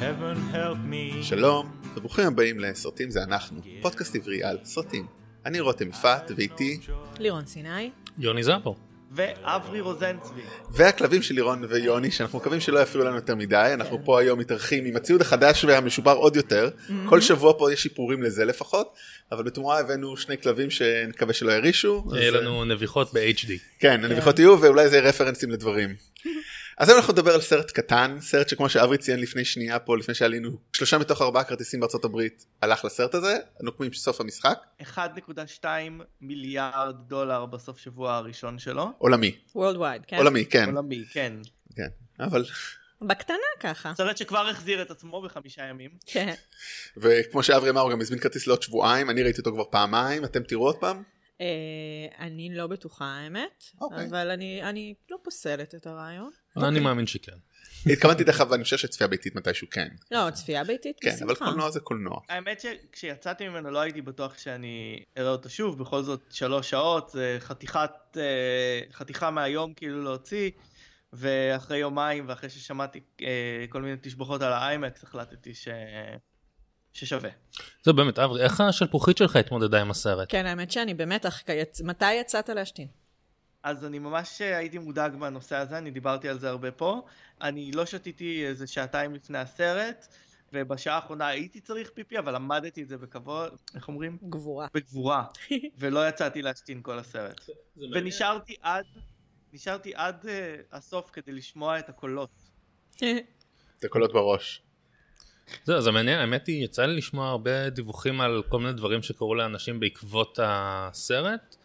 heaven help me. שלום, וברוכים הבאים ל"סרטים זה אנחנו", פודקאסט עברי על סרטים. אני רותם יפעת, ואיתי, לירון סיני. יוני זאפו. ואברי רוזנצבי. והכלבים של לירון ויוני, שאנחנו מקווים שלא יפריעו לנו יותר מדי, אנחנו כן. פה היום מתארחים עם הציוד החדש והמשופר עוד יותר. Mm-hmm. כל שבוע פה יש שיפורים לזה לפחות, אבל בתמורה הבאנו שני כלבים שנקווה שלא ירישו. יהיה אז, לנו נביחות ב-HD. כן, הנביחות יהיו ואולי זה יהיה רפרנסים לדברים. אז היום אנחנו נדבר על סרט קטן, סרט שכמו שאברי ציין לפני שנייה פה, לפני שעלינו, שלושה מתוך ארבעה כרטיסים בארצות הברית הלך לסרט הזה, נוקמים סוף המשחק, 1.2 מיליארד דולר בסוף שבוע הראשון שלו. עולמי, World Wide, כן? עולמי, כן, עולמי, כן. אבל, בקטנה ככה. סרט שכבר החזיר את עצמו בחמישה ימים. כן. וכמו שאברי אמר, הוא גם הזמין כרטיס לעוד שבועיים, אני ראיתי אותו כבר פעמיים, אתם תראו עוד פעם? אה, אני לא בטוחה האמת, אוקיי. אבל אני- אני לא פוסלת את הרעיון. אני מאמין שכן. התכוונתי דרך אגב, אני חושב שצפייה ביתית מתישהו כן, לא, צפייה ביתית, כן, אבל בשמחה. קולנוע זה קולנוע. האמת שכשיצאתי ממנו לא הייתי בטוח שאני אראה אותו שוב, בכל זאת שלוש שעות, זה חתיכת, אה, חתיכה מהיום כאילו להוציא, ואחרי יומיים ואחרי ששמעתי אה, כל מיני תשבחות על האיימקס החלטתי ש... ששווה. זה באמת, אברי, איך השלפוחית שלך התמודדה עם הסרט? כן, האמת שאני במתח, כי יצ- מתי יצאת להשתין? אז אני ממש אה, הייתי מודאג מהנושא הזה, אני דיברתי על זה הרבה פה. אני לא שתיתי איזה שעתיים לפני הסרט, ובשעה האחרונה הייתי צריך פיפי, אבל למדתי את זה בכבוד, איך אומרים? גבורה. בגבורה, ולא יצאתי להשתין כל הסרט. ונשארתי עד, נשארתי עד אה, הסוף כדי לשמוע את הקולות. אה, זה קולות בראש. זהו, זה מעניין, האמת היא, יצא לי לשמוע הרבה דיווחים על כל מיני דברים שקרו לאנשים בעקבות הסרט.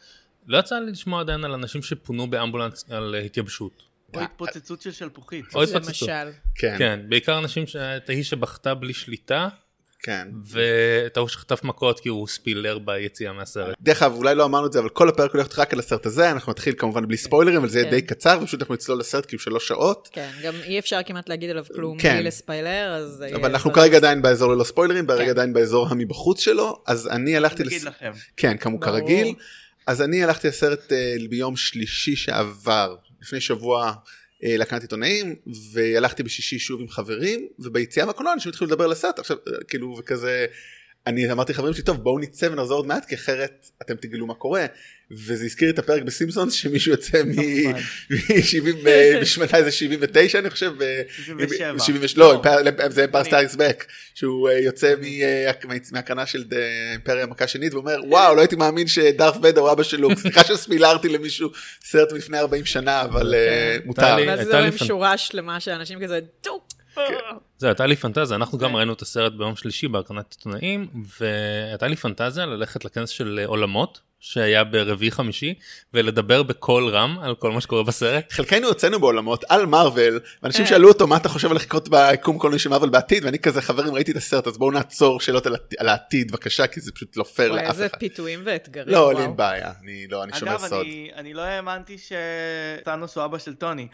לא יצא לי לשמוע עדיין על אנשים שפונו באמבולנס על התייבשות. או התפוצצות של שלפוחית. אה, או התפוצצות. למשל. כן, כן, בעיקר אנשים שאת ההיא שבכתה בלי שליטה, כן. ואת ההוא שחטף מכות כי הוא ספילר ביציאה מהסרט. דרך אגב אולי לא אמרנו את זה אבל כל הפרק הולך רק על הסרט הזה אנחנו נתחיל כמובן בלי ספוילרים אבל זה יהיה כן. די קצר ופשוט אנחנו נצלול לסרט כי הוא שלוש שעות כן, גם אי אפשר כמעט להגיד עליו כלום כן. בלי לספיילר, אז... זה יהיה אבל אנחנו סבבה. כרגע עדיין באזור ללא ספוילרים אה, כן. כרגע עדיין באזור המבחוץ שלו אז אני הלכתי נגיד לס... לכם. כן כמו ברור. כרגיל אז אני הלכתי לסרט אה, ביום שלישי שעבר לפני שבוע אה, להקנת עיתונאים והלכתי בשישי שוב עם חברים וביציאה מהקולנוע אנשים התחילו לדבר על הסרט עכשיו אה, כאילו וכזה. אני אמרתי לחברים שלי טוב בואו נצא ונחזור עוד מעט כי אחרת אתם תגלו מה קורה וזה הזכיר את הפרק בסימפסונס שמישהו יוצא מ... אה, כמובן. מ-70, בשמונה זה 79 אני חושב, ב- 77. 77, לא. לא, אימפר- זה אמפר אני- סטייקס בק, שהוא אה, יוצא מ- אה, מהקרנה של דה- אימפריה מכה שנית ואומר וואו לא הייתי מאמין שדארף ויידר הוא אבא של לוק, סליחה שספילרתי למישהו סרט מלפני 40 שנה אבל אה, כן. מותר, טלי. ואז הייתה זה לי רואים פנ- שורה שלמה של אנשים כזה, טו! כן, אה, זה הייתה לי פנטזיה, אנחנו כן. גם ראינו את הסרט ביום שלישי בהקרנת עיתונאים, והייתה לי פנטזיה ללכת לכנס של אה, עולמות, שהיה ברביעי חמישי, ולדבר בקול רם על כל מה שקורה בסרט. חלקנו הוצאנו בעולמות על מארוול ואנשים כן. שאלו אותו מה אתה חושב על לחכות ביקום קולנועי של מארוול בעתיד ואני כזה חברים ראיתי את הסרט אז בואו נעצור שאלות על הת- על העתיד בבקשה כי זה פשוט לא פייר וואי, לאף איזה אחד. פיתויים ואתגרים, לא, לי וואו. אין בעיה, אני לא, אני שומר אגב, סוד. אני, אני לא האמנתי שטאנוס הוא אבא של טוני.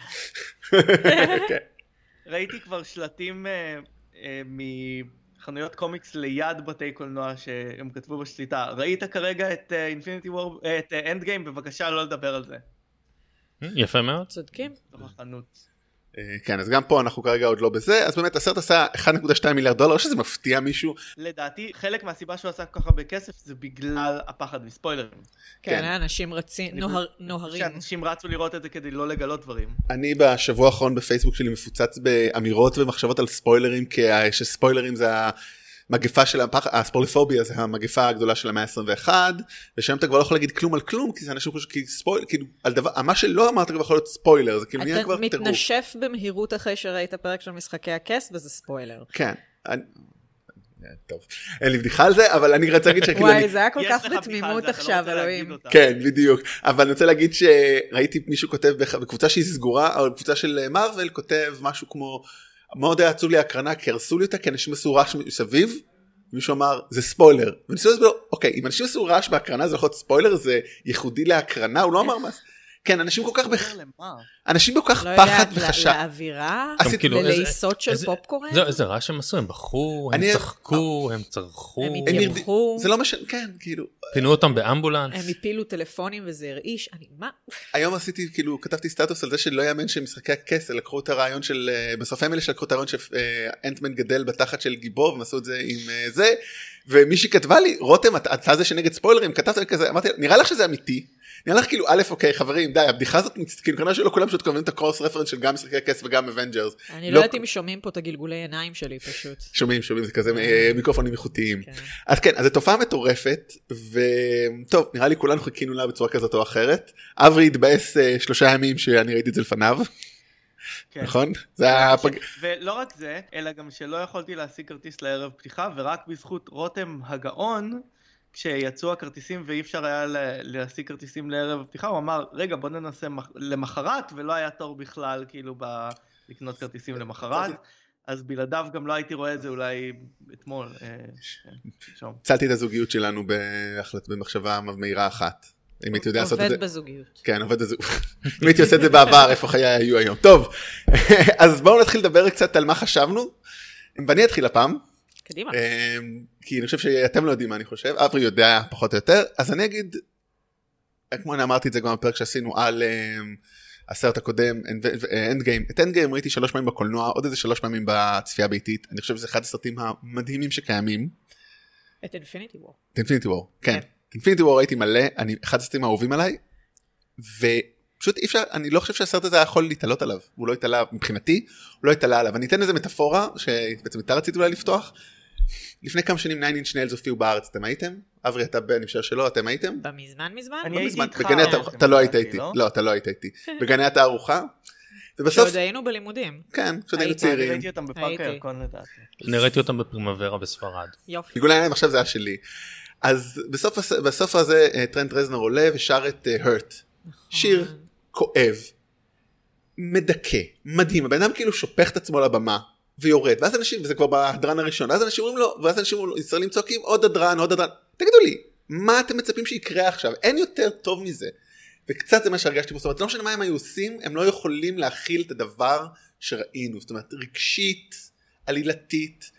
כן. ראיתי כבר שלטים אה, אה, מחנויות קומיקס ליד בתי קולנוע שהם כתבו בשליטה. ראית כרגע את אה, אינפיניטי וור, את אנד גיים? בבקשה לא לדבר על זה. Hmm, יפה מאוד. צודקים. בתוך החנות. אה, כן אז גם פה אנחנו כרגע עוד לא בזה אז באמת הסרט עשה 1.2 מיליארד דולר לא שזה מפתיע מישהו לדעתי, חלק מהסיבה שהוא עשה כל כך הרבה כסף זה בגלל הפחד מספוילרים. כן. כן, אנשים רצים, אני נוהר- אני נוהרים. חושב שאנשים רצו לראות את זה כדי לא לגלות דברים. אני בשבוע האחרון בפייסבוק שלי מפוצץ באמירות ומחשבות על ספוילרים כי ה- שספוילרים זה המגפה של הפח... הספוילפוביה זה המגפה הגדולה של המאה ה-21 ושם אתה כבר לא יכול להגיד כלום על כלום כי זה אנשים חושבים כי ספוילר כאילו על דבר מה שלא אמרת כבר יכול להיות ספוילר זה כאילו נהיה אתה כבר טירוף. מתנשף במהירות אחרי שראית פרק של משחקי הכס, וזה ספוילר. כן. אני- אה, טוב אין לי בדיחה על זה אבל אני רוצה להגיד שכאילו אני וואי, זה היה כל יש כך לך בדיחה על בתמימות זה, אתה לא עכשיו, רוצה להגיד אלוהים. אותה. כן בדיוק אבל אני רוצה להגיד שראיתי מישהו כותב בח- בקבוצה שהיא סגורה אבל בקבוצה של אה, מארוול כותב משהו כמו מאוד היה עצוב לי הקרנה כי הרסו לי אותה כי אנשים עשו רעש מסביב. מישהו אמר זה ספוילר ואני רוצה להסביר לו, אוקיי אם אנשים עשו רעש בהקרנה זה יכול להיות ספוילר זה ייחודי להקרנה הוא לא אמר מה. כן, אנשים כל כך, בח- למה? אנשים כל כך לא פחד יודעת, לא- וחשד. לאווירה? עשית- כאילו, איזה- ללעיסות של איזה- פופקורן? זהו, איזה רעש הם עשו, הם בכו, הם אני- צחקו, הם צרחו, הם הם התייבחו, זה לא משנה, כן, כאילו, פינו אותם באמבולנס. הם הפילו טלפונים וזה הרעיש, אני מה? היום עשיתי, כאילו, כתבתי סטטוס על זה שלא יאמן שמשחקי הכסל לקחו את הרעיון של, אה, בסוף הם אלה שלקחו את הרעיון שאנטמן גדל בתחת של גיבור, והם עשו את זה עם אה, זה, ומישהי כתבה לי, רותם, את- אתה זה שנגד ספוילרים, כתבת לי כזה, אמרתי, לה, נראה לך שזה אמיתי? נראה לך כאילו, א', אוקיי, חברים, די, הבדיחה הזאת, מצ- כאילו, כנראה שלא כולם פשוט קובעים את הקרוס רפרנס של גם משחקי הכס וגם אבנג'רס. אני לא- לא יודעת אם שומעים פה את הגלגולי עיניים שלי פשוט. שומעים, שומעים, זה כזה אה, מיקרופונים איכותיים. כן. אז כן, אז זו תופעה מטורפת, וטוב, נראה לי כולנו חיכינו לה בצורה כזאת או אחרת. אברי התבאס אה, שלושה ימים שאני ראיתי את זה לפניו, כן. נכון? זה היה פג... ולא רק זה, אלא גם שלא יכולתי להשיג כרטיס לערב פתיחה, ורק בזכות רותם הגאון, כשיצאו הכרטיסים ואי אפשר היה ל- להשיג כרטיסים לערב פתיחה, הוא אמר, רגע, בוא ננסה מח- למחרת, ולא היה תור בכלל, כאילו, ב... לקנות כרטיסים למחרת, אז בלעדיו גם לא הייתי רואה את זה אולי אתמול, אה, כן, שלשום. הצלתי את הזוגיות שלנו בהחלט, במחשבה מהירה אחת. אם הייתי יודע לעשות את זה. עובד בזוגיות. כן, עובד את זה. אם הייתי עושה את זה בעבר, איפה חיי היו היום. טוב, אז בואו נתחיל לדבר קצת על מה חשבנו. ואני אתחיל הפעם, קדימה. אה, כי אני חושב שאתם לא יודעים מה אני חושב, אברי יודע פחות או יותר, אז אני אגיד, כמו אני אמרתי את זה גם בפרק שעשינו על אה, הסרט הקודם, אנד גיים, את אנד גיים ראיתי שלוש פעמים בקולנוע, עוד איזה שלוש פעמים בצפייה ביתית, אני חושב שזה אחד הסרטים המדהימים שקיימים. את אינפיניטי וור. את אינפיניטי וור, כן. כן. את אינפיניטי וור ראיתי מלא, אני אחד הסרטים האהובים עליי, ופשוט אי אפשר, אני לא חושב שהסרט הזה היה יכול להתעלות עליו, הוא לא התעלה, מבחינתי, הוא לא התעלה עליו. אני אתן איזה מטאפורה, שבעצם אתה רצית אולי לפתוח. לפני כמה שנים 9 אינץ' ניילס הופיעו בארץ, אתם הייתם? אברי, אתה בן, אני חושב שלא, אתם הייתם? במזמן מזמן? אני לא הייתי מזמן, איתך, בגני אה, התערוכה, אתם אתה לא היית לדעתי, איתי, לא? לא, אתה לא היית איתי. בגני התערוכה, ובסוף, כשעוד היינו בלימודים. כן, כשעוד היינו הייתי. אני צעירים. ראיתי אותם בפארק הייתי. הירקון לדעתי. אני ראיתי אותם בפרימוורה בספרד. יופי. ניגוד העיניים עכשיו זה היה שלי. אז בסוף, הס- בסוף הזה אה, טרנט רזנר עולה ושר את אה, הרט. נכון. שיר כואב, מדכא, מדהים, הבן אדם כאילו שופך את עצמו לבמה ויורד, ואז אנשים, וזה כבר בהדרן הראשון, ואז אנשים אומרים לו, ואז אנשים אומרים לו, ישראלים צועקים עוד הדרן, עוד הדרן, תגידו לי, מה אתם מצפים שיקרה עכשיו? אין יותר טוב מזה. וקצת זה מה שהרגשתי פה, זאת אומרת, לא משנה מה הם היו עושים, הם לא יכולים להכיל את הדבר שראינו, זאת אומרת, רגשית, עלילתית.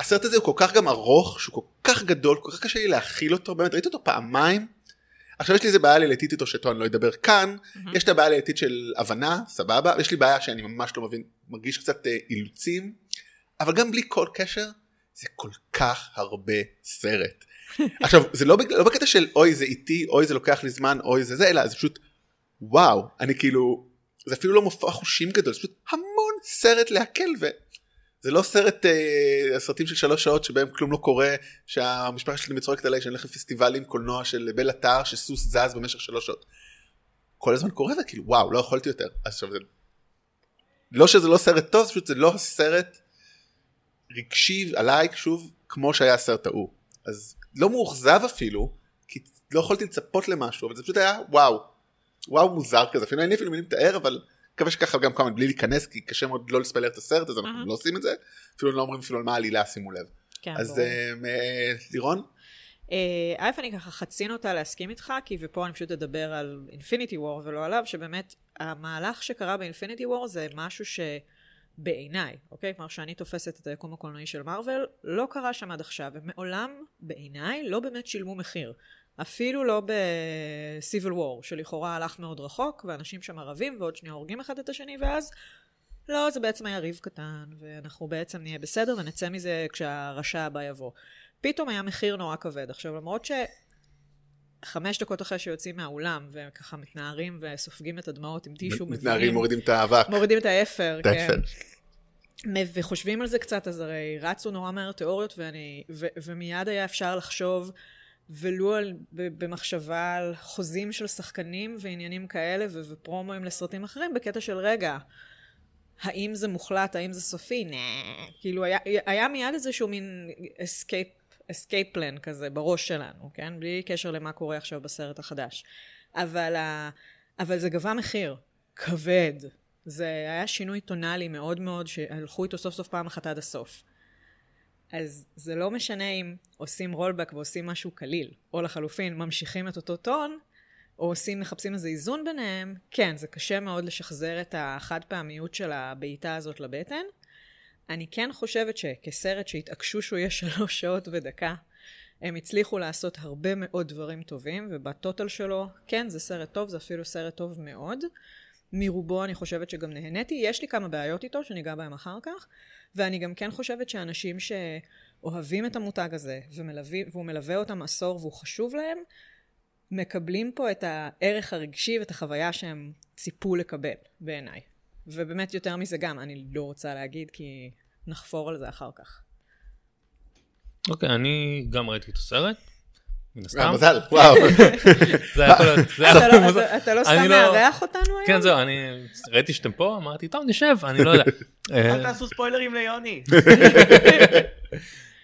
הסרט הזה הוא כל כך גם ארוך, שהוא כל כך גדול, כל כך קשה לי להכיל אותו, באמת, ראיתי אותו פעמיים. עכשיו יש לי איזה בעיה עלילתית איתו שאותו אני לא אדבר כאן, מהמם. יש את הבעיה לעתיד של הבנה, סבבה, יש לי בעיה שאני ממש לא מבין, מרגיש קצת אה, אילוצים, אבל גם בלי כל קשר, זה כל כך הרבה סרט. עכשיו, זה לא, בג... לא בקטע של אוי זה איטי, אוי זה לוקח לי זמן, אוי זה זה, אלא זה פשוט וואו, אני כאילו, זה אפילו לא מופע חושים גדול, זה פשוט המון סרט להקל, וזה לא סרט, אה, הסרטים של שלוש שעות שבהם כלום לא קורה, שהמשפחה שלי מצורקת עליי שאני הולך לפסטיבלים קולנוע של בל אתר, שסוס זז במשך שלוש שעות. כל הזמן קורה וכאילו וואו לא יכולתי יותר אז עכשיו זה לא שזה לא סרט טוב זה פשוט זה לא הסרט רגשי עליי שוב כמו שהיה הסרט ההוא אז לא מאוכזב אפילו כי לא יכולתי לצפות למשהו אבל זה פשוט היה וואו וואו מוזר כזה אפילו אין לי אפילו מילים לתאר אבל מקווה שככה גם כמה בלי להיכנס כי קשה מאוד לא לספלר את הסרט אז אנחנו אהה. לא עושים את זה אפילו לא אומרים אפילו על מה העלילה שימו לב כן, אז ברור. אמ, אה, לירון אה, א', אני ככה חצי נוטה להסכים איתך, כי ופה אני פשוט אדבר על אינפיניטי וור ולא עליו, שבאמת המהלך שקרה באינפיניטי וור זה משהו שבעיניי, אוקיי? כלומר שאני תופסת את היקום הקולנועי של מארוול, לא קרה שם עד עכשיו, ומעולם בעיניי לא באמת שילמו מחיר. אפילו לא ב-Civil War, שלכאורה הלך מאוד רחוק, ואנשים שם ערבים, ועוד שנייה הורגים אחד את השני, ואז לא, זה בעצם היה ריב קטן, ואנחנו בעצם נהיה בסדר ונצא מזה כשהרשע הבא יבוא. פתאום היה מחיר נורא כבד. עכשיו, למרות שחמש דקות אחרי שיוצאים מהאולם, וככה מתנערים וסופגים את הדמעות עם טישו, מתנערים מבינים- מורידים את האבק מורידים את האפר, את האפר. כן. מ- וחושבים על זה קצת, אז הרי רצו נורא מהר תיאוריות, ואני, ו, ומיד היה אפשר לחשוב ולו על, ב, במחשבה על חוזים של שחקנים ועניינים כאלה, ו, ופרומואים לסרטים אחרים, בקטע של רגע, האם זה מוחלט, האם זה סופי? נה. כאילו, היה, היה מיד איזשהו מין אסקייפ, אסקייפ פלן כזה בראש שלנו, כן? בלי קשר למה קורה עכשיו בסרט החדש. אבל, ה, אבל זה גבה מחיר כבד. זה היה שינוי טונאלי מאוד מאוד, שהלכו איתו סוף סוף פעם אחת עד הסוף. אז זה לא משנה אם עושים רולבק ועושים משהו קליל, או לחלופין ממשיכים את אותו טון, או עושים, מחפשים איזה איזון ביניהם, כן, זה קשה מאוד לשחזר את החד פעמיות של הבעיטה הזאת לבטן. אני כן חושבת שכסרט שהתעקשו שהוא יהיה שלוש שעות ודקה, הם הצליחו לעשות הרבה מאוד דברים טובים, ובטוטל שלו, כן, זה סרט טוב, זה אפילו סרט טוב מאוד. מרובו אני חושבת שגם נהניתי, יש לי כמה בעיות איתו שניגע בהן אחר כך, ואני גם כן חושבת שאנשים שאוהבים את המותג הזה, ומלווים, והוא מלווה אותם עשור והוא חשוב להם, מקבלים פה את הערך הרגשי ואת החוויה שהם ציפו לקבל, בעיניי. ובאמת יותר מזה גם, אני לא רוצה להגיד כי נחפור על זה אחר כך. אוקיי, אני גם ראיתי את הסרט. מן הסתם. אה, מזל, וואו. זה היה יכול להיות- זה היה אתה יכול להיות לא- מוזר. אתה- אתה לא אני סתם מארח אותנו היום? כן, זהו, אני ראיתי שאתם פה, אמרתי, טוב, נשב, אני לא יודע. אל אה, תעשו ספוילרים ליוני.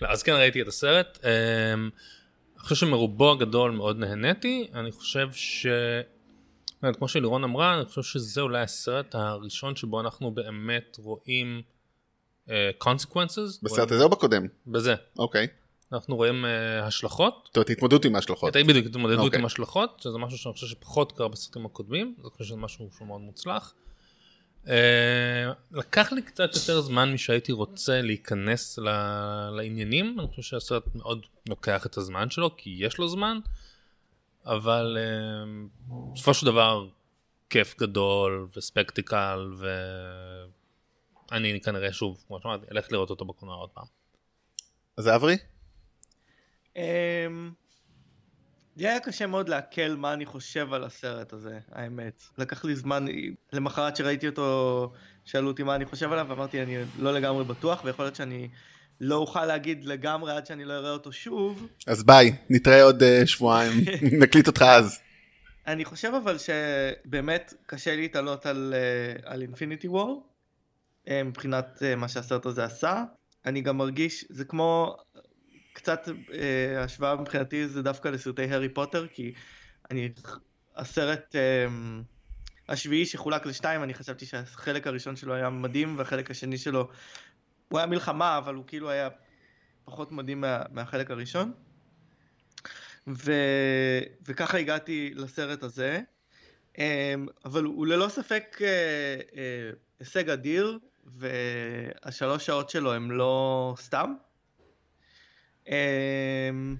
לא, אז כן ראיתי את הסרט. אמ, אני חושב שמרובו הגדול מאוד נהניתי. אני חושב ש... באמת, כמו שלירון אמרה, אני חושב שזה אולי הסרט הראשון שבו אנחנו באמת רואים אה, consequences. בסרט הזה או בקודם? בזה. אוקיי. אנחנו רואים אה, השלכות. טוב, תתמודדות עם ההשלכות. הייתה בדיוק התמודדות אוקיי. עם השלכות, שזה משהו שאני חושב שפחות קרה בסרטים הקודמים, אני חושב שזה משהו שהוא מאוד מוצלח. אה, לקח לי קצת יותר זמן משהייתי רוצה להיכנס ל- לעניינים, אני חושב שהסרט מאוד לוקח את הזמן שלו, כי יש לו זמן, אבל אה, בסופו של דבר כיף גדול וספקטיקל, ואני כנראה שוב, כמו שאמרתי, אלך לראות אותו בקולנוע עוד פעם. אז אברי? אמ, זה היה קשה מאוד לעכל מה אני חושב על הסרט הזה, האמת. לקח לי זמן, למחרת שראיתי אותו, שאלו אותי מה אני חושב עליו, ואמרתי אני לא לגמרי בטוח, ויכול להיות שאני לא אוכל להגיד לגמרי עד שאני לא אראה אותו שוב. אז ביי, נתראה עוד אה, שבועיים, נקליט אותך אז. אני חושב אבל שבאמת קשה להתעלות על, אה, על אינפיניטי וור, מבחינת אה, מה שהסרט הזה עשה. אני גם מרגיש, זה כמו קצת אה, השוואה מבחינתי זה דווקא לסרטי הארי פוטר, כי אני, הסרט אה, השביעי שחולק לשתיים, אני חשבתי שהחלק הראשון שלו היה מדהים, והחלק השני שלו, הוא היה מלחמה, אבל הוא כאילו היה פחות מדהים מה, מהחלק הראשון. ו... וככה הגעתי לסרט הזה. אמ, אבל הוא ללא ספק אה, אה, הישג אדיר, והשלוש שעות שלו הם לא סתם. אמ,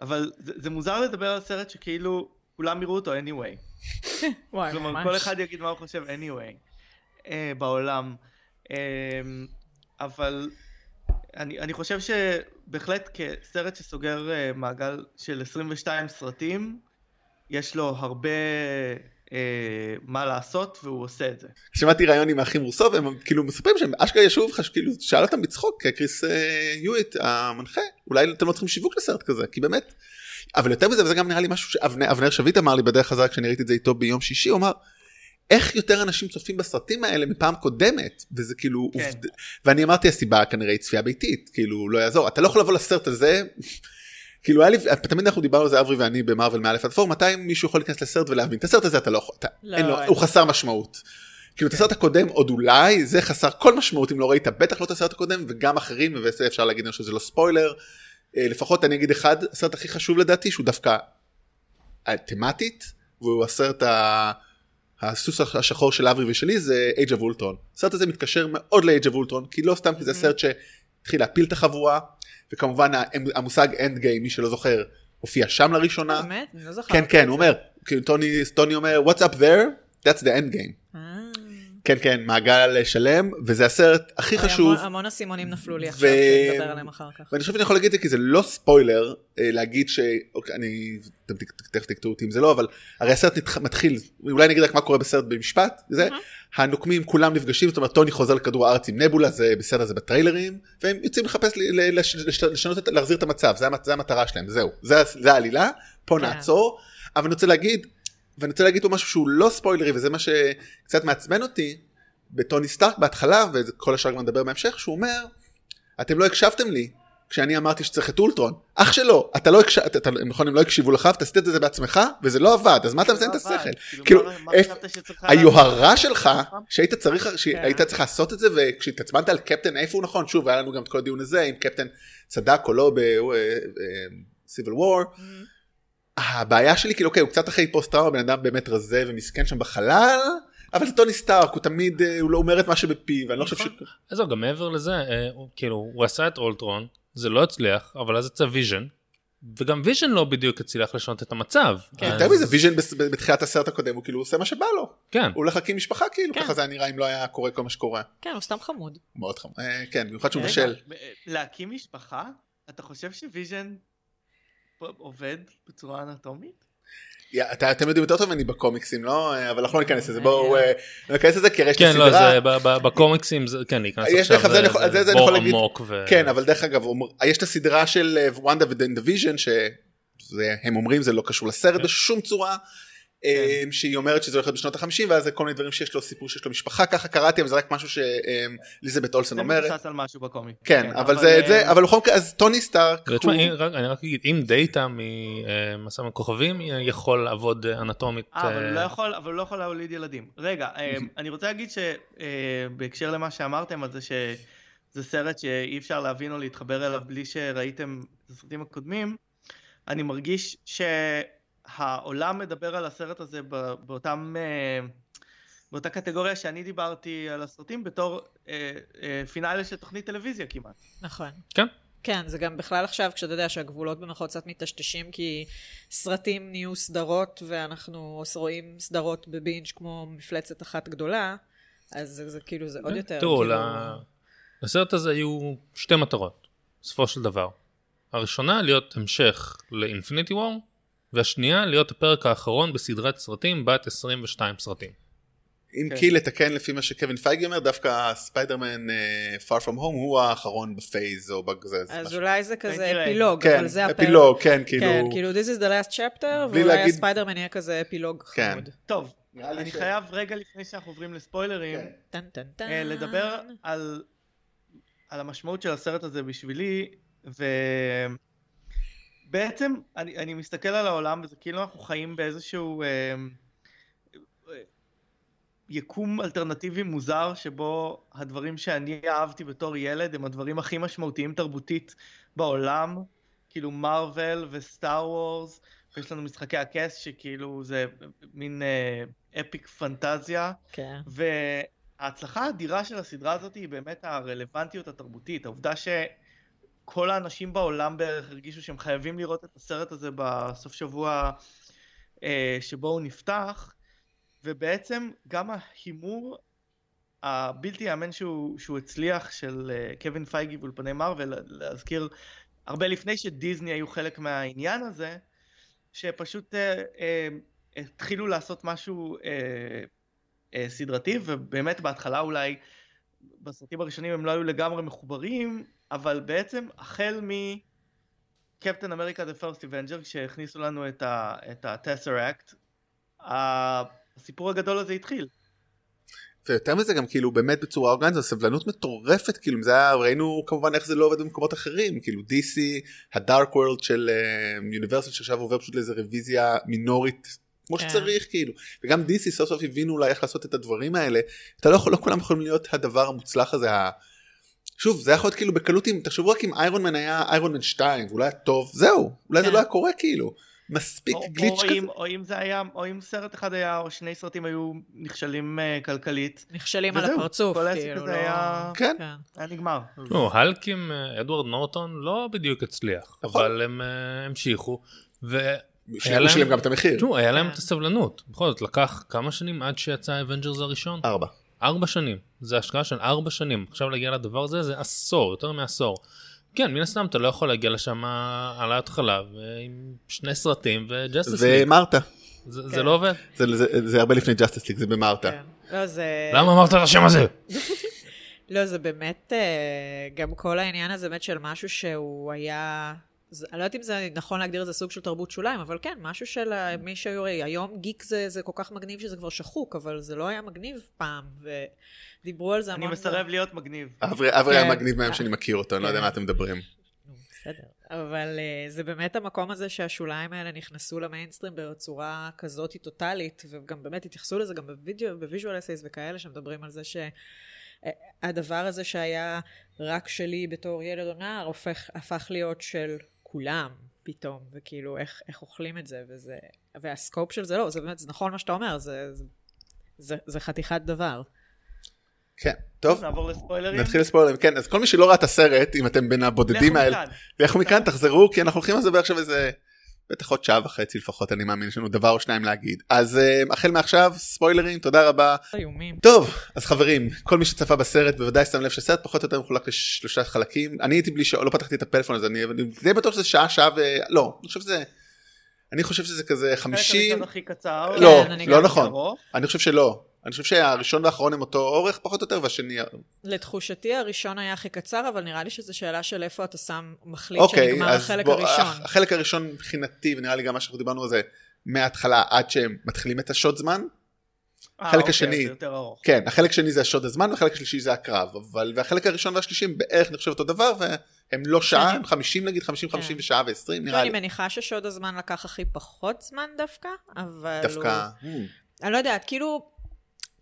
אבל זה, זה מוזר לדבר על סרט שכאילו כולם יראו אותו anyway. וואי, כלומר, ממש. כל אחד יגיד מה הוא חושב anyway אה, בעולם. אה, אבל אני, אני חושב שבהחלט כסרט שסוגר אה, מעגל של 22 סרטים, יש לו הרבה אה, מה לעשות והוא עושה את זה. שמעתי ראיון עם האחים רוסו והם כאילו מספרים שהם אשכרה ישבו לך כאילו שאל אותם בצחוק כי קריס אה, יואיט המנחה אולי אתם לא צריכים שיווק לסרט כזה כי באמת. אבל יותר מזה וזה גם נראה לי משהו שאבנר אבנר שביט אמר לי בדרך חזרה כשאני ראיתי את זה איתו ביום שישי הוא אמר. איך יותר אנשים צופים בסרטים האלה מפעם קודמת וזה כאילו כן. עובד... ואני אמרתי הסיבה כנראה היא צפייה ביתית כאילו לא יעזור אתה לא יכול לבוא לסרט הזה. כאילו היה לי תמיד אנחנו דיברנו על זה אברי ואני במרוויל מאלף עד פור מתי מישהו יכול להיכנס לסרט ולהבין את הסרט הזה אתה לא יכול אתה, לא, אין לו, אין. כן. הוא חסר משמעות. כאילו את הסרט הקודם עוד אולי זה חסר כל משמעות אם לא ראית בטח לא את הסרט הקודם וגם אחרים וזה אפשר להגיד לנו שזה לא ספוילר. אה, לפחות אני אגיד אחד הסרט הכי חשוב לדעתי שהוא דווקא אה, תמטית והוא הסרט ה... הסוס השחור של אברי ושלי זה Age of Ultron. הסרט הזה מתקשר מאוד ל-Age of Ultron כי לא סתם כי Mm-hmm. זה סרט שהתחיל להפיל את החבורה וכמובן ה- המושג End Game מי שלא זוכר הופיע שם לראשונה. באמת? אני לא זוכרת. כן כן הוא אומר כאילו טוני טוני אומר what's up there that's the end game. אה, כן כן מעגל שלם וזה הסרט הכי וואי, חשוב המון- המון אסימונים נפלו לי ו- עכשיו, שנדבר עליהם אחר כך. ואני חושב שאני יכול להגיד את זה כי זה לא ספוילר אה, להגיד ש... אוקיי, אני... אתם ת- ת- תכף תקטעו אותי אם זה לא אבל הרי הסרט נתח- מתחיל אולי נגיד רק מה קורה בסרט במשפט זה הנוקמים כולם נפגשים זאת אומרת טוני חוזר לכדור הארץ עם נבולה זה בסדר זה בטריילרים והם יוצאים לחפש ל- ל- לש- לש- לשנות את- להחזיר את המצב זה המת- זה המטרה שלהם זהו זה ה- זה העלילה פה כן. נעצור אבל אני רוצה להגיד ואני רוצה להגיד פה משהו שהוא לא ספוילרי וזה מה שקצת מעצבן אותי בטוני סטארק בהתחלה וכל השאר גם נדבר בהמשך שהוא אומר אתם לא הקשבתם לי כשאני אמרתי שצריך את אולטרון אח שלו אתה לא הקשב אתה- אתה- נכון הם לא הקשיבו לך ואתה עשית את זה בעצמך וזה לא עבד אז מה אתה מזיין את אבל, השכל כאילו, כאילו, מה- מה איפ- חשבת שצריך היה היוהרה שלך נכון. שהיית צריך שהיית כן. צריך לעשות את זה וכשהתעצבנת על קפטן איפה הוא נכון שוב היה לנו גם את כל אה, הדיון הזה אם קפטן צדק או לא ב... סיביל וור Mhm. הבעיה שלי כאילו אוקיי הוא קצת אחרי פוסט טראומה בן אדם באמת רזה ומסכן שם בחלל אבל זה טוני סטארק הוא תמיד אה, הוא לא אומר את מה שבפיו ואני לא חושב ש... אז זהו, גם מעבר לזה, אה, הוא- כאילו, הוא עשה את אולטרון, זה לא הצליח, אבל אז יצא ויז'ן, וגם ויז'ן לא בדיוק הצליח לשנות את המצב. כן. אז- יותר מזה ויז'ן בס- בתחילת הסרט הקודם הוא כאילו עושה מה שבא לו כן. הוא הולך להקים משפחה כאילו כן. ככה זה היה נראה אם לא היה קורה כל מה שקורה. כן, הוא סתם חמוד. מאוד חמור. אה, כן במיוחד שהוא רגע, מבשל. ב- להקים משפחה? אתה חושב שוויז'ן פ- עובד בצורה אנטומית? יא, אתה- אתם יודעים יותר טוב ממני בקומיקסים לא אה, אבל אנחנו לא ניכנס לזה בואו אה, לא ניכנס לזה כי הרי יש לי כן, לא, סדרה. זה ב- ב- בקומיקסים, זה- כן, להיכנס יש עכשיו, לך, זה אני יכול- זה- זה- זה זה אני יכול בור להגיד. עמוק. ו- כן אבל דרך אגב אומר- יש את הסדרה של אה, וונדה ודוויז'ן שהם אומרים זה לא קשור לסרט כן. בשום צורה. אה, שהיא אומרת שזה הולך להיות בשנות החמישים ואז זה כל מיני דברים שיש לו סיפור שיש לו משפחה ככה קראתי אבל זה רק משהו שאליזבת אולסון זה אומרת. מבוסס אה, על משהו בקומיקס. כן אבל זה את זה אבל בכל מקרה אז טוני סטארק. ותשמע, הוא- אם- רק- אני רק אגיד, אם דאטה ממסע מכוכבים יכול לעבוד אה, אנטומית, אה, אבל הוא לא אה, יכול, אבל הוא לא יכול להוליד ילדים. רגע, אה, אני רוצה להגיד שבהקשר למה שאמרתם על זה שזה סרט שאי אפשר להבין או להתחבר אליו בלי שראיתם את הסרטים הקודמים, אני מרגיש שהעולם מדבר על הסרט הזה ב- באותם, אה, באותה קטגוריה שאני דיברתי על הסרטים בתור אה, אה, פינאלה של תוכנית טלוויזיה כמעט. נכון. כן. כן, זה גם בכלל עכשיו, כשאתה יודע שהגבולות במרכאות קצת מטשטשים, כי סרטים נהיו סדרות, ואנחנו רואים סדרות בבינג' כמו מפלצת אחת גדולה, אז זה, זה כאילו, זה עוד יותר. כן, תראו, כאילו... ל- לסרט הזה היו שתי מטרות, בסופו של דבר. הראשונה, להיות המשך לאינפיניטי וור, והשנייה, להיות הפרק האחרון בסדרת סרטים בת 22 סרטים. אם כן. כי לתקן לפי מה שקווין פייגי אומר דווקא ספיידרמן אה, פאר פרום הום הוא האחרון בפייז או בגזז. אז אולי זה כזה כנראה. אפילוג, כן אבל זה הפרק. אפילוג כן כאילו. כן, כאילו, this is the last chapter, בלי ואולי להגיד- הספיידרמן יהיה כזה אפילוג כן. חמוד. טוב, נראה לי אני ש- חייב רגע לפני שאנחנו עוברים לספוילרים, כן. טן טן טן. אה, לדבר על, על המשמעות של הסרט הזה בשבילי, ובעצם אני, אני מסתכל על העולם וזה כאילו אנחנו חיים באיזשהו אה, אה, יקום אלטרנטיבי מוזר שבו הדברים שאני אהבתי בתור ילד הם הדברים הכי משמעותיים תרבותית בעולם, כאילו מארוול וסטאר וורס, ויש לנו משחקי הכס שכאילו זה מין אה, אפיק פנטזיה. כן. וההצלחה האדירה של הסדרה הזאת היא באמת הרלוונטיות התרבותית, העובדה שכל האנשים בעולם בערך הרגישו שהם חייבים לראות את הסרט הזה בסוף שבוע אה, שבו הוא נפתח, ובעצם גם ההימור הבלתי ייאמן שהוא, שהוא הצליח של אה, קווין פייגי ואולפני מארוול, להזכיר הרבה לפני שדיסני היו חלק מהעניין הזה, שפשוט אה, אה, התחילו לעשות משהו אה, אה, סדרתי, ובאמת בהתחלה אולי בסרטים הראשונים הם לא היו לגמרי מחוברים, אבל בעצם החל מקפטן אמריקה The First Avenger, כשהכניסו לנו את ה- את ה-Tesseract, הסיפור הגדול הזה התחיל. ויותר מזה גם כאילו באמת בצורה אורגנית זו סבלנות מטורפת כאילו אם זה היה ראינו כמובן איך זה לא עובד במקומות אחרים כאילו DC הדארק וורלד של יוניברסל שעכשיו עובר פשוט לאיזה רוויזיה מינורית כמו כן. שצריך כאילו וגם DC סוף סוף הבינו אולי איך לעשות את הדברים האלה אתה לא יכול לא כולם יכולים להיות הדבר המוצלח הזה. ה- שוב זה יכול להיות כאילו בקלות אם תחשבו רק אם איירון מן היה איירון מן 2 ואולי היה טוב זהו אולי זה כן. לא היה קורה כאילו מספיק או- גליץ' או כזה. אם- או אם זה היה, או אם סרט אחד היה, או שני סרטים היו נכשלים אה, כלכלית, נכשלים על וזהו, הפרצוף, כל העסק כאילו, הזה לא... היה- כן. היה נגמר. תראו, האלק עם אה, אדוארד נורטון לא בדיוק הצליח, נכון. אבל הם אה, המשיכו, ותראו, היה הוא להם- שילם גם את המחיר. היה להם כן. את הסבלנות. בכל זאת, לקח כמה שנים עד שיצא האבנג'רס הראשון? ארבע. ארבע שנים, זה השקעה של ארבע שנים, עכשיו להגיע לדבר הזה זה עשור, יותר מעשור. כן, מן הסתם אתה לא יכול להגיע לשם על ההתחלה ו- עם שני סרטים וג'סטיס ליג, ומרתה. זה כן. זה לא עובד. זה, זה, זה הרבה לפני ג'סטס ליג זה במרתה. כן. לא, זה... למה אמרת את השם הזה? לא, זה באמת, אה, גם כל העניין הזה באמת של משהו שהוא היה, זה- אני לא יודעת אם זה נכון להגדיר את זה סוג של תרבות שוליים, אבל כן, משהו של ה- מי שהיו, היום גיק זה, זה כל כך מגניב שזה כבר שחוק, אבל זה לא היה מגניב פעם, ודיברו על זה המון. אני מסרב להיות מגניב. אברי אברי היה כן. מגניב מהם שאני מכיר אותו, אני לא יודע כן. מה אתם מדברים. נו, בסדר. אבל אה, זה באמת המקום הזה שהשוליים האלה נכנסו למיינסטרים בצורה כזאת טוטאלית, וגם באמת התייחסו לזה גם בווידאו, בוויז'ואל אסייס וכאלה, שמדברים על זה שהדבר הזה שהיה רק שלי בתור ילד או נער, הופך, הפך להיות של כולם. פתאום, וכאילו איך, איך אוכלים את זה, וזה, והסקופ של זה לא, זה באמת, זה נכון מה שאתה אומר, זה, זה, זה, זה חתיכת דבר. כן, לא, טוב, נעבור לספוילרים. נתחיל לספוילרים. כן, אז כל מי שלא ראה את הסרט, אם אתם בין הבודדים לכו האלה, מכאן. לכו מכאן, תחזרו, כי אנחנו הולכים לדבר עכשיו איזה, בטח עוד שעה וחצי לפחות, אני מאמין, יש לנו דבר או שניים להגיד. אז אה, החל מעכשיו, ספוילרים, תודה רבה. איומים. טוב, אז חברים, כל מי שצפה בסרט בוודאי שם לב שהסרט פחות או יותר מחולק לשלושה חלקים. אני הייתי בלי שעה, לא פתחתי את הפלאפון הזה, אני אני די בטוח שזה שעה, שעה ו... לא, אני חושב שזה... אני חושב שזה כזה החלק 50, הראשון הכי קצר. לא, כן, אני לא גם נכון, ארוך. אני חושב שלא. אני חושב שהראשון והאחרון הם אותו אורך פחות או יותר, והשני... לתחושתי הראשון היה הכי קצר, אבל נראה לי שזו שאלה של איפה אתה שם, מחליט אוקיי, שנגמר אז החלק בוא, אה, הראשון. הח- החלק הראשון מבחינתי, ונראה לי גם מה שאנחנו דיברנו על זה מההתחלה עד שהם מתחילים את השוד זמן. אה, החלק אוקיי, השני. אז זה יותר ארוך. כן, החלק השני זה השוד הזמן, והחלק השלישי זה הקרב, אבל והחלק הראשון והשלישי הם בערך נחשב אותו דבר, והם לא שעה, הם 50 נגיד, 50, כן. 50 ושעה ו-20 נראה אני לי. מניחה ששוד הזמן לקח הכי פחות זמן דווקא, אבל דווקא, hmm, הוא... אני לא יודעת, כאילו...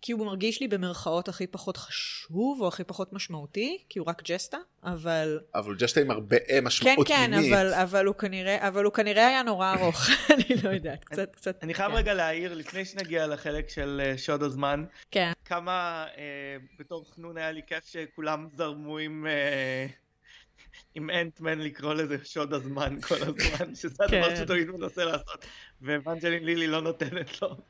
כי הוא מרגיש לי במרכאות הכי פחות חשוב, או הכי פחות משמעותי, כי הוא רק ג'סטה, אבל... אבל ג'סטה עם הרבה כן, משמעות כן, פנימית. אבל, אבל, הוא כנראה, אבל הוא כנראה היה נורא ארוך, אני לא יודעת, קצת, קצת... אני חייב כן. רגע להעיר, לפני שנגיע לחלק של אה, שוד הזמן, כן. כמה אה, בתור חנון היה לי כיף שכולם זרמו עם... אה, עם אנטמן לקרוא לזה שוד הזמן כל הזמן, שזה כן. הדבר שתמיד הוא מנסה לעשות, ואבנג'לין לילי לא נותנת לו. כן.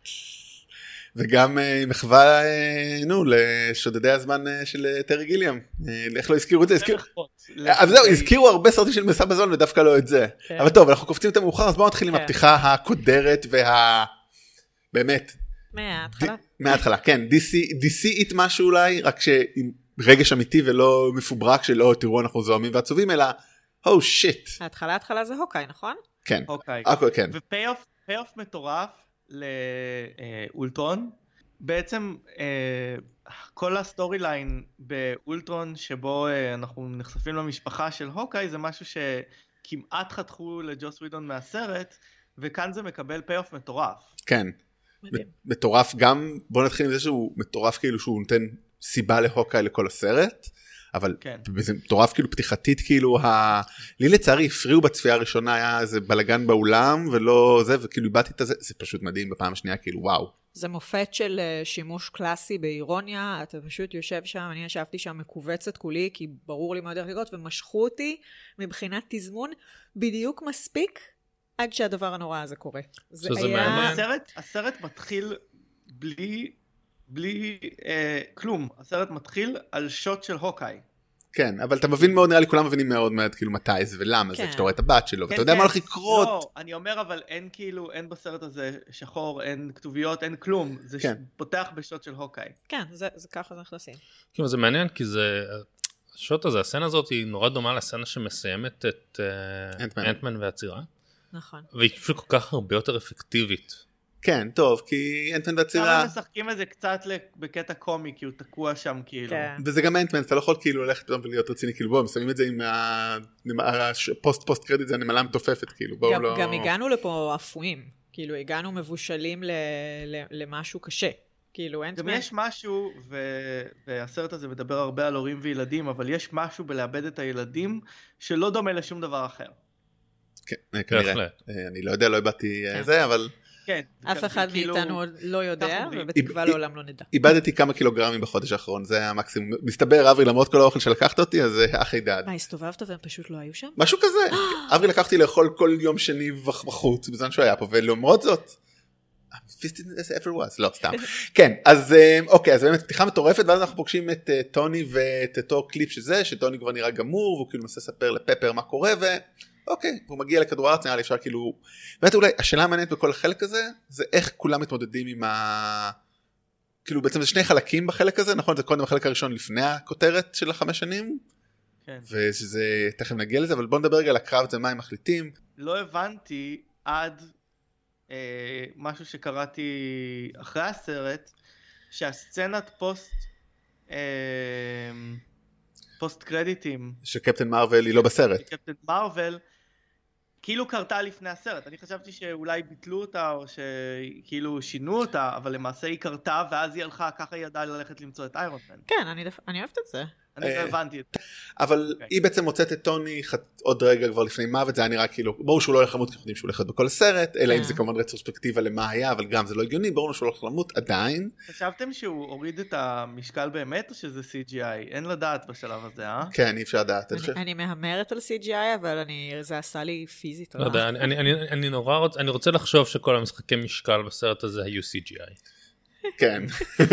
וגם אה, מחווה, אה, נו, לשודדי הזמן אה, של אה, טרי גיליאם. אה, איך לא הזכירו את זה? כן. הזכירו... אבל זהו, הזכירו הרבה סרטים של מסע בזון ודווקא לא את זה. כן. אבל טוב, אנחנו קופצים את המאוחר, אז בואו נתחיל עם כן. הפתיחה הקודרת וה... באמת, מההתחלה. ד- מההתחלה, כן, DC, DC it משהו אולי, רק שעם רגש אמיתי ולא מפוברק של או תראו אנחנו זוהמים ועצובים, אלא או שיט, ההתחלה ההתחלה זה הוקאי, נכון? כן, אוקיי. הכל כן, ופייאוף פייאוף מטורף לאולטרון. בעצם אה, כל הסטורי ליין באולטרון שבו אה, אנחנו נחשפים למשפחה של הוקאי זה משהו שכמעט חתכו לג'וס ווידון מהסרט וכאן זה מקבל פייאוף מטורף. כן, מדהים. מטורף גם, בוא נתחיל עם זה שהוא מטורף כאילו שהוא נותן סיבה להוקאי לכל הסרט, אבל כן. זה מטורף כאילו פתיחתית כאילו, ה... לי לצערי הפריעו בצפייה הראשונה היה איזה בלגן באולם ולא זה, וכאילו איבדתי את הזה, זה פשוט מדהים בפעם השנייה כאילו וואו, זה מופת של אה, שימוש קלאסי באירוניה, אתה פשוט יושב שם, אני ישבתי שם מכווצת כולי, כי ברור לי מה הדרך לקרות, ומשכו אותי מבחינת תזמון בדיוק מספיק עד שהדבר הנורא הזה קורה. זה שזה מעניין. הסרט, הסרט מתחיל בלי, בלי אה, כלום, הסרט מתחיל על שוט של הוקאי. כן, אבל אתה מבין מאוד, נראה לי כולם מבינים מאוד מאוד כאילו מתי זה ולמה זה, כן. כשאתה רואה את הבת שלו, כן, ואתה יודע כן. מה הולך לקרות. לא, אני אומר אבל אין כאילו, אין בסרט הזה שחור, אין כתוביות, אין כלום. זה כן. כן. פותח בשוט של הוקאי. כן, זה, זה ככה זה נכנסים. כאילו זה מעניין כי זה, השוט הזה, הסצנה הזאת היא נורא דומה לסצנה שמסיימת את אה, אנטמן. אנטמן והצירה, נכון. והיא פשוט כל כך הרבה יותר אפקטיבית. כן, טוב, כי אנטמן כמה לא והצירה, משחקים את זה קצת ל- בקטע קומי, כי הוא תקוע שם כאילו. כן. וזה גם אנטמן, אתה לא יכול כאילו ללכת פתאום ולהיות רציני, כאילו בואו, הם שמים את זה עם הפוסט פוסט קרדיט, זה הנמלה המתופפת, כאילו בואו גם, לא... גם הגענו לפה אפויים. כאילו, הגענו מבושלים ל, ל, למשהו קשה. כאילו, אין... גם זמן. יש משהו, ו... והסרט הזה מדבר הרבה על הורים וילדים, אבל יש משהו בלאבד את הילדים שלא דומה לשום דבר אחר. כן, אה, כנראה. בהחלט. אה, אני לא יודע, לא הבעתי אה, כן. זה, אבל כן. אף זה אחד כאילו- מאיתנו עוד לא יודע, ככה אומרים. ובתקווה איב- לעולם לא נדע. איבדתי כמה קילוגרמים בחודש האחרון, זה המקסימום. מסתבר, אברי, למרות כל האוכל שלקחת אותי, אז אה, אח ידעד. מה, הסתובבת והם פשוט לא היו שם? משהו כזה. אברי לקחתי לאכול כל יום שני וח- בחוץ בזמן שהוא היה פה ולמרות זאת. I'm fisted as ever was. לא סתם כן אז אה, אוקיי אז באמת פתיחה מטורפת ואז אנחנו פוגשים את אה, טוני ואת אותו קליפ שזה שטוני כבר נראה גמור והוא כאילו מנסה לספר לפפר מה קורה ואוקיי הוא מגיע לכדור הארץ נראה לי אפשר כאילו באמת אולי השאלה המעניינת בכל החלק הזה זה איך כולם מתמודדים עם ה... כאילו בעצם זה שני חלקים בחלק הזה נכון זה קודם החלק הראשון לפני הכותרת של החמש שנים כן. ושזה תכף נגיע לזה אבל בוא נדבר רגע על הקרב הזה מה הם מחליטים לא הבנתי עד אה, משהו שקראתי אחרי הסרט, שהסצנת פוסט אה, פוסט קרדיטים שקפטן מארוול היא לא של בסרט קפטן מרוויל כאילו קרתה לפני הסרט. אני חשבתי שאולי ביטלו אותה או שכאילו שינו אותה, אבל למעשה היא קרתה ואז היא הלכה, ככה היא ידעה ללכת למצוא את איירון מן. כן, אני, דפ... אני אוהבת את זה. אני לא אה, הבנתי את זה. אבל אוקיי. היא בעצם מוצאת את טוני ח- עוד רגע כבר לפני מוות זה היה נראה כאילו ברור שהוא לא הולך למות כי אנחנו יודעים שהוא הולך להיות בכל הסרט אלא אם אה. זה כמובן רטרוספקטיבה למה היה אבל גם זה לא הגיוני ברור לנו שהוא הולך למות עדיין חשבתם שהוא הוריד את המשקל באמת או שזה CGI? אין לדעת בשלב הזה, אה? כן אי אפשר לדעת. אני אני- חושב- אני מהמרת על CGI, אבל אני- זה עשה לי פיזית. לא רע. יודע, אני- אני- אני אני נורא רוצה, אני רוצה לחשוב שכל המשחקי משקל בסרט הזה היו CGI. כן. כי-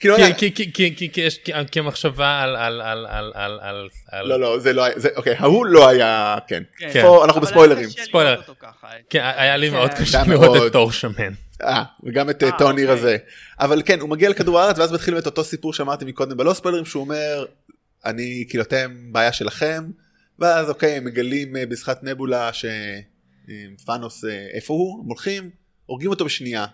כאילו, כי- כי- כי- כי- כי יש- כי- כי המחשבה על- על- על- על- על- על- על- לא לא זה לא היה זה אוקיי ההוא לא היה כן. כן. פה אנחנו אבל היה בספוילרים. קשה לראות ספוילר. אותו ככה. כן, היה לי כן. מאוד קשה היה לראות מאוד. את תור שמן. אה, וגם את אה, אה, טוני אוקיי. רזה. אבל כן, הוא מגיע לכדור הארץ ואז מתחילים את אותו סיפור שאמרתי מקודם בלא ספוילרים שהוא אומר, אני כאילו אתם בעיה שלכם, ואז אוקיי, הם מגלים אה, בשיחת נבולה שפאנוס אה, איפה הוא, הם הולכים, הורגים אותו בשנייה.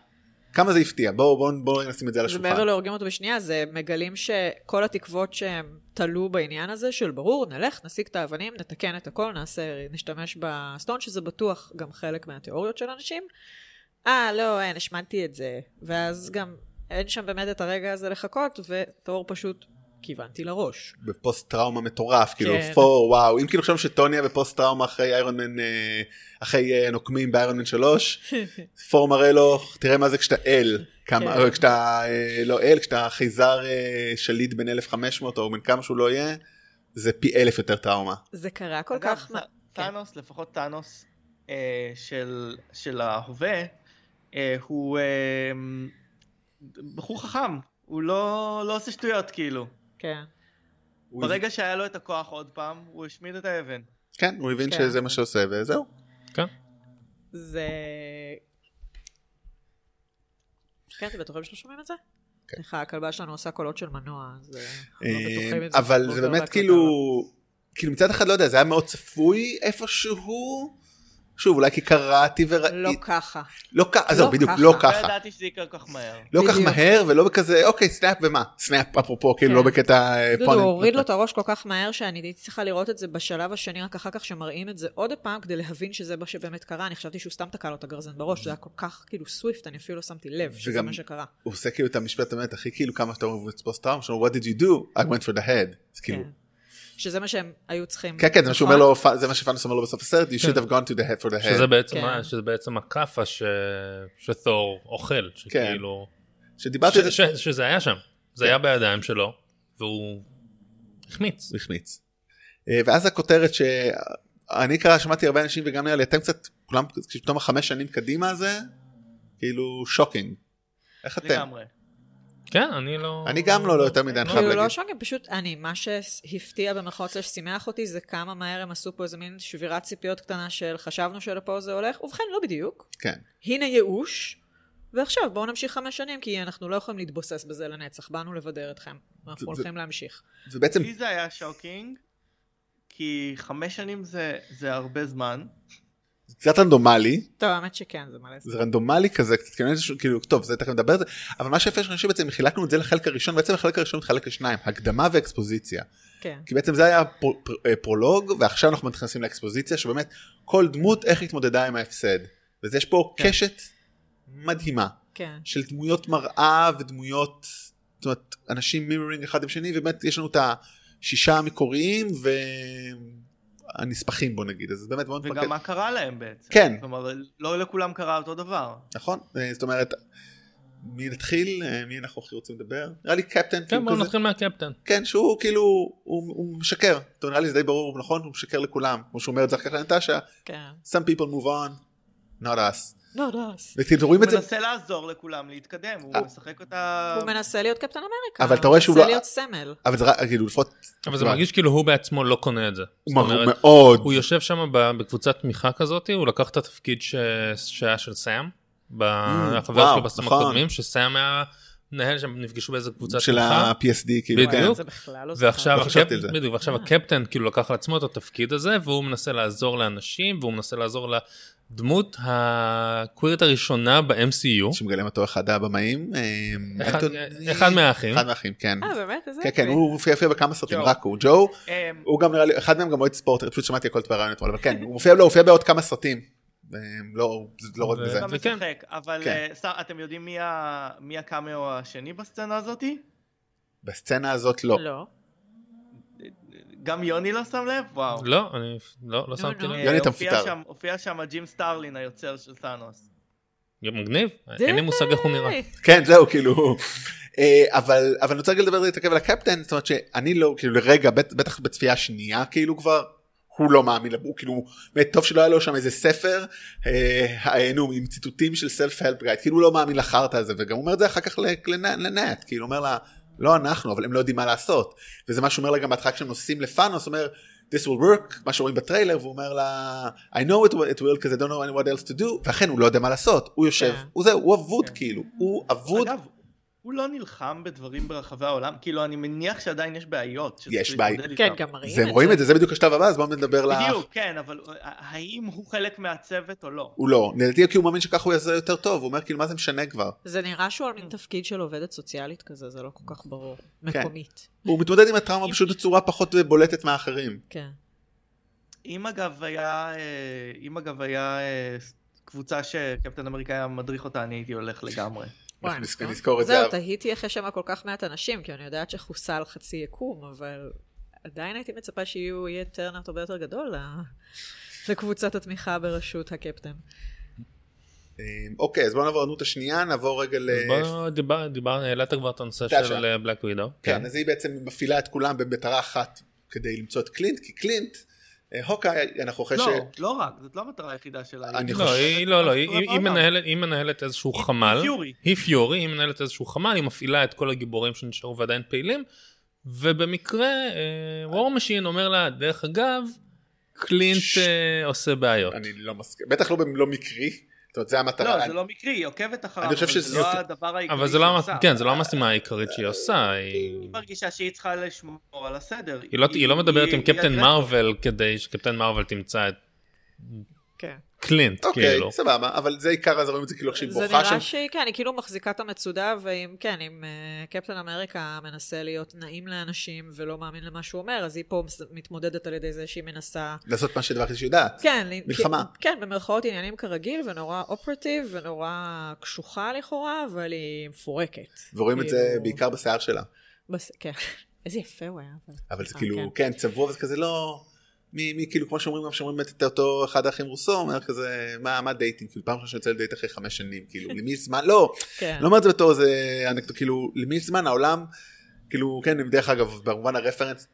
כמה זה הפתיע, בואו בואו בואו נשים את זה על זה השולחן. מעבר להורגים אותו בשנייה, זה מגלים שכל התקוות שהם תלו בעניין הזה, של ברור, נלך, נשיג את האבנים, נתקן את הכל, נעשה, נשתמש בסטון, שזה בטוח גם חלק מהתיאוריות של אנשים. אה, לא, אין, השמנתי את זה. ואז גם אין שם באמת את הרגע הזה לחכות, ותור פשוט כיוונתי לראש. בפוסט טראומה מטורף, כאילו כן. פור, וואו, אם כאילו חשבנו שטוני היה בפוסט טראומה אחרי איירון מן, אה, אחרי אה, נוקמים באיירון מן 3, פור מראה לו, תראה מה זה כשאתה אל, כמה, כן. או כשאתה אה, לא אל, כשאתה חייזר אה, שליט בין 1500 או בין כמה שהוא לא יהיה, זה פי אלף יותר טראומה. זה קרה כל אגב, כך... כן. ט- מה- טאנוס, לפחות טאנוס אה, של, של ההווה, אה, הוא אה, בחור חכם, הוא לא, לא עושה שטויות כאילו. כן. הוא ברגע שהיה לו את הכוח עוד פעם, הוא השמיד את האבן. הב- כן, הוא הבין כן. שזה מה שעושה וזהו. כן. זה... כן, אתם בטוחים שלא שומעים את זה? כן. סליחה, הכלבה שלנו עושה קולות של מנוע, אז אנחנו לא בטוחים אה, אם אבל עובר זה באמת בהקלטה, כאילו, כאילו מצד אחד לא יודע, זה היה מאוד צפוי איפשהו, שוב אולי כי קראתי אבל לא וראיתי, ככה. לא ככה, אז זהו, לא בדיוק, ככה. לא לא ככה. ידעתי שזה יקרה כל כך מהר. לא כך בדיוק. מהר ולא בכזה אוקיי סנאפ ומה סנאפ אפרופו כאילו כן. לא בקטע אה, דודו פאנל. הוריד לו את הראש כל כך מהר שאני הייתי צריכה לראות את זה בשלב השני, רק אחר כך שמראים את זה עוד פעם, כדי להבין שזה מה שבאמת קרה. אני חשבתי שהוא סתם תקע לו את הגרזן בראש, זה היה כל כך כאילו סוויפט, אני אפילו לא שמתי לב שזה וגם- מה שקרה. הוא עושה כאילו את המשפט האמת הכי כאילו כמה שאתה אוהב לצפוס טראומה שלו what did you do I went for the head. אז כאילו כן. שזה מה שהם היו צריכים. כן כן זה מה שהוא נכון? אומר לו פ- זה מה שפאנוס אומר לו בסוף הסרט you כן. should have gone to the head for the שזה head. בעצם, כן. ה- שזה בעצם הכאפה ש... שתור אוכל, כן. שכאילו, שדיברתי ש... על זה ש... שזה היה שם, כן. זה היה בידיים שלו, והוא החמיץ. הוא החמיץ. אה, ואז הכותרת שאני קרא שמעתי הרבה אנשים וגם נראה לי אתם קצת כולם כשפתאום החמש שנים קדימה זה כאילו שוקינג. איך אתם? לגמרי. כן, אני לא... אני גם לא, לא יותר מדי, אני כן, חייב כאילו להגיד. לא שוגג, פשוט אני, מה שהפתיע במרכאות סלש שימח אותי זה כמה מהר הם עשו פה איזה מין שבירת ציפיות קטנה של חשבנו שלפה זה הולך, ובכן לא בדיוק, כן. הנה ייאוש, ועכשיו בואו נמשיך חמש שנים כי אנחנו לא יכולים להתבוסס בזה לנצח, באנו לבדר אתכם, זה- אנחנו הולכים להמשיך. ובעצם לי זה היה שוקינג, כי חמש שנים זה, זה הרבה זמן. זה קצת רנדומלי טוב, האמת שכן, זה מלא זה רנדומלי כזה קצת כאילו, איזשהו- כאילו טוב זה תכף נדבר על זה אבל מה שיפה שאנשים בעצם חילקנו את זה לחלק הראשון בעצם החלק הראשון מתחלק לשניים הקדמה ואקספוזיציה כן. כי בעצם זה היה פר, פר, אה, פרולוג ועכשיו אנחנו נכנסים לאקספוזיציה שבאמת כל דמות איך התמודדה עם ההפסד וזה יש פה כן. קשת מדהימה כן. של דמויות מראה ודמויות זאת אומרת, אנשים מימרינג אחד עם שני ובאמת יש לנו את השישה המקוריים והנספחים בוא נגיד אז באמת בוא נתמקד. וגם מה קרה להם בעצם. אוקיי. כן. כלומר, לא לכולם קרה אותו דבר. נכון? אה, זאת אומרת, מי נתחיל? אה, מי אנחנו הכי רוצים לדבר? נראה לי קפטן, כן, כאילו בואו כזה- נתחיל מהקפטן. כן, שהוא כאילו, הוא הוא משקר, טוב, נראה לי זה די ברור, נכון? הוא משקר לכולם, כמו שהוא אומר את זה אחר כך לנטשה, כן. some people move on, not us. לא, לא. אז- וכאילו רואים הוא את זה, מנסה לעזור לכולם להתקדם, הוא אה. משחק אותה... הוא מנסה להיות קפטן אמריקה, אבל אתה רואה שהוא מנסה לא- להיות סמל. אבל זה רק- כאילו לפחות, אבל זה מה? מרגיש כאילו הוא בעצמו לא קונה את זה. הוא זאת אומרת, מאוד, הוא יושב שם ב- בקבוצת תמיכה כזאת, הוא לקח את התפקיד ש... שהיה של סאם, ב- החבר וואו, שלו בסרטים נכון. הקודמים, שסאם היה מנהל שם, נפגשו באיזה קבוצת של תמיכה. ה-PSD, כאילו, בדיוק. כן. זה בכלל לא זכר. ועכשיו, לא הקפ... חשבתי על זה. בדיוק, ועכשיו אה. הקפטן כאילו לקח על עצמו את התפקיד הזה והוא מנסה לעזור לאנשים והוא מנסה לעזור לדמות הקווירית הראשונה ב-MCU. שמגלם אותו אחד הבמאים, אה, אחד- אנטוני- אחד מהאחים. אחד מהאחים, כן, אה, באמת? איזה כן, כן, יופי. הוא מופיע יפה בכמה סרטים, ג'ו. רק הוא, ג'ו, אה, הוא גם נראה לי, אחד מהם גם אוהד ספורט, אני פשוט שמעתי הכל בריאיון אתמול, אבל כן, הוא מופיע, לא, הוא מופיע בעוד כמה סרטים. אה, לא, זה לא רק ו- בזה. גם זה כן. משחק, אבל כן. אה, שר, אתם יודעים מי ה- מי הקאמאו השני בסצנה הזאתי? בסצנה הזאת לא. לא. גם יוני לא שם לב? וואו. לא, אני לא, לא נו, שמתי נו. לב. אה, יוני, אתה הופיע מפוטר. שם- הופיע שם ג'ים סטארלין, היוצר של סאנוס. מגניב, אין לי מושג איך הוא נראה. די. כן זהו כאילו אה, אבל אבל אני רוצה רגע לדבר להתעכב על הקפטן זאת אומרת שאני לא כאילו לרגע בט- בטח בצפייה שנייה כאילו כבר הוא לא מאמין לב- הוא כאילו באמת טוב שלא היה לו שם איזה ספר אה, אה, נו עם ציטוטים של סלף הלפ גייד כאילו הוא לא מאמין לחרטא הזה וגם אומר את זה אחר כך לק- לנ- לנאט כאילו אומר לה לא אנחנו אבל הם לא יודעים מה לעשות וזה מה שאומר לה גם בהתחלה כשהם נוסעים לפאנוס אומר. This will work, מה שרואים בטריילר, והוא אומר לה, I know it will, it will, because I don't know what else to do, ואכן הוא לא יודע מה לעשות, הוא יושב, כן. הוא זהו, הוא אבוד כן. כאילו, הוא אבוד אגב, הוא לא נלחם בדברים ברחבי העולם, כאילו אני מניח שעדיין יש בעיות. שצריך יש בעיות. להתמודד כן, איתם. גם מראים את זה זה. הם רואים את זה, זה בדיוק השלב הבא, אז בואו נדבר ל... בדיוק, כן, אבל האם הוא חלק מהצוות או לא? הוא לא, לדעתי כי הוא מאמין שככה הוא יעשה יותר טוב, הוא אומר כאילו מה זה משנה כבר. זה נראה שהוא על מין תפקיד של עובדת סוציאלית כזה, זה לא כל כך ברור. כן. מקומית. הוא מתמודד עם הטראומה פשוט בצורה פחות בולטת מהאחרים. כן. אם אגב היה, אה, אם אגב היה אה, קבוצה שקפטן אמריקה היה מדריך אותה, אני הייתי הולך לגמרי. וואי, נזכ- נכון? נזכור את זהו, זה. תהיתי איך יש שם כל כך מעט אנשים, כי אני יודעת שחוסל חצי יקום, אבל עדיין הייתי מצפה שיהיה טרנאט הרבה יותר גדול ל- לקבוצת התמיכה בראשות הקפטן. אה, אוקיי, אז בואו נעבור לענות השנייה, נעבור רגע ל... אז בוא, דיבר- דיבר- העלית כבר את הנושא טאשה. של אה, בלק ווידו. כן, אז היא בעצם מפעילה את כולם במטרה אחת כדי למצוא את קלינט, כי קלינט, אה, הוקאי, אנחנו אחרי ש... לא, לא רק, זאת לא המטרה היחידה שלה. אני היא- לא, היא לא, לא, היא- קורה היא- היא בעולם. מנהלת- היא מנהלת איזשהו היא- חמ"ל. היא פיורי. היא פיורי, היא מנהלת איזשהו חמ"ל, היא מפעילה את כל הגיבורים שנשארו ועדיין פעילים, ובמקרה וור משין אומר לה, דרך אגב, קלינט ש- אה, עושה בעיות. אני לא מסכים, בטח לא במ- לא מקרי, זאת אומרת זה המטרה. לא, זה לא מקרי, היא עוקבת אחריו, אני חושב אבל שזה- זה לא הדבר העיקרי אבל זה לא שהיא המס- עושה. כן, זה לא המשימה העיקרית שהיא עושה, היא- היא מרגישה שהיא צריכה לשמור על הסדר. היא לא- היא לא מדברת עם היא- קפטן היא- מרוויל כדי שקפטן מרוויל תמצא את כן. קלינט, אוקיי, לא. כאילו. סבבה, אבל זה עיקר, אז רואים את זה כאילו כשהיא זה בוכה נראה שם. שהיא, כן, היא כאילו מחזיקה את המצודה, ואם, כן, אם אה, קפטן אמריקה מנסה להיות נעים לאנשים ולא מאמין למה שהוא אומר, אז היא פה מס- מתמודדת על ידי זה שהיא מנסה... לעשות מה שדבר כזה שהיא יודעת. כן, לי- מלחמה. כי- כן, במרכאות עניינים כרגיל, ונורא אופרטיב, ונורא קשוחה לכאורה, אבל היא מפורקת. ורואים את זה כאילו- בעיקר בשיער שלה. בס... כן. איזה יפה הוא היה. אבל- אבל זה אה, כאילו כן צבוע וזה כזה לא מי מי כאילו כמו שאומרים גם שאומרים את אותו אחד האחים רוסו אומר כזה מה מה דייטינג כאילו פעם ראשונה שאני יוצא לדייט אחרי חמש שנים כאילו למי יש זמן לא כן. אני לא אומר את זה בתור איזה אנקדוט כאילו למי יש זמן העולם כאילו כן דרך אגב במובן הרפרנס.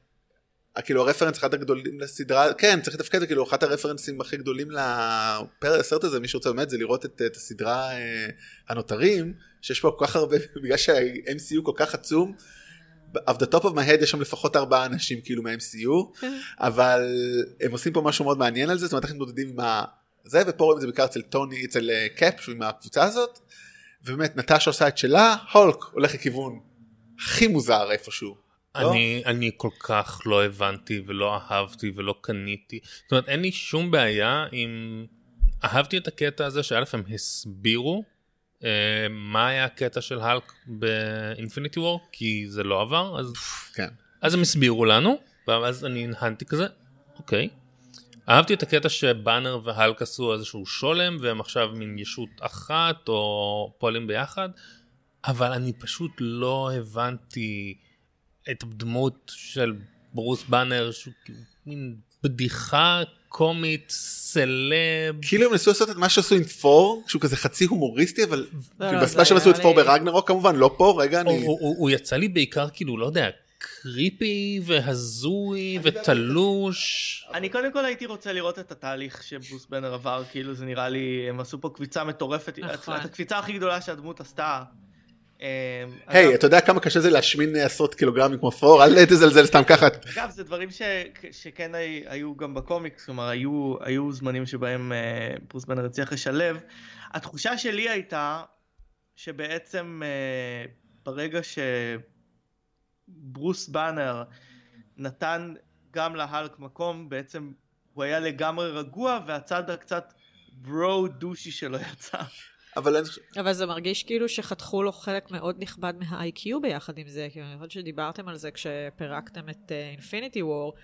כאילו הרפרנס אחד הגדולים לסדרה כן צריך לתפקד כאילו אחת הרפרנסים הכי גדולים לפרק הסרט הזה מי שרוצה באמת זה לראות את, את הסדרה אה, הנותרים שיש פה כל כך הרבה בגלל שה-MCU כל כך עצום. of the top of my head יש שם לפחות ארבעה אנשים כאילו מה-MCU כן. אבל הם עושים פה משהו מאוד מעניין על זה זאת אומרת איך הם מתמודדים עם ה... זה ופה רואים את זה בעיקר אצל טוני אצל אה, קאפ שהוא עם הקבוצה הזאת. ובאמת נטשה עושה את שלה הולק הולך לכיוון הכי מוזר איפשהו. לא? אני, אני כל כך לא הבנתי ולא אהבתי ולא קניתי. זאת אומרת, אין לי שום בעיה עם... אהבתי את הקטע הזה שא' הם הסבירו אה, מה היה הקטע של האלק באינפיניטי וור, כי זה לא עבר, אז, כן. אז הם הסבירו לנו, ואז אני הנהנתי כזה, אוקיי. אהבתי את הקטע שבאנר והלק עשו איזשהו שולם והם עכשיו מין ישות אחת או פועלים ביחד, אבל אני פשוט לא הבנתי את הדמות של ברוס באנר שהוא כאילו מין בדיחה קומית סלב. כאילו הם ניסו לעשות את מה שעשו עם פור שהוא כזה חצי הומוריסטי אבל לא, כאילו, לא, מה זה שהם עשו את היה פור לי- ברגנרוק כמובן לא פה רגע הוא, אני הוא, הוא, הוא יצא לי בעיקר כאילו לא יודע קריפי והזוי ותלוש. אני קודם כל הייתי רוצה לראות את התהליך שברוס בנר עבר, כאילו זה נראה לי, הם עשו פה קביצה מטורפת, נכון. את הקביצה הכי גדולה שהדמות עשתה. אמ, היי אגב- אתה יודע כמה קשה זה להשמין אה, עשרות קילוגרמים כמו פור אל תזלזל סתם ככה. אגב, זה דברים ש... שכן הי- היו גם בקומיקס, כלומר, היו, היו זמנים שבהם אה, ברוס בנר הצליח לשלב. התחושה שלי הייתה שבעצם אה, ברגע שברוס בנר נתן גם להלק מקום, בעצם הוא היה לגמרי רגוע, והצד הקצת ברו דושי שלו יצא. אבל אני- אבל זה מרגיש כאילו שחתכו לו חלק מאוד נכבד מה-IQ ביחד עם זה, כי אני חושבת שדיברתם אה, על זה כשפירקתם את אינפיניטי uh, וור,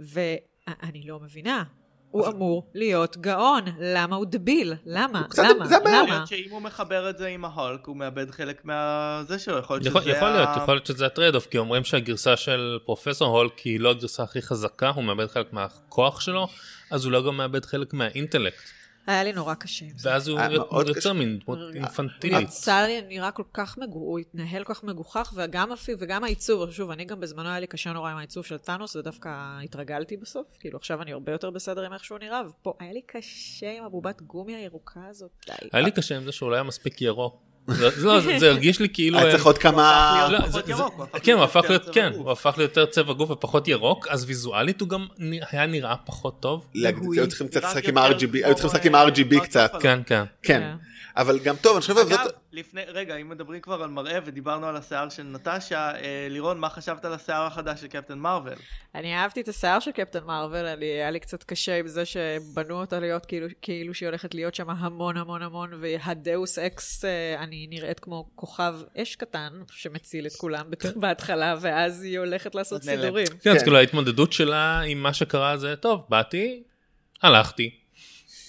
ואני לא מבינה. הוא אמור להיות גאון. למה הוא דביל? למה? הוא קצת- למה? זה הבעיה. יכול למה? להיות שאם הוא מחבר את זה עם ההולק, הוא מאבד חלק מהזה שלו, יכול להיות יכול שזה... יכול להיות, ה- יכול להיות שזה הטרייד אוף, כי אומרים שהגרסה של פרופסור הולק היא לא הגרסה הכי חזקה, הוא מאבד חלק מהכוח שלו, אז הוא לא גם מאבד חלק מהאינטלקט, היה לי נורא קשה עם זה. ואז הוא אה, מאוד יוצר קשה. מין דמות אה, אינפנטילית. הצל נראה כל כך מגוח, הוא התנהל כל כך מגוחך, וגם אפי, וגם העיצוב, שוב, אני גם בזמנו היה לי קשה נורא עם העיצוב של טאנוס, ודווקא התרגלתי בסוף, כאילו עכשיו אני הרבה יותר בסדר עם איך שהוא נראה, ופה היה לי קשה עם הבובת גומי הירוקה הזאת, די. היה לי קשה עם זה שהוא לא היה מספיק ירוק. זה- זה לא, זה- זה הרגיש לי כאילו... היה צריך עוד כמה... לא, לא, פחות זה- ירוק, זה- הוא הפך כן, הוא להיות הפך יותר להיות, צבע כן, גוף. הוא הפך ליותר צבע גוף ופחות ירוק, אז ויזואלית הוא גם נ- היה נראה פחות טוב. להגדיל, נגוי. היו צריכים קצת לשחק עם רק RGB, יותר היו צריכים לשחק עם כמו, RGB אה, קצת, אבל- כן, כן. כן. אבל גם טוב, אני חושב, אגב, זאת- לפני, רגע, אם מדברים כבר על מראה ודיברנו על השיער של נטשה, אה, לירון, מה חשבת על השיער החדש של קפטן מרוויל? אני אהבתי את השיער של קפטן מרוויל, אני- היה לי קצת קשה עם זה שבנו אותה להיות כאילו, כאילו שהיא הולכת להיות שם המון המון המון, והדאוס אקס, אה, אני נראית כמו כוכב אש קטן, שמציל את כולם בת- בהתחלה, ואז היא הולכת לעשות אז נעלם. סידורים. כן, אז כן. כאילו ההתמודדות שלה עם מה שקרה זה, טוב, באתי, הלכתי.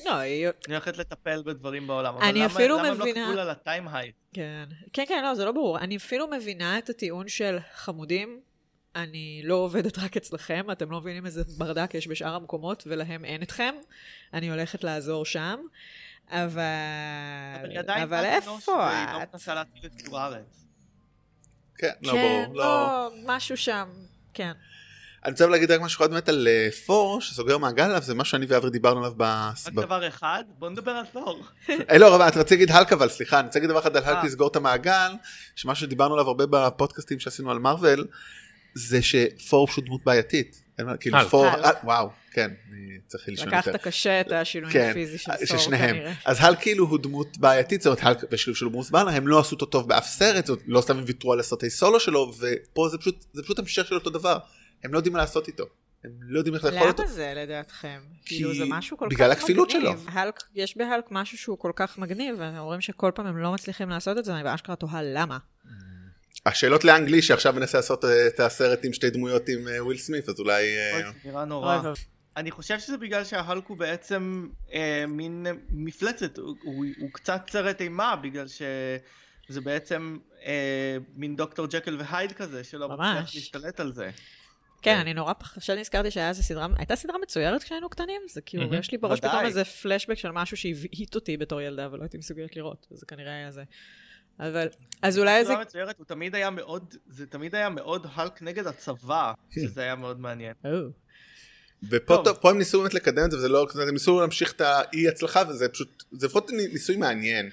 לא, היא... אני הולכת לטפל בדברים בעולם, אבל אני למה, אפילו למה הם מבינה- לא כתבו לה לטיים הייט? כן. כן, כן, לא, זה לא ברור. אני אפילו מבינה את הטיעון של חמודים, אני לא עובדת רק אצלכם, אתם לא מבינים איזה ברדק יש בשאר המקומות, ולהם אין אתכם. אני הולכת לעזור שם. אבל... אבל היא עדיין אבל בת אנוש, איפה והיא לא את? מנסה להציל את כדור הארץ. כן, לא כן, ברור, לא. לא, משהו שם. כן. אני רוצה להגיד רק משהו אחד באמת על אה, פור, שסוגר מעגל עליו, זה משהו שאני ואברי דיברנו עליו בס- רק ב... דבר אחד, בוא נדבר על תור. אה, לא, אבל את רציתי להגיד הלק אבל, סליחה, אני רוצה להגיד דבר אחד על אה. הלק לסגור את המעגל, שמה שדיברנו עליו הרבה בפודקאסטים שעשינו על מארוול, זה שפור פשוט דמות בעייתית. אין מה- כאילו הלק. פור, הלק. אה, וואו, כן, אני צריך לישון יותר. לקחת קשה את השינוי כן, הפיזי של של סור, שניהם. כנראה. אז הל כאילו הוא דמות בעייתית, זאת אומרת הל בשילוב של ברוס באנר, הם לא עשו אותו טוב באף סרט, זאת, לא סתם הם ויתרו על הסרטי סולו שלו, ופה זה פשוט, זה פשוט המשך של אותו דבר, הם לא יודעים מה לעשות איתו, הם לא יודעים איך לאכול אותו. למה זה לדעתכם? כי- כאילו זה משהו כל כך מגניב. בגלל הכפילות שלו. הלק, יש בהלק משהו שהוא כל כך מגניב, והם אומרים שכל פעם הם לא מצליחים לעשות את זה, אני באשכרה תוהה למה. השאלות לאנגלי שעכשיו מנסה לעשות אה, את הסרט עם שתי דמויות עם אה, וויל סמית, אז אולי... אה, אוי, זה נראה נורא. אוי ואבוי. אני חושב שזה בגלל שההלק הוא בעצם אה, מין אה, מפלצת, הוא, הוא, הוא קצת סרט אימה, בגלל שזה בעצם אה, מין דוקטור ג'קל והייד כזה, שלא ממש. מצליח להשתלט על זה. כן, אני נורא פח... עכשיו נזכרתי שהיה איזה סדרה, הייתה סדרה מצוירת כשהיינו קטנים, זה כאילו, מהמם. יש לי בראש ודאי. פתאום איזה פלשבק של משהו שהבהיט אותי בתור ילדה, ולא הייתי מסוגלת לראות, זה כנראה היה זה. אבל, אז אולי זה... זה... לא, מצוירת, הוא תמיד היה מאוד, זה תמיד היה מאוד הלק נגד הצבא, שזה היה מאוד מעניין. או. ופה טוב. טוב, פה הם ניסו באמת לקדם את זה, וזה לא... הם ניסו להמשיך את האי הצלחה, וזה פשוט... זה לפחות ניסוי מעניין.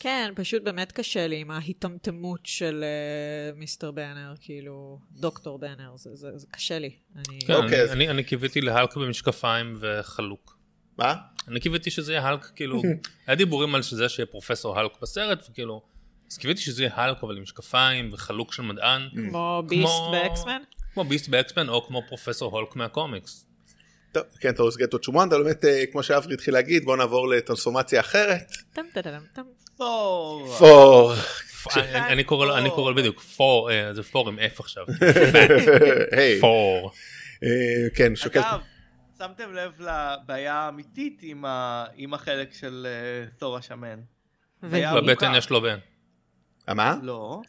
כן, פשוט באמת קשה לי עם ההיטמטמות של אה, מיסטר בנר, כאילו, דוקטור בנר, זה- זה זה קשה לי. אני- כן, אוקיי, אני- אז- אני- אני קיוויתי להלק במשקפיים וחלוק. מה? אני קיוויתי שזה יהיה הלק, כאילו, היה דיבורים על שזה שיהיה פרופסור הלק בסרט, וכאילו, אז קיוויתי שזה יהיה הלק, אבל עם משקפיים וחלוק של Mm. מדען, כמו ביסט כמו- באקסמן? כמו ביסט באקספן או כמו פרופסור הולק מהקומיקס. טוב, כן, אתה רוצה לגטו צ'ומואנדה, באמת, אה, כמו שאברי התחיל להגיד, בואו נעבור לטרנספורמציה אחרת. טם טם טם טם. פור. פור. אני- אני קורא לו, אני קורא לו בדיוק, פור, אה, זה פור עם F עכשיו, היי. פור. אה, כן, שוקל. אגב, שמתם לב לבעיה האמיתית עם, ה... עם החלק של אה, תור השמן. והיה והיא- בבטן יש לו בן. אה, מה? לא.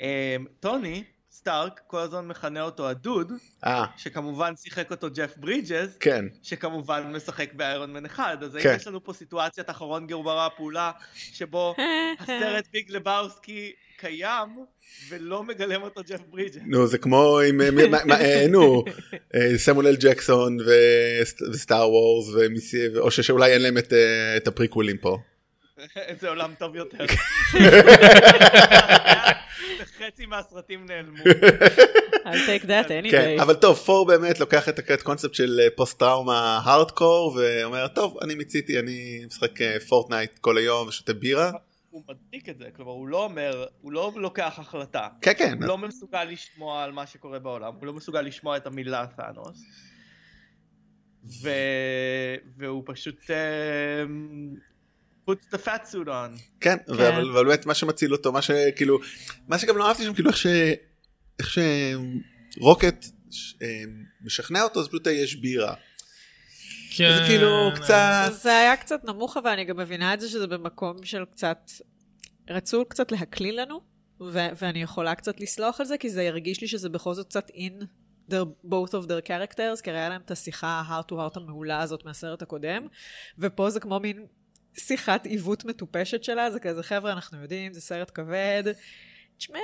אמ, טוני סטארק כל הזמן מכנה אותו הדוד, אה, שכמובן שיחק אותו ג'ף ברידג'ס, כן. שכמובן משחק באיירון מן 1, אז האם כן. יש לנו פה סיטואציית אחרון גרברה הפעולה, שבו הסרט ביג לבאוסקי קיים, ולא מגלם אותו ג'ף ברידג'ס. נו, זה כמו עם... אה, מי- מה- מה- אה, נו, אה, סמואל אל ג'קסון וסט- וסטאר וורס, ומיסי- או ש- שאולי אין להם את, אה, את הפריקוולים פה. זה עולם טוב יותר. חצי מהסרטים נעלמו. I'll take that anyway. כן, אבל טוב, פור באמת לוקח את הקרט קונספט של אה, פוסט טראומה הארדקור, ואומר, טוב, אני מיציתי, אני משחק אה, פורטנייט כל היום ושותה בירה. הוא מדליק את זה, כלומר הוא לא אומר, הוא לא לוקח החלטה. כן, כן. הוא לא מסוגל לשמוע על מה שקורה בעולם, הוא לא מסוגל לשמוע את המילה תאנוס. ו... והוא פשוט... אמ, puts the fat suit on. כן, אבל אבל באמת מה שמציל אותו, מה שכאילו, מה שגם לא אהבתי שם, כאילו איך ש... איך אה, שרוקט משכנע אותו, אז פשוט יש בירה. כן, זה כאילו אה, קצת... זה היה קצת נמוך, אבל אני גם מבינה את זה שזה במקום של קצת... רצו קצת להקליל לנו, ו- ואני יכולה קצת לסלוח על זה, כי זה הרגיש לי שזה בכל זאת קצת in their, both of their characters, כי הרי היה להם את השיחה ה-heart to heart המעולה הזאת מהסרט הקודם, ופה זה כמו מין שיחת עיוות מטופשת שלה, זה כזה, חבר'ה, אנחנו יודעים, זה סרט כבד. תשמעו,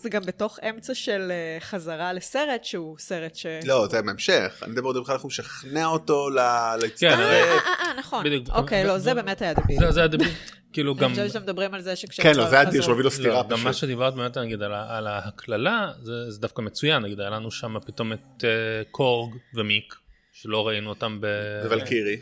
זה גם בתוך אמצע של אה, חזרה לסרט, שהוא סרט ש... לא, זה בהמשך. אני מדבר בכלל איך הוא משכנע אותו ל- כן, להצטרף. הרי- אה, אה, אה, נכון. בדיוק. אוקיי, לא, זה באמת היה דביל. זה- זה הדביל, כאילו אני גם... חושבת שאתם מדברים על זה שכשהם כן, לא, זה חזרו- אדיר שהוביל לו סטירה לא, גם מה פשוט. שדיברת באמת נגיד על ה- על ההקללה זה זה דווקא מצוין נגיד היה לנו שם פתאום את אה, קורג ומיק שלא ראינו אותם ב... וולקירי.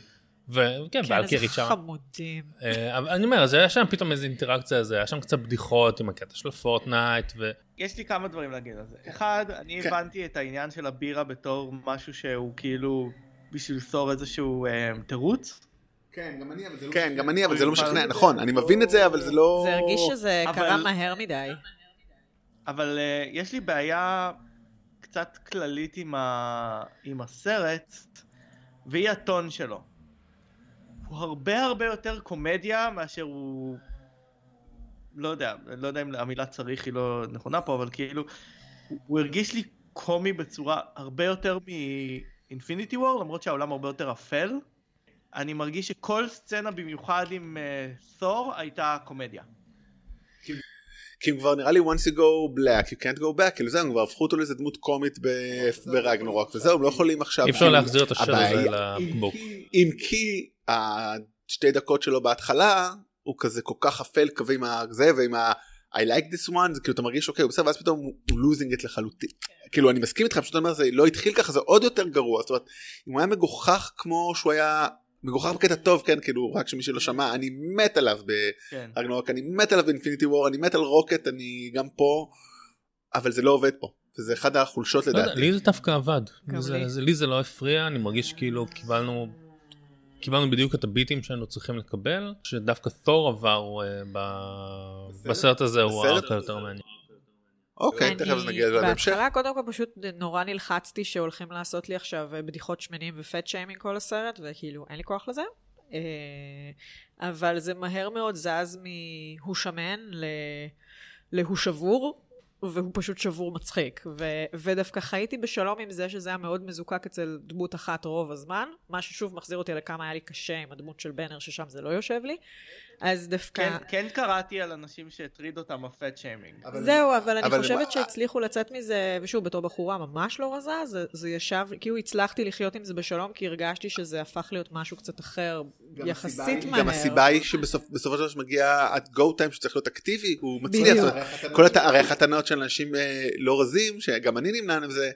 וכן, כן, ואלקירי איזה שם. חמודים. אה, אבל אני אומר, אז היה שם פתאום איזו אינטראקציה, זה היה שם קצת בדיחות עם הקטע של פורטנייט, ו... יש לי כמה דברים להגיד על זה. אחד, אני כן. הבנתי את העניין של הבירה בתור משהו שהוא כאילו בשביל לפתור איזשהו אה, תירוץ, כן, גם אני, אבל זה לא... כן, גם אני, אבל זה לא משכנע. אבל- נכון, אני מבין את זה, אבל זה לא... זה הרגיש שזה אבל- קרה מהר מדי. אבל אה, יש לי בעיה קצת כללית עם, ה... עם הסרט, והיא הטון שלו. הוא הרבה הרבה יותר קומדיה מאשר הוא... לא יודע, לא יודע אם המילה צריך היא לא נכונה פה, אבל כאילו, הוא- הוא הרגיש לי קומי בצורה הרבה יותר מאינפיניטי וור, למרות שהעולם הרבה יותר אפל. אני מרגיש שכל סצנה, במיוחד עם uh, תור, הייתה קומדיה. כי הם כבר נראה לי once you go black you can't go back כאילו זהו הם כבר הפכו אותו לאיזה דמות קומית ב- ברגנרוק וזהו הם לא יכולים עכשיו אי אפשר כאילו, להחזיר את השיר הזה הבעיה- לבוק. אם כי השתי דקות שלו בהתחלה הוא כזה כל כך אפל קווי עם הזה ועם ה I like this one זה כאילו אתה מרגיש אוקיי הוא בסדר ואז פתאום הוא לוזינג את לחלוטין כאילו אני מסכים איתך פשוט אני אומר זה לא התחיל ככה זה עוד יותר גרוע זאת אומרת אם הוא היה מגוחך כמו שהוא היה מגוחך בקטע טוב כן כאילו רק שמי שלא שמע אני מת עליו ב... כן. ארגנורק אני מת עליו באינפיניטי וור אני מת על רוקט אני גם פה אבל זה לא עובד פה וזה אחד החולשות לא יודע, לדעתי לי זה דווקא עבד. גם זה- לי. זה- לי זה לא הפריע, אני מרגיש כאילו קיבלנו... קיבלנו בדיוק את הביטים שהיינו צריכים לקבל, שדווקא תור עבר אה, ב- בסרט הזה, הוא בסרט? הארק היותר מעניין. אוקיי תכף נגיע לזה אני בהמשך בהתחלה קודם כל פשוט נורא נלחצתי שהולכים לעשות לי עכשיו אה, בדיחות שמנים ופט שיימינג כל הסרט, וכאילו אין לי כוח לזה. אה, אבל זה מהר מאוד זז מ"הוא שמן" ל... ל"הוא שבור", והוא פשוט שבור מצחיק. ו... ודווקא חייתי בשלום עם זה שזה היה מאוד מזוקק אצל דמות אחת רוב הזמן, מה ששוב מחזיר אותי לכמה היה לי קשה עם הדמות של בנר, ששם זה לא יושב לי. אז דווקא... כן, כן קראתי על אנשים שהטריד אותם הפט שיימינג. אבל- זהו, אבל אני אבל חושבת מה- שהצליחו לצאת מזה, ושוב, בתור בחורה ממש לא רזה, זה- זה ישב, כאילו הצלחתי לחיות עם זה בשלום, כי הרגשתי שזה הפך להיות משהו קצת אחר, יחסית מהר. גם הסיבה היא שבסופו של דבר שמגיע ה-go time שצריך להיות אקטיבי הוא מצליח בדיוק. זאת אומרת, כל הת- הרי החתנות של אנשים אה, לא רזים שגם אני נמנע עם זה.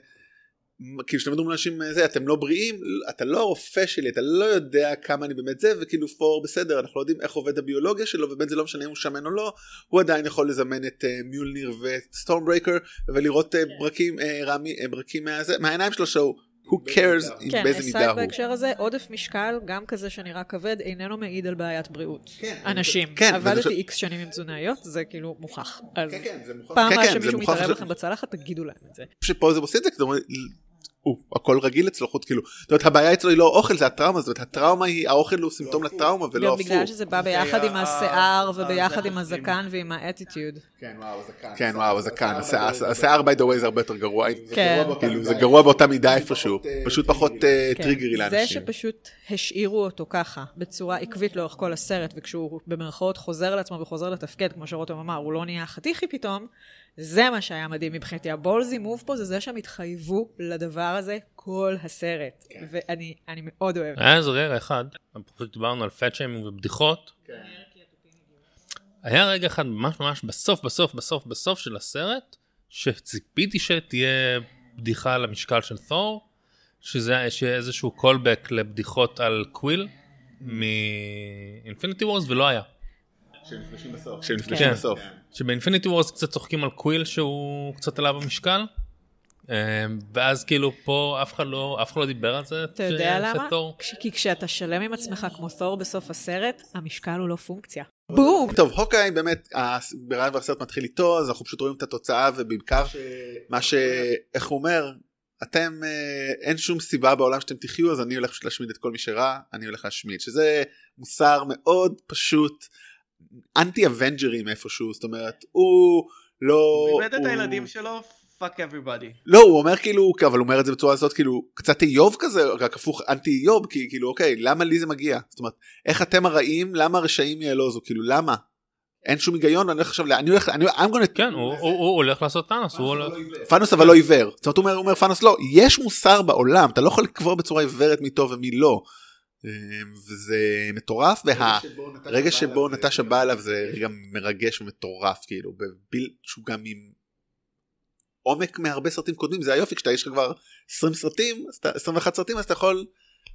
מ- כאילו שאתם אומרים לאנשים אה, זה אתם לא בריאים אתה לא הרופא שלי אתה לא יודע כמה אני באמת זה וכאילו פור בסדר אנחנו לא יודעים איך עובד הביולוגיה שלו ובאמת זה לא משנה אם הוא שמן או לא הוא עדיין יכול לזמן את אה, מיולניר ואת סטורם ברייקר ולראות אה, ברקים אה, רמי אה, ברקים מהזה- מהעיניים שלו שהוא who cares in כן, באיזה מידה אסייג הוא. בהקשר הזה, עודף משקל, גם כזה שנראה כבד, איננו מעיד על בעיית בריאות. אנשים. כן, וזה עבדתי ש- איקס שנים עם תזונאיות, זה כאילו מוכח. אז זה מוכרח. פעם כן, הבאה כן, זה שמישהו מוכרח מתערב ש- לכם בצלחת, תגידו להם את זה. שפה זה עושה את זה כי אתה אומר, הוא הכל רגיל אצלו חוץ כאילו זאת אומרת הבעיה אצלו היא לא האוכל זה הטראומה זאת אומרת הטראומה היא האוכל הוא סימפטום לטראומה ולא גם בגלל לא הפוך. שזה בא ביחד עם ה- השיער, ה- וביחד זה עם החוקים. הזקן ועם האטיטיוד. כן וואו הזקן השיער- השיער by the way זה הרבה יותר גרוע כן. כאילו זה גרוע באותה מידה איפשהו פשוט פחות אה, כן. טריגרי זה לאנשים. שפשוט השאירו אותו ככה, בצורה עקבית לאורך כל הסרט, וכשהוא במרכאות חוזר לעצמו וחוזר לתפקד, כמו שרותם אמר, הוא לא נהיה חתיכי פתאום, זה מה שהיה מדהים מבחינתי. הבולזי מוב פה זה זה שהם התחייבו לדבר הזה כל הסרט. ואני אני מאוד אוהבת. היה איזה רגע אחד, פשוט דיברנו על פאט שיימינג ובדיחות. היה רגע אחד ממש ממש בסוף בסוף בסוף בסוף של הסרט, שציפיתי שתהיה בדיחה על המשקל של תור, שזה שיהיה איזשהו קולבק לבדיחות על קוויל מאינפיניטי וורס ולא היה. שנפגשים כן. בסוף. שבאינפיניטי וורס קצת צוחקים על קוויל שהוא קצת עלה במשקל. אה, ואז כאילו פה אף אחד לא אף אחד לא דיבר על זה. אתה יודע ש- למה? שתור- כש- כי כשאתה שלם עם עצמך כמו תור בסוף הסרט, המשקל הוא לא פונקציה. בום! טוב הוקאי באמת הס- ברעיון והסרט מתחיל איתו אז אנחנו פשוט רואים את התוצאה ובעיקר מה ש... איך הוא אומר אתם אה, אין שום סיבה בעולם שאתם תחיו אז אני הולך פשוט להשמיד את כל מי שרע אני הולך להשמיד שזה מוסר מאוד פשוט אנטי אבנג'רים איפשהו זאת אומרת הוא לא הוא איבד את הוא- הילדים שלו, פאק everybody. לא הוא אומר כאילו אבל הוא אומר את זה בצורה הזאת כאילו קצת איוב כזה רק הפוך אנטי איוב כי כאילו אוקיי למה לי זה מגיע זאת אומרת איך אתם הרעים למה הרשעים יעלוזו כאילו למה אין שום היגיון אני הולך עכשיו ל- אני הולך אני I'm gonna כן, הוא- הוא הוא הולך לעשות טאנוס, הוא הולך... פאנוס אבל לא עיוור. זאת אומרת, הוא אומר, הוא אומר פאנוס לא, יש מוסר בעולם, אתה לא יכול לקבוע בצורה עיוורת מי טוב ומי לא. אה, וזה מטורף, והרגע שבו נטשה בא אליו זה רגע מרגש ומטורף, כאילו, בביל שהוא גם עם עומק מהרבה סרטים קודמים, זה היופי, כשאתה יש לך כבר 20 סרטים, אז אתה- 21 סרטים, אז אתה יכול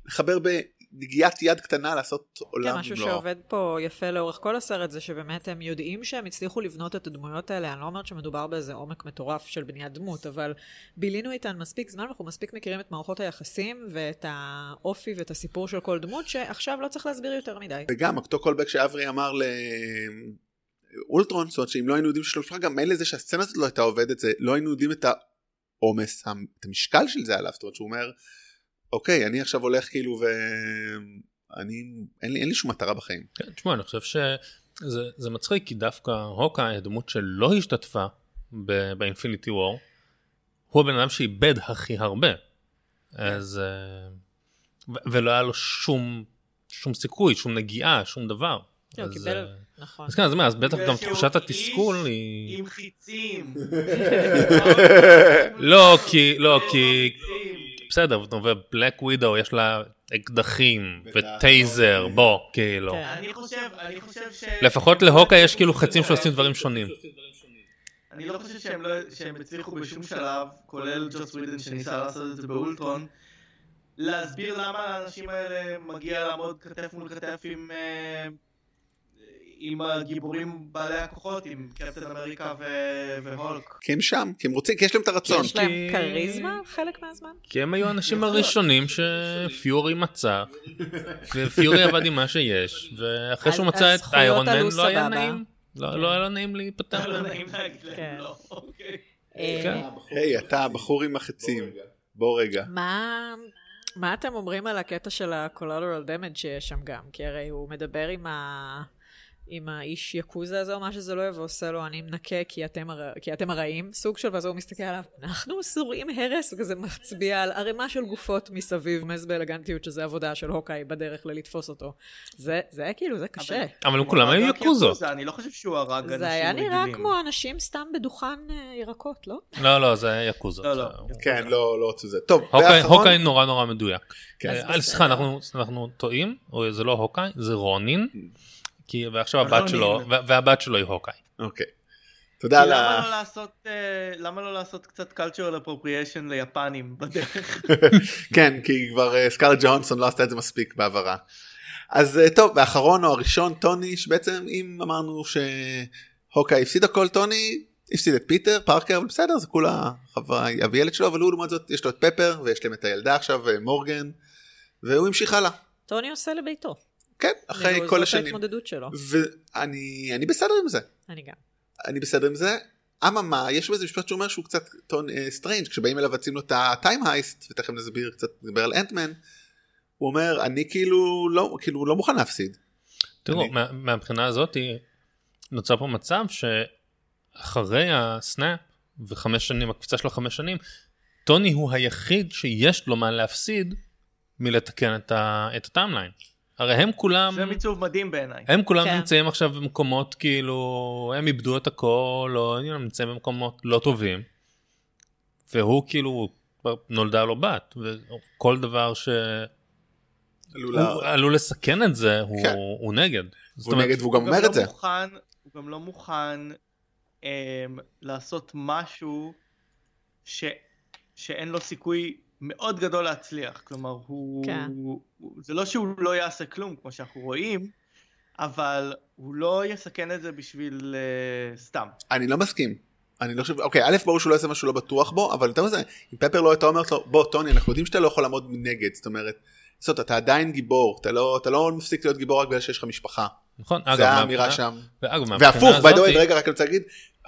לחבר בנגיעת יד קטנה לעשות כן, עולם משהו לא. מלואו. שעובד פה יפה לאורך כל הסרט זה שבאמת הם יודעים שהם הצליחו לבנות את הדמויות האלה. אני לא אומרת שמדובר באיזה עומק מטורף של בניית דמות, אבל בילינו איתן מספיק זמן, ואנחנו מספיק מכירים את מערכות היחסים ואת האופי ואת הסיפור של כל דמות, שעכשיו לא צריך להסביר יותר מדי. וגם אותו קולבק שאברי אמר לאולטרון, זאת אומרת שאם לא היינו יודעים שיש לו משפחה, גם מילא זה שהסצנה הזאת לא הייתה עובדת, זה לא היינו יודעים את העומס, את המשקל של זה עליו, זאת אומרת שהוא אומר, אוקיי, אני עכשיו הולך כאילו ו... אני, אין לי, אין לי שום מטרה בחיים. כן, תשמע, אני חושב שזה זה מצחיק, כי דווקא הוקה, הדמות שלא השתתפה באינפיניטי וור, הוא הבן אדם שאיבד הכי הרבה. אז... אה, ו- ולא היה לו שום, שום סיכוי, שום נגיעה, שום דבר. לא, אז, קיבל- אה, נכון. אז כן, אז אני אומר, אז בטח בגלל גם שהוא תחושת איש התסכול היא... עם חיצים. לא, כי... לא, כי... חיצים. בסדר, ובלק ווידו יש לה אקדחים ואת וטייזר, ה- בוא, כאילו. כן. אני חושב, אני חושב ש... לפחות להוקה יש כאילו חצים שעושים דברים שונים. אני לא חושב שהם, לא, שהם הצליחו בשום שלב, כולל ג'וס ווידן שניסה לעשות את זה באולטרון, להסביר למה האנשים האלה מגיע לעמוד כתף מול כתף עם, אה, עם הגיבורים בעלי הכוחות, עם קפטן אמריקה ו... והולק. כי הם שם, כי הם רוצים, כי יש להם את הרצון. יש להם כי- כריזמה חלק מהזמן? כי הם היו האנשים הראשונים לא שפיורי מצא, ופיורי עבד עם מה שיש, ואחרי שהוא אז- מצא אז את איירון זכויות מן עלו לא היה סבבה. נעים, לא לא היה לו נעים להיפטר לא מהם. נעים להגיד להם כן. לא, אוקיי. כן. אה, היי, אתה הבחור עם החצים, בוא רגע. מה... מה אתם אומרים על הקטע של ה-collateral damage שיש שם גם? כי הרי הוא מדבר עם, ה... עם האיש יקוזה הזה או מה שזה לא יהיה, ועושה לו אני מנקה כי אתם, הר... כי אתם הרעים, סוג של, ואז הוא מסתכל עליו, אנחנו זורעים הרס, וכזה מצביע על ערימה של גופות מסביב, מז באלגנטיות, שזה עבודה של הוקאי בדרך ללתפוס אותו. זה, זה היה כאילו, זה קשה. אבל הם כולם היו רק יקוזות. יקוזה, אני לא חושב שהוא הרג אנשים זה היה נראה רגילים. כמו אנשים סתם בדוכן אה, ירקות, לא? לא, לא, זה היה יקוזות. לא, לא. כן, לא, לא רוצו זה. טוב, הוקאי- והאחרון- הוקאי נורא נורא מדויק. כן. אז אה, בסדר. סליחה, אנחנו- אנחנו טועים, או זה לא הוקאי, זה רונין, כי- ועכשיו כן. רונין. הבת שלו, וה- והבת שלו היא הוקאי. אוקיי. תודה על למה ה... לא לעשות, אה, למה לא לעשות קצת cultural appropriation ליפנים בדרך? כן, כי כבר אה, סקארלט ג'ונסון לא עשתה את זה מספיק בעברה. אז אה, טוב, האחרון או הראשון, טוני, שבעצם אם אמרנו שהוקה הפסיד הכל, טוני הפסיד את פיטר, פארקר, אבל בסדר, זה כולה חווי אביילד שלו, אבל הוא לעומת זאת, יש לו את פפר, ויש להם את הילדה עכשיו, אה, מורגן, והוא המשיך הלאה. טוני עושה לביתו. כן, אחרי כאילו, כל זאת השנים. ההתמודדות שלו. ואני אני בסדר עם זה. אני גם. אני בסדר עם זה. אממה, יש באיזה משפט שאומר שהוא קצת טון אה, סטרנג', כשבאים אליו ועצים לו את הטיים הייסט, ותכף נסביר קצת, נדבר על אנטמן, הוא אומר, אני כאילו לא, כאילו לא מוכן להפסיד. תראו, אני- מה- מהבחינה הזאת נוצר פה מצב שאחרי הסנאפ וחמש שנים, הקפיצה שלו חמש שנים, טוני הוא היחיד שיש לו מה להפסיד מלתקן את ה- את הטיימליין. הרי הם כולם, זה מיצוב מדהים בעיניי. הם כולם כן. נמצאים עכשיו במקומות כאילו, הם איבדו את הכל, או הם נמצאים במקומות לא טובים, והוא כאילו, נולדה לו בת, וכל דבר ש... עלול לה- הוא עלול לסכן את זה, הוא, כן. הוא נגד. זאת הוא אומרת, נגד והוא גם הוא אומר גם את זה. לא מוכן, הוא גם לא מוכן אמ, לעשות משהו ש, שאין לו סיכוי מאוד גדול להצליח. כלומר, הוא, כן. הוא, זה לא שהוא לא יעשה כלום, כמו שאנחנו רואים, אבל הוא לא יסכן את זה בשביל אה, סתם. אני לא מסכים. אני לא חושב, אוקיי, א' ברור שהוא לא יעשה משהו לא בטוח בו, אבל יותר מזה, אם פפר לא הייתה אומרת לו, בוא טוני, אנחנו יודעים שאתה לא יכול לעמוד מנגד, זאת אומרת, זאת, אתה עדיין גיבור, אתה לא, אתה לא מפסיק להיות גיבור רק בגלל שיש לך משפחה. נכון, אגב, זה האמירה מהבחינה- שם. ואגב, מהבחינה והפוך, by the הזאת, way, רגע, רק אני רוצה להגיד,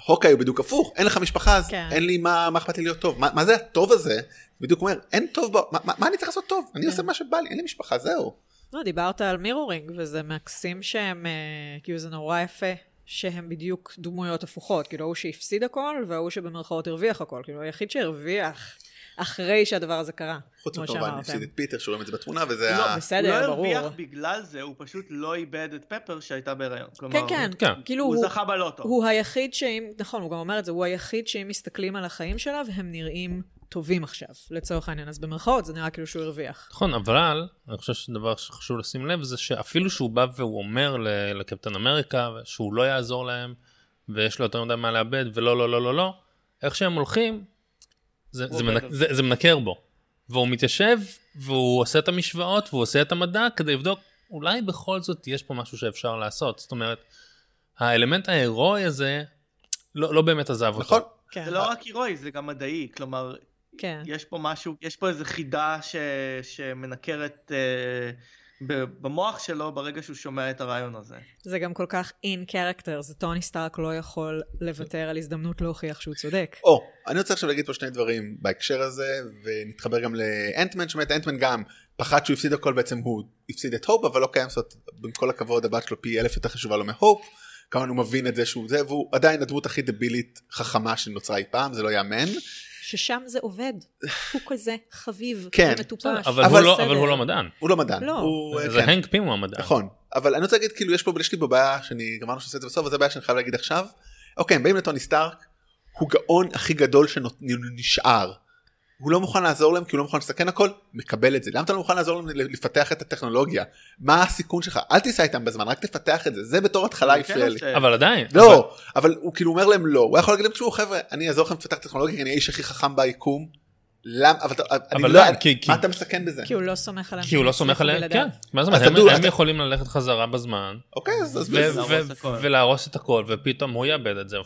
הוקאי הוא בדיוק הפוך, אין לך משפחה אז כן. אין לי מה מה אכפת לי להיות טוב, מה מה זה הטוב הזה בדיוק אומר, אין טוב, בו, מה, מה, מה אני צריך לעשות טוב? כן. אני עושה מה שבא לי, אין לי משפחה, זהו. לא, דיברת על מירורינג, וזה מקסים שהם, אה, כאילו זה נורא יפה, שהם בדיוק דמויות הפוכות. כאילו, ההוא שהפסיד הכל, וההוא שבמרכאות הרוויח הכל. כאילו, היחיד שהרוויח אחרי שהדבר הזה קרה, חוץ כמו מכמובן, שאמרתם. הפסיד את פיטר שרואים את זה בתמונה, וזה לא, ה... הוא לא בסדר, ברור. הרוויח בגלל זה, הוא פשוט לא איבד את פפר שהייתה בהיריון. כן, כלומר, כן, כן. כאילו הוא הוא, זכה בלוטו. הוא היחיד שאם, נכון, הוא גם אומר את זה, הוא היחיד שאם מסתכלים על החיים שלו, הם נראים טובים עכשיו, לצורך העניין. אז במרכאות זה נראה כאילו שהוא הרוויח. נכון, אבל אני חושב שדבר שחשוב לשים לב זה שאפילו שהוא בא והוא אומר ל- לקפטן אמריקה שהוא לא יעזור להם ויש לו יותר מדי מה לאבד ולא לא לא לא לא, איך שהם הולכים זה, הוא זה, עובד מנק, על זה, זה מנקר בו. והוא מתיישב והוא עושה את המשוואות והוא עושה את המדע כדי לבדוק אולי בכל זאת יש פה משהו שאפשר לעשות. זאת אומרת, האלמנט ההירואי הזה לא, לא באמת עזב אותו. נכון? כן, זה לא רק הירואי, זה גם מדעי. כלומר, כן. יש פה משהו, יש פה איזו חידה ש, שמנקרת אה, ב- במוח שלו ברגע שהוא שומע את הרעיון הזה. זה גם כל כך אין קרקטר, זה טוני סטארק לא יכול לוותר על הזדמנות להוכיח שהוא צודק. או, אני רוצה עכשיו להגיד פה שני דברים בהקשר הזה, ונתחבר גם לאנטמן, שבאמת אנטמן גם פחד שהוא הפסיד הכל, בעצם הוא הפסיד את הופ, אבל לא קיים, זאת אומרת, עם כל הכבוד, הבת שלו פי אלף יותר חשובה לו מהופ, כמובן הוא מבין את זה שהוא זה, והוא עדיין הדמות הכי דבילית חכמה שנוצרה אי פעם, זה לא יאמן. ששם זה עובד. הוא כזה חביב כן. ומטופש. בסדר, אבל, אבל הוא לא, בסדר. אבל הוא לא מדען. הוא לא מדען. לא. הוא, אה, זה כן. הנק פים הוא המדען. נכון, אבל אני רוצה להגיד כאילו יש פה, יש לי פה בעיה שאני גמרנו שעושה את זה בסוף, וזו בעיה שאני חייב להגיד עכשיו. אוקיי, הם באים לטוני סטארק, הוא גאון הכי גדול שנשאר. הוא לא מוכן לעזור להם כי הוא לא מוכן לסכן הכל, מקבל את זה. למה אתה לא מוכן לעזור להם ל- לפתח את הטכנולוגיה? מה הסיכון שלך? אל תיסע איתם בזמן, רק תפתח את זה. זה בתור התחלה הוא כן הפריע לי. עושה. אבל עדיין. אבל- לא, אבל הוא כאילו אומר להם לא. הוא היה יכול להגיד להם, תשמעו חבר'ה, אני אעזור לכם לפתח טכנולוגיה, כי אני האיש הכי חכם ביקום. למה? אבל אתה- אני אבל לא... לא, כי- כי- מה אתה מסכן בזה? כי הוא לא סומך עליהם. כי הוא לא שהם סומך יצליחו עליהם, כן. בלעדיו. מה זאת אז אומרת, הם- תדעו, הם אתה- יכולים ללכת חזרה בזמן, אוקיי, אז... אז- ו- אז- ו- להרוס הכל. ולהרוס את הכל, ופתאום הוא יאבד את זה.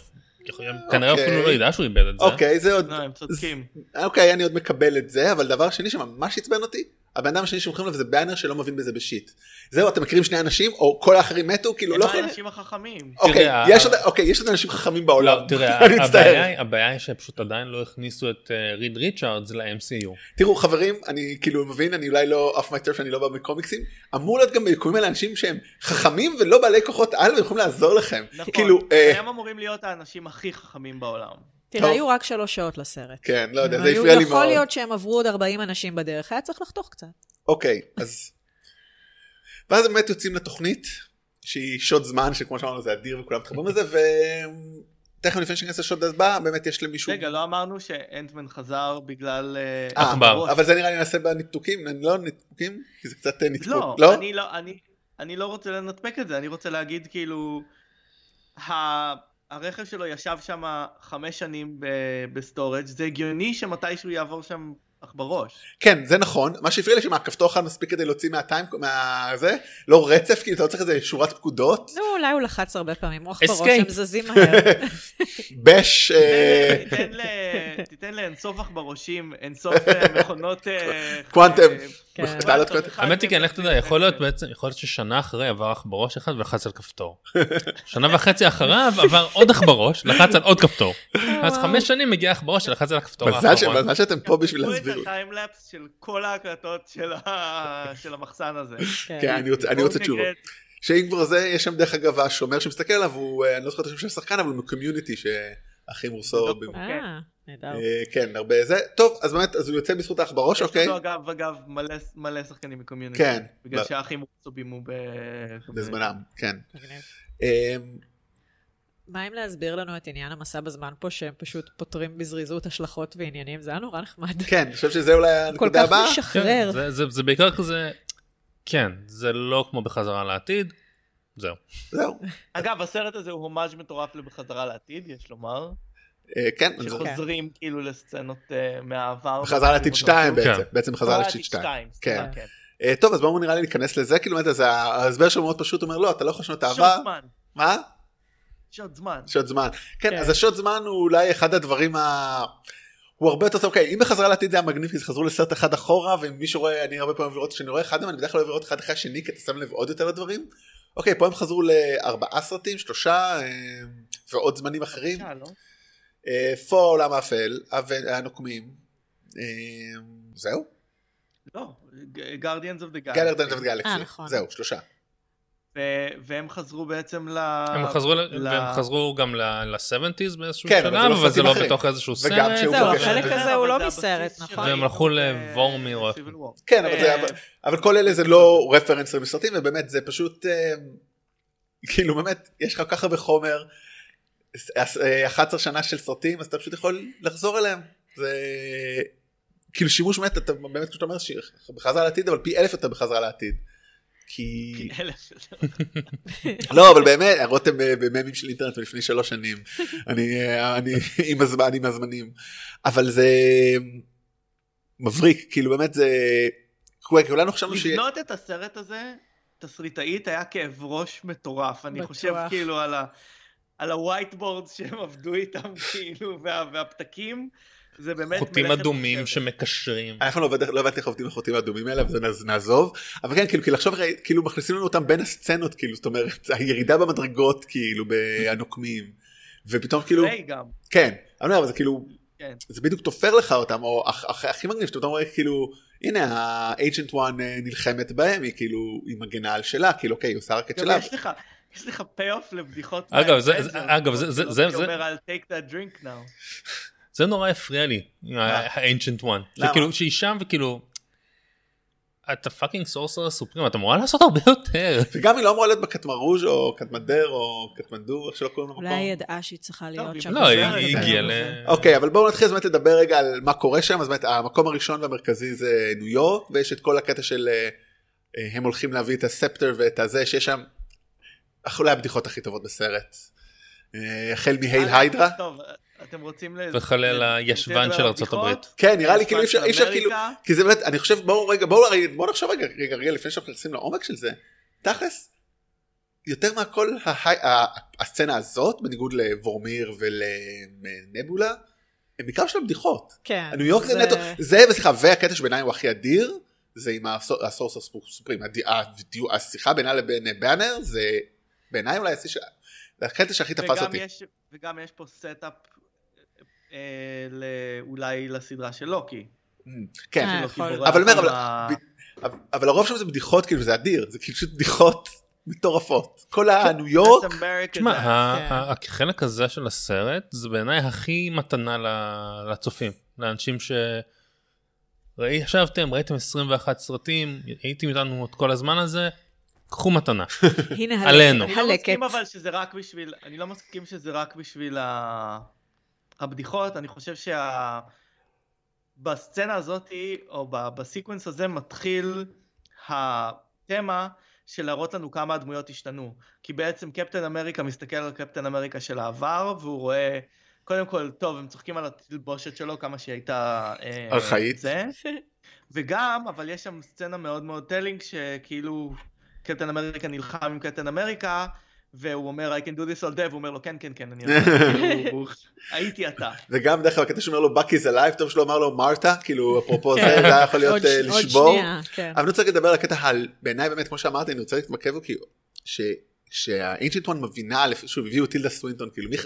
כנראה אוקיי. אפילו לא ידע שהוא איבד את זה. אה. אוקיי, זה עוד... לא, הם צודקים. אוקיי, אני עוד מקבל את זה, אבל דבר שני שממש עצבן אותי, הבן אדם השני שמוכרים עליו זה באנר שלא מבין בזה בשיט. זהו, אתם מכירים שני אנשים, או כל האחרים מתו, כאילו הם לא יכולים... האנשים החכמים. אוקיי, תראה, יש ה- עוד- אוקיי, יש עוד אנשים חכמים בעולם. לא, תראה, אני ה- מצטער. הבעיה היא- הבעיה היא שפשוט עדיין לא הכניסו את אה, ריד ריצ'ארדס ל-MCU. תראו חברים, אני כאילו מבין, אני אולי לא אף מייטרף, אני לא בא מקומיקסים, אמור להיות גם ביקומים על אנשים שהם חכמים ולא בעלי כוחות על ויכולים לעזור לכם. נכון. כאילו, אה, הם אמורים להיות האנשים הכי חכמים בעולם. תראה, טוב. היו רק שלוש שעות לסרט. כן, לא יודע, הם זה היו- הפריע לי אה, יכול מאוד. להיות שהם עברו עוד 40 אנשים בדרך, היה צריך לחתוך קצת. אוקיי, אז... ואז באמת יוצאים לתוכנית, שהיא שוד זמן, שכמו שאמרנו זה אדיר וכולם מתחברים לזה, ותכף לפני שניכנס לשוד הבא, באמת יש למישהו... רגע, לא אמרנו שאנטמן חזר בגלל... אה, אה, עכבר. הראש. אבל זה נראה לי נעשה בניתוקים, אני לא ניתוקים, כי זה קצת אה, ניתוק, לא, לא? אני לא, אני, אני לא רוצה לנתמק את זה, אני רוצה להגיד כאילו, ה, הרכב שלו ישב שם חמש שנים ב, בסטורג', זה הגיוני שמתישהו יעבור שם אך בראש. כן, זה נכון, מה שהפריע לי שמה, הכפתור אחד מספיק כדי להוציא מהטיים, מה... זה, לא רצף, כאילו אתה לא צריך איזה שורת פקודות, נו, אולי הוא לחץ הרבה פעמים, רוח Escape. בראש, הם זזים מהר. בש, אה, תיתן ל- תיתן לאינסוף אך בראשים, אינסוף אה, מכונות... אה, קוואנטם. אה, כן. מחדל קוואנטום עוד קוואנטם. אחד האמת היא כן, לך תדע, יכול להיות אה, בעצם, יכול להיות ששנה אחרי עבר עכברוש אחד ולחץ על כפתור. שנה וחצי אחריו עבר עוד עכברוש, לחץ על עוד כפתור. אז וואו. חמש שנים מגיע עכברוש שלחץ על הכפתור מזל ש- האחרון. מזל שאתם פה בשביל תראו להסביר, את הטיימלפס של כל ההקלטות של ה- של המחסן הזה. כן, אני רוצה- אני רוצה בואו תשובות. נגרד. שאם כבר זה יש שם דרך אגב השומר שמסתכל עליו הוא אה, אני לא זוכר את השם של השחקן אבל הוא מקומיוניטי שאחים רוסו לא ב- קומ- כן. אה, נהדר. אה, כן הרבה זה טוב אז באמת אז הוא יוצא בזכות האח בראש יש אוקיי לנו אגב, אגב, מלא, מלא שחקנים מקומיוניטי. כן. בגלל ב- שהאחים רוצו בימו ב... בזמנם כן מגניב. אה, מה אם להסביר לנו את עניין המסע בזמן פה, שהם פשוט פותרים בזריזות השלכות ועניינים? זה היה נורא נחמד. כן אני חושב שזה אולי כל הנקודה כך הבאה משחרר. כן, זה- זה- זה בעיקר כזה, כן, זה לא כמו בחזרה לעתיד, זהו. זהו אגב, הסרט הזה הוא הומאז' מטורף לבחזרה לעתיד, יש לומר. אה, כן אני זוכר. שחוזרים כאילו לסצנות אה, מהעבר. חזרה לעתיד 2 בעצם כן. בעצם חזרה לעתיד 2. כן. כן. כן. אה, טוב אז בואו נראה לי ניכנס לזה כאילו באמת, אז ההסבר שלו מאוד פשוט הוא אומר לא אתה לא יכול לשנות את יש העבר עוד זמן, מה יש עוד זמן. שעות זמן. כן, כן. אז השעות זמן הוא אולי אחד הדברים ה... הוא הרבה יותר טוב, אוקיי, אם בחזרה לעתיד זה היה מגניב, כי זה חזרו לסרט אחד אחורה, ואם מישהו רואה, אני הרבה פעמים אוהב לראות, כשאני רואה אחד מהם, אני בדרך כלל אוהב לראות אחד אחרי השני, כי אתה שם לב עוד יותר לדברים. אוקיי, פה הם חזרו לארבעה סרטים, שלושה, אה, ועוד זמנים אחרים. אה, לא? אה, פור העולם האפל, אבן- הנוקמים, אה, זהו? לא, גרדיאנס אוף דה גלרדנד אוף אה, גלקסי. נכון. זהו, שלושה. והם חזרו בעצם ל... אה, הם חזרו, ל- ל- והם חזרו גם ל-70's באיזשהו כן, אבל זה שלב, לא אבל זה סרטים לא אחרים. בתוך איזשהו וגם סרט. שהוא זהו, פוגש- החלק הזה הוא אבל לא זה הבסיס מסרט, של נכון? והם הלכו ב- לוורמיר, או איך- Civil War. כן, אבל זה- אה, אבל- אבל כל אלה זה לא רפרנסים לסרטים, ובאמת זה פשוט, אה, כאילו באמת, יש לך כל כך הרבה חומר, אז, אה, 11 שנה של סרטים, אז אתה פשוט יכול לחזור אליהם. זה כאילו שימוש מת, אתה באמת, כמו שאתה אומר, ש- בחזרה לעתיד, אבל פי אלף יותר בחזרה לעתיד. כי... כי כן, אלה של- לא, אבל באמת, רותם ב- בממים של אינטרנט מלפני שלוש שנים. אני, אה, אני עם הזמן, עם הזמנים. אבל זה אה, מבריק, כאילו באמת זה... כולנו חשבנו ש... לבנות את הסרט הזה, תסריטאית, היה כאב ראש מטורף. אני בטוח. חושב כאילו על ה... על הווייטבורד שהם עבדו איתם כאילו, וה, והפתקים, זה באמת חוטים מלאכת אדומים מחשבת. שמקשרים. אני אף פעם לא עבד- לא הבנתי איך עובדים החוטים האדומים האלה, אבל זה נע- נעזוב. אבל כן, כאילו, כי לחשוב, רגע, כאילו, מכניסים לנו אותם בין הסצנות, כאילו, זאת אומרת, הירידה במדרגות, כאילו, בנוקמים. ופתאום כאילו, ריי גם, כן, אני אומר, אבל זה כאילו, כן. זה בדיוק תופר לך אותם, או הכ- הכ- הכי מגניב, שאתה רואה כאילו, הנה, האג'נט 1 נלחמת בהם, היא כאילו, היא מגנה על שלה, כאילו, אוקיי, היא עושה רק את גם שלה. יש לך, יש לך פי-אוף לבדיחות. אגב, מהאבנג'רס, זה- זה- אגב, זה- זה- זה- כאילו זה- אומר על take that drink now. זה נורא הפריע לי, ה-Ancient One. זה אה. למה? כאילו, שהיא שם וכאילו... אתה פאקינג סורסר סופרים, אתה אמורה לעשות הרבה יותר. וגם היא לא אמורה להיות בקטמרוז' או קטמנדר או קטמנדו, איך שלא קוראים למקום. אולי היא ידעה שהיא צריכה היא להיות שם. לא, זה היא היה היא יותר הגיעה ל... מזה. אוקיי, אבל בואו נתחיל אז באמת לדבר רגע על מה קורה שם, אז באמת המקום הראשון והמרכזי זה ניו יורק, ויש את כל הקטע של אה, אה, הם הולכים להביא את הספטר ואת הזה, שיש שם, אך אולי הבדיחות הכי טובות בסרט. אה, החל מהייל היידרה. טוב, אתם רוצים... ל- וחלל ל- הישבן לדבר על של ארצות הבדיחות? הברית. כן, נראה לי כאילו אי הישבן אפשר, של אי אפשר כאילו, אמריקה? כי זה באמת, אני חושב, בואו רגע, בואו רגע, בואו נחשוב רגע, רגע, רגע, לפני שאנחנו נכנסים לעומק של זה, תכלס, יותר מהכל ההי, ה, הסצנה הזאת, בניגוד לוורמיר ולנבולה, הם בעיקר של הבדיחות. כן. הניו יורק זה נטו, זה, וסליחה, והקטע שבעיניי הוא הכי אדיר, זה עם הסור- הסורס הסופרים, הד- הדיו- השיחה בינה לבין אה, באנר, זה בעיניי אולי השיא של- זה הקטע שהכי תפס וגם אותי. יש- וגם יש פה סטאפ אה, ל- אולי לסדרה של לוקי. כן, אה, שלוקי יכול. בורח אבל אומר, עם אבל- ה- אבל- אבל הרוב שם זה בדיחות, כאילו זה אדיר, זה כאילו פשוט בדיחות מטורפות. כל הניו יורק, That's American תשמע, Dad. כן. ה- ה- החלק הזה של הסרט זה בעיניי הכי מתנה ל- לצופים, לאנשים ש... ראי- ישבתם, ראיתם 21 סרטים, הייתם איתנו את כל הזמן הזה, קחו מתנה. הנה הלקט. עלינו. אני לא מסכים אבל שזה רק בשביל, אני לא מסכים שזה רק בשביל ה... הבדיחות, אני חושב שה... בסצנה הזאת, או ב- בסקווינס הזה, מתחיל התמה של להראות לנו כמה הדמויות השתנו. כי בעצם קפטן אמריקה מסתכל על קפטן אמריקה של העבר, והוא רואה, קודם כל, טוב, הם צוחקים על התלבושת שלו כמה שהיא הייתה... אה, ארכאית. זה. וגם, אבל יש שם סצנה מאוד מאוד טלינג, שכאילו קפטן אמריקה נלחם עם קפטן אמריקה, והוא אומר, I can do this all day, והוא אומר לו, כן, כן, כן, אני יודע, כאילו, הוא- הייתי אתה. וגם דרך אגב, הקטע שאומר לו Buck is alive, טוב שלא אמר לו מרתה, כאילו אפרופו זה, זה היה יכול להיות כן. עוד אה, ש- עוד לשבור. אה. שנייה, כן. אבל אני רוצה רק לדבר על הקטע על, בעיניי באמת, כמו שאמרתי, אני רוצה להתמקד בו, כי ש... שהאינג'נט וואן מבינה, לפ- שוב, הביאו את טילדה סווינטון, כאילו, מי... ח-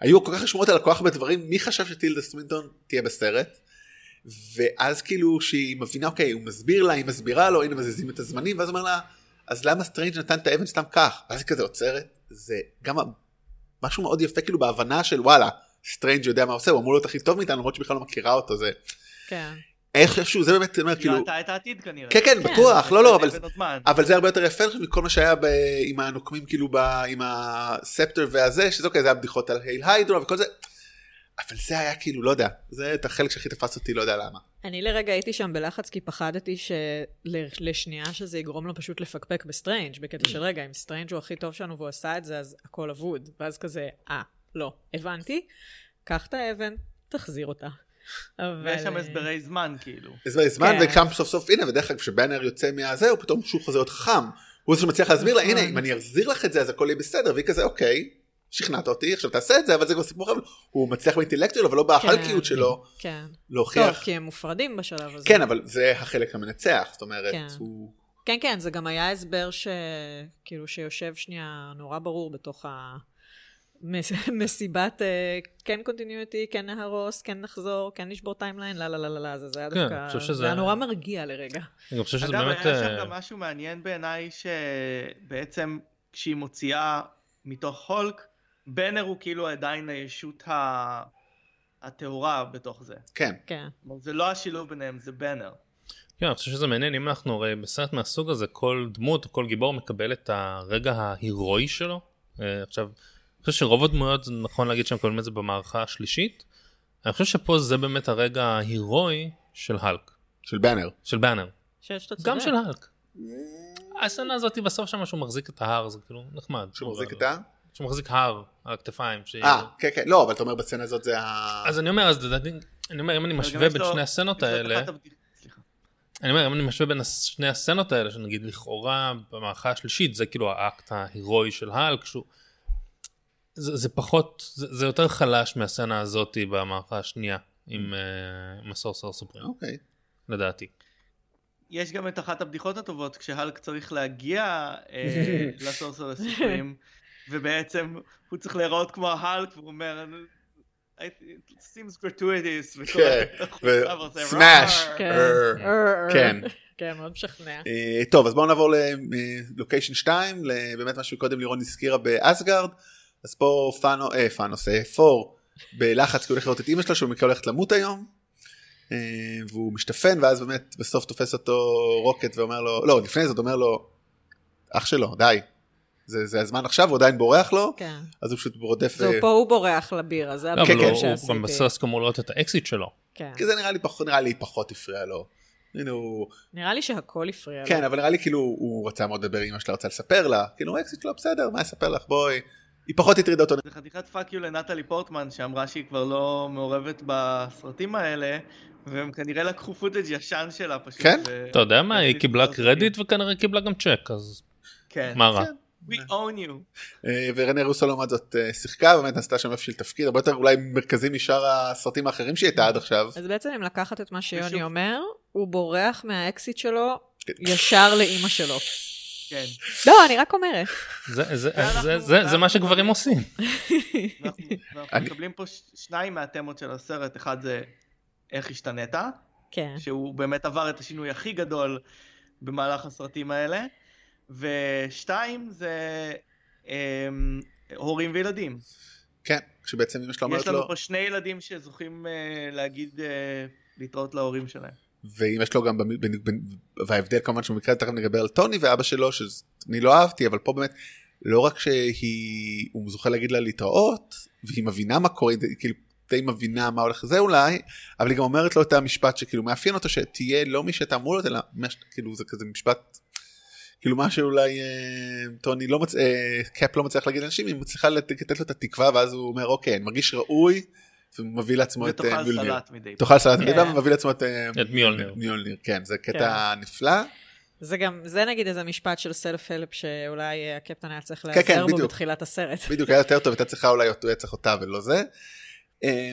היו כל כך שמועות על הכוח בדברים, מי חשב שטילדה סווינטון תהיה בסרט? ואז כאילו שהיא מבינה, אוקיי, הוא מסביר לה, היא מסבירה לו, הנה מזיזים את הזמנים, ואז הוא אומר לה, אז למה סטרנג' נתן את האבן סתם כך? ואז היא כזה עוצרת, זה גם ה- משהו מאוד יפה כאילו בהבנה של וואלה, סטרנג' יודע מה הוא עושה, הוא אמור להיות הכי טוב מאיתנו, למרות שבכלל לא מכירה אותו, זה כן. איך- איכשהו, זה באמת, אני אומר, היא לא כאילו, ראתה את העתיד כנראה. כן כן כן. בטוח, לא לא, אבל בן עותמן. אבל זה הרבה יותר יפה אני חושב, מכל מה שהיה ב... עם הנוקמים כאילו ב... עם הספטר והזה שזה אוקיי זה היה בדיחות על הייל היידרה וכל זה. אבל זה היה כאילו לא יודע זה את החלק שהכי תפס אותי לא יודע למה. אני לרגע הייתי שם בלחץ כי פחדתי שלשנייה שזה יגרום לו פשוט לפקפק בסטרנג', בקטע של רגע, אם סטרנג' הוא הכי טוב שלנו והוא עשה את זה, אז הכל אבוד. ואז כזה, אה, לא, הבנתי, קח את האבן, תחזיר אותה. אבל... ויש שם אה, הסברי זמן, כאילו. אז זה זמן כן. וקם סוף סוף הנה ודרך אגב כשבאנר יוצא מהזה הוא פתאום שוב חוזר להיות חכם. הוא זה שמצליח להסביר לה נכון. הנה אם אני אחזיר לך את זה אז הכל יהיה בסדר והיא כזה אוקיי שכנעת אותי עכשיו תעשה את זה אבל זה כבר סיפור אחר. הוא מצליח באינטלקט שלו אבל לא בהחלקיות שלו כן. טוב, להוכיח. כי הם מופרדים בשלב הזה. כן אבל זה החלק המנצח זאת אומרת כן. הוא כן, כן, זה גם היה הסבר ש... כאילו, שיושב שנייה נורא ברור בתוך ה... מס- מסיבת אה, כן קונטיניוטי, כן נהרוס, כן נחזור, כן נשבור טיימליין, לא, לא, לא, לא, לא, זה זה היה כן, אני דווקא, חושב זה שזה- היה נורא מרגיע לרגע. אני גם חושב שזה אגב, באמת... היה שם אה, גם משהו מעניין בעיניי, שבעצם כשהיא מוציאה מתוך הולק, בנר הוא כאילו עדיין הישות ה- הטהורה בתוך זה. כן. כן. כלומר, זה לא השילוב ביניהם, זה בנר. כן, אני חושב שזה מעניין, אם אנחנו הרי בסרט מהסוג הזה, כל דמות, כל גיבור מקבל את הרגע ההירואי שלו. אה, עכשיו, אני חושב שרוב הדמויות, זה נכון להגיד שהם קוראים את זה במערכה השלישית. אני חושב שפה זה באמת הרגע ההירואי של האלק, של באנר. של באנר. שיש אתה צודק. גם של האלק. הסצנה הזאת בסוף שם שהוא מחזיק את ההר, זה כאילו נחמד. שמחזיק אבל- את ה... שהוא מחזיק הר על הכתפיים. שהיא- אה, כן, כן. לא, אבל אתה אומר בסצנה הזאת זה ה... אז אני אומר, אז לדעתי, אני אומר, אם אני משווה יש בין לו- שני הסצנות יש לו את האלה... אחת הבדיח- סליחה. אני אומר, אם אני משווה בין הס- שני הסצנות האלה, שנגיד לכאורה במערכה השלישית, זה כאילו האקט ההירואי של האלק, שהוא... זה, זה פחות, זה, זה יותר חלש מהסצנה הזאת במערכה השנייה, עם אה, עם הסורסר סופרים, אוקיי. לדעתי. אוקיי, יש גם את אחת הבדיחות הטובות, כשהלק צריך להגיע אה, לסורסר הסופרים, ובעצם הוא צריך להיראות כמו ההלק, והוא אומר, "It seems gratuitous, וכל כן, החוצה ועושה, וסמאש. "Rar". כן. אה, אה, אה. כן. כן, מאוד משכנע. אה, טוב, אז בואו נעבור ללוקיישן 2, באמת מה שקודם לירון הזכירה באסגרד. אז פה פאנו, אה, פאנוס, אה, פור, בלחץ כי הוא הולך לראות את אימא שלו, שהוא במקרה הולכת למות היום. אה, והוא משתפן, ואז באמת בסוף תופס אותו רוקט ואומר לו, לא, לפני זאת אומר לו, אח שלו, די. זה, זה הזמן עכשיו, הוא עדיין בורח לו, כן. אז הוא פשוט רודף. זהו, אה, פה הוא בורח לבירה, זה לא, אבל כן, הוא- הביקור הוא גם שעשיתי. בסרס אמור לראות את האקזיט שלו. כן. כי זה נראה לי פחות, נראה לי פחות הפריע לו. הנה הוא, נראה לי שהכל הפריע לו. כן, אבל נראה לי כאילו הוא רצה מאוד לדבר עם אמא שלה, רצה לספר לה, כאילו אקזיט לא בסדר, מה אספר לך, בואי. היא פחות הטרידה אותו. זה חתיכת פאק יו לנטלי פורטמן שאמרה שהיא כבר לא מעורבת בסרטים האלה והם כנראה לקחו פוטג' ישן שלה פשוט. כן? ו- אתה יודע מה, היא אקזיט קיבלה לא קרדיט וכנראה קיבלה גם צ'ק, אז כן. מה רע? כן. We own you. אה, ורנה רוסו לעומת זאת אה, שיחקה, באמת עשתה שם איפשהו תפקיד, הרבה יותר אולי מרכזי משאר הסרטים האחרים שהיא הייתה עד עכשיו. אז בעצם אם לקחת את מה שיוני ושוב- אומר, הוא בורח מהאקזיט שלו כן. ישר לאימא שלו. כן. לא, אני רק אומרת. זה- זה- ואנחנו- זה- זה- זה מה ואנחנו- שגברים עושים. אנחנו ואנחנו אני- מקבלים פה ש- שניים מהתמות של הסרט, אחד זה איך השתנית, כן. שהוא באמת עבר את השינוי הכי גדול במהלך הסרטים האלה, ושתיים זה אמ, הורים וילדים. כן, כשבעצם אמא שלה יש אומרת לא- לנו לו, פה שני ילדים שזוכים אה, להגיד, אה, להתראות להורים שלהם. ואמא שלו גם, במ- בנ- בנ- וההבדל כמובן שבמקרה הזה תכף נדבר על טוני ואבא שלו, שאני לא אהבתי, אבל פה באמת, לא רק שהיא, הוא זוכה להגיד לה להתראות, והיא מבינה מה קורה, היא כאילו די מבינה מה הולך זה אולי, אבל היא גם אומרת לו את המשפט שכאילו מאפיין אותו, שתהיה לא מי שאתה אמור להיות, אלא מה ש- כאילו זה כזה משפט, כאילו מה שאולי אה, טוני לא מצ... אה, קאפ לא מצליח להגיד לאנשים, היא מצליחה לת- לתת לו את התקווה, ואז הוא אומר אוקיי, אני מרגיש ראוי, ומביא לעצמו את אה, ותאכל מולניר. סלט מדי פעם. תאכל סלט כן. מגדה ומביא לעצמו את אה, את מיולניר. מיולניר, כן, זה קטע נפלא. זה גם, זה נגיד איזה משפט של סלף-הלפ שאולי אה, הקפטן היה צריך כן, להיעזר בו בדיוק. בתחילת הסרט. בדיוק, היה יותר טוב, הייתה צריכה אולי, אותו- היה צריך אותה ולא זה. אה,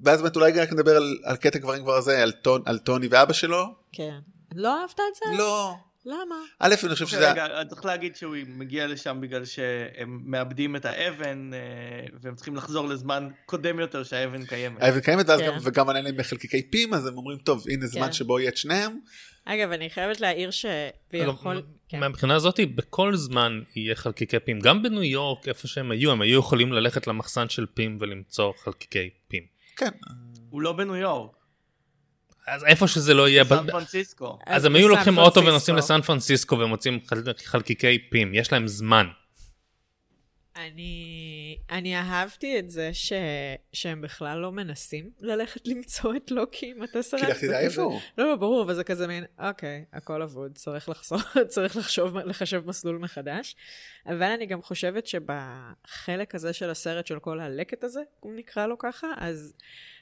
ואז באמת אולי רק נדבר על- על קטע גברים כבר הזה, על טון- על טוני ואבא שלו. כן. לא אהבת את זה? לא. למה? א', אני חושב שזה... רגע, אני צריך להגיד שהוא מגיע לשם בגלל שהם מאבדים את האבן אה, והם צריכים לחזור לזמן קודם יותר שהאבן קיימת. האבן קיימת ואז כן. גם- וגם אין להם חלקיקי פים אז הם אומרים טוב הנה זמן כן. שבו יהיה את שניהם אגב, אני חייבת להעיר לא, ש... ויכול... כן. מהבחינה הזאת בכל זמן יהיה חלקיקי פים גם בניו יורק איפה שהם היו הם היו יכולים ללכת למחסן של פים ולמצוא חלקיקי פים. כן הוא לא בניו יורק, אז איפה שזה לא יהיה סן פרנסיסקו. אז הם היו לוקחים בסן אוטו פרנסיסקו. ונוסעים לסן פרנסיסקו ומוצאים חל- חלקיקי פים יש להם זמן. אני, אני אהבתי את זה ש, שהם בכלל לא מנסים ללכת למצוא את לוקי עם הטסרקט. כי לך תדע זה איפה כזה- הוא. לא, לא, ברור, אבל זה כזה מין, אוקיי, הכל אבוד, צריך לחזור, צריך לחשוב, לחשב מסלול מחדש. אבל אני גם חושבת שבחלק הזה של הסרט, של כל הלקט הזה, אם נקרא לו ככה, אז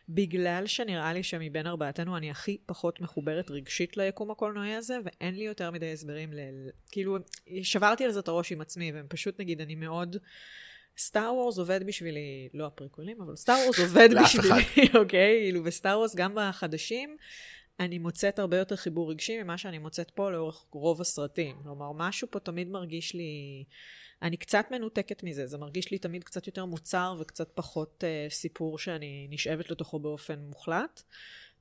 בגלל שנראה לי שמבין ארבעתנו אני הכי פחות מחוברת רגשית ליקום הקולנועי הזה, ואין לי יותר מדי הסברים ל... כאילו, שברתי על זה את הראש עם עצמי, והם פשוט, נגיד, אני מאוד... סטאר וורס עובד בשבילי, לא הפריקולים, אבל סטאר וורס עובד לאף בשבילי, אוקיי? כאילו, בסטאר וורס, גם בחדשים, אני מוצאת הרבה יותר חיבור רגשי ממה שאני מוצאת פה לאורך רוב הסרטים. כלומר, משהו פה תמיד מרגיש לי... אני קצת מנותקת מזה, זה מרגיש לי תמיד קצת יותר מוצר וקצת פחות אה, סיפור שאני נשאבת לתוכו באופן מוחלט,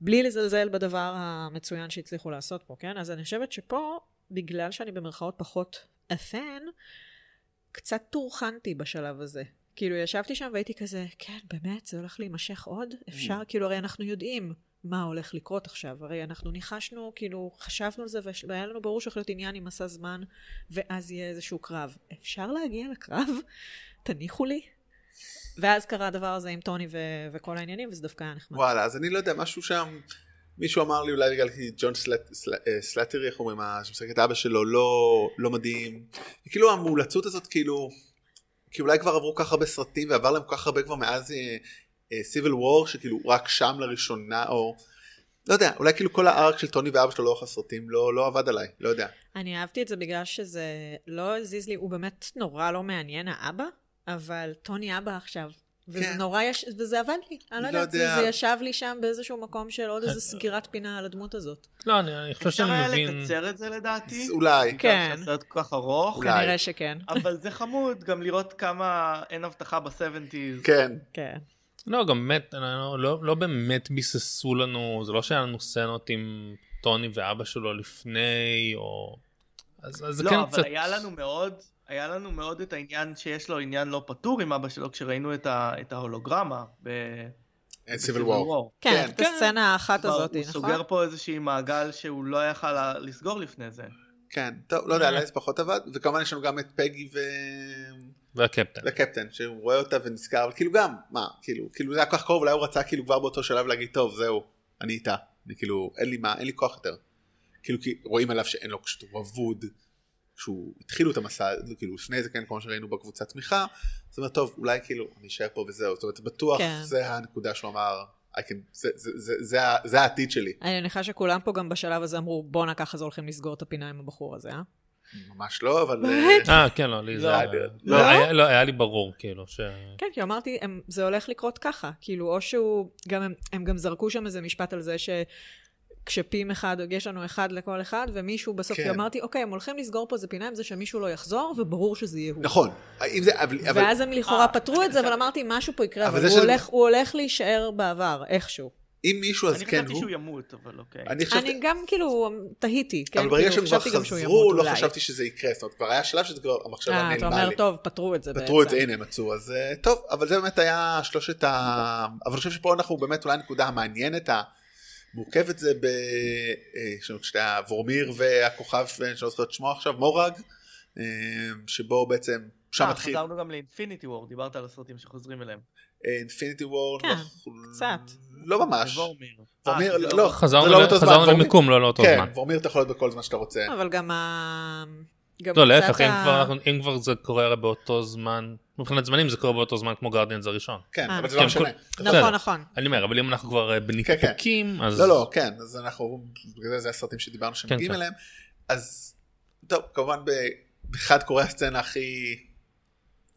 בלי לזלזל בדבר המצוין שהצליחו לעשות פה, כן? אז אני חושבת שפה, בגלל שאני במרכאות פחות אפן, קצת טורחנתי בשלב הזה. כאילו, ישבתי שם והייתי כזה, כן, באמת, זה הולך להימשך עוד? אפשר, כאילו, הרי אנחנו יודעים מה הולך לקרות עכשיו. הרי אנחנו ניחשנו, כאילו, חשבנו על זה, וש- והיה לנו ברור שהולך להיות עניין עם מסע זמן, ואז יהיה איזשהו קרב. אפשר להגיע לקרב? תניחו לי. ואז קרה הדבר הזה עם טוני ו- וכל העניינים, וזה דווקא היה נחמד. וואלה, אז אני לא יודע, משהו שם, מישהו אמר לי אולי בגלל כי ג'ון סלט- סל- אה, סלטרי, איך אומרים, ה- שמשחק את אבא שלו, לא, לא מדהים. כאילו המאולצות הזאת, כאילו, כי אולי כבר עברו כל כך הרבה סרטים ועבר להם כל כך הרבה כבר מאז אה, סיביל וור, שכאילו רק שם לראשונה, או... לא יודע, אולי כאילו כל הארק של טוני ואבא שלו לאורך הסרטים לא, לא עבד עליי, לא יודע. אני אהבתי את זה בגלל שזה לא הזיז לי, הוא באמת נורא לא מעניין, האבא, אבל טוני אבא עכשיו. וזה כן. נורא יש... וזה עבד לי. אני לא לא יודעת, זה יודע. זה ישב לי שם באיזשהו מקום של עוד איזה סגירת פינה על הדמות הזאת. לא, אני אני חושב אפשר שאני היה מבין. לקצר את זה לדעתי. אז אולי, כן. בגלל שהסרט כל כך ארוך. אולי. כנראה שכן. אבל זה חמוד גם לראות כמה אין הבטחה בסבנטיז. כן. כן. לא, גם באמת, לא, לא, לא באמת ביססו לנו, זה לא שהיה לנו סצנות עם טוני ואבא שלו לפני, או... אז, אז זה לא, כן אבל קצת... היה לנו מאוד, היה לנו מאוד את העניין שיש לו עניין לא פתור עם אבא שלו כשראינו את, ה, את ההולוגרמה. ב... סיביל ב-Civil וור. War. כן, כן. את הסצנה האחת כבר הזאת, הוא נכון? סוגר פה איזושהי מעגל שהוא לא יכל לה- לסגור לפני זה. כן, טוב, לא יודע, אולי זה פחות עבד, וכמובן יש לנו גם את פגי ו... והקפטן. לקפטן שהוא רואה אותה ונזכר אבל כאילו גם מה כאילו כאילו זה היה כל כך קרוב אולי הוא רצה כאילו כבר באותו שלב להגיד טוב זהו אני איתה אני כאילו אין לי מה אין לי כוח יותר. כאילו כי רואים עליו שאין לו כשהוא אבוד. כשהוא התחילו את המסע כאילו לפני זה כן כמו שראינו בקבוצת תמיכה. זאת אומרת טוב אולי כאילו אני אשאר פה וזהו זאת אומרת בטוח כן. זה הנקודה שהוא אמר "I can- זה- זה- זה- זה ה- זה העתיד שלי אני מניחה שכולם פה גם בשלב הזה אמרו, בואנה ככה זה הולכים לסגור את הפינה עם הבחור הזה, אה? ממש לא אבל אה, אה, כן, לא, לי זה... לא, היה- לא. לא, היה- לא, היה לי ברור, כאילו, ש... כן, כי אמרתי, הם, זה הולך לקרות ככה. כאילו, או שהוא... גם הם, הם גם זרקו שם איזה משפט על זה ש... כשפים אחד, יש לנו אחד לכל אחד, ומישהו בסוף, כן. כי אמרתי, אוקיי, הם הולכים לסגור פה איזה פינה עם זה שמישהו לא יחזור, וברור שזה יהיה הוא. נכון אם זה אבל אבל- ואז הם לכאורה אה, פתרו את זה, אבל עכשיו- אמרתי, משהו פה יקרה, אבל אבל זה הוא שזה- הולך- הוא הולך להישאר בעבר, איכשהו. אם מישהו אז אני כן חשבתי הוא. שהוא ימות, אבל אוקיי. אני חשבתי- אני גם כאילו תהיתי, כן? אבל ברגע כאילו, שהם כבר חשבתי גם שהוא חזרו, ימות, לא אולי. חשבתי שזה יקרה, זאת אומרת, כבר היה שלב שזה כבר המחשבה אה, אתה נעלמה אומר, לי. טוב, פתרו את זה בעצם. פתרו את זה, הנה, מצאו, אז אה, טוב, אבל זה באמת היה שלושת ה... אבל אני חושב שפה אנחנו באמת אולי הנקודה המעניינת, המורכבת זה ב... אה, יש לנו את שתי הוורמיר והכוכב, אה, שאני לא זוכר את שמו עכשיו, מורג, אה, שבו בעצם, שם אה, מתחיל חזרנו גם לאינפיניטי וור, דיברת על הסרטים שחוזרים אליהם. אינפיניטי וור, כן, קצת. לא ממש, וורמיר. וורמיר, אה, לא, לא. לא, חזרנו זה לא ל- אותו זמן, חזרנו וורמיר- למיקום, לא לאותו כן, זמן. וורמיר אתה יכול להיות בכל זמן שאתה רוצה, אבל גם ה... גם לא, קצת להפך, אם ה- כבר אנחנו- אם כבר זה קורה הרי באותו זמן, מבחינת זמנים זה קורה באותו זמן כמו גרדיאנס הראשון. כן, אה. אבל זה לא כן, משנה. בסדר. נכון, נכון. אני אומר, אבל אם אנחנו כבר אה, בניתוקים, אז... כן, לא לא כן אז אנחנו בגלל זה זה הסרטים שדיברנו כן, שמגיעים כן. אליהם אז טוב כמובן ב- באחד קורה הסצנה הכי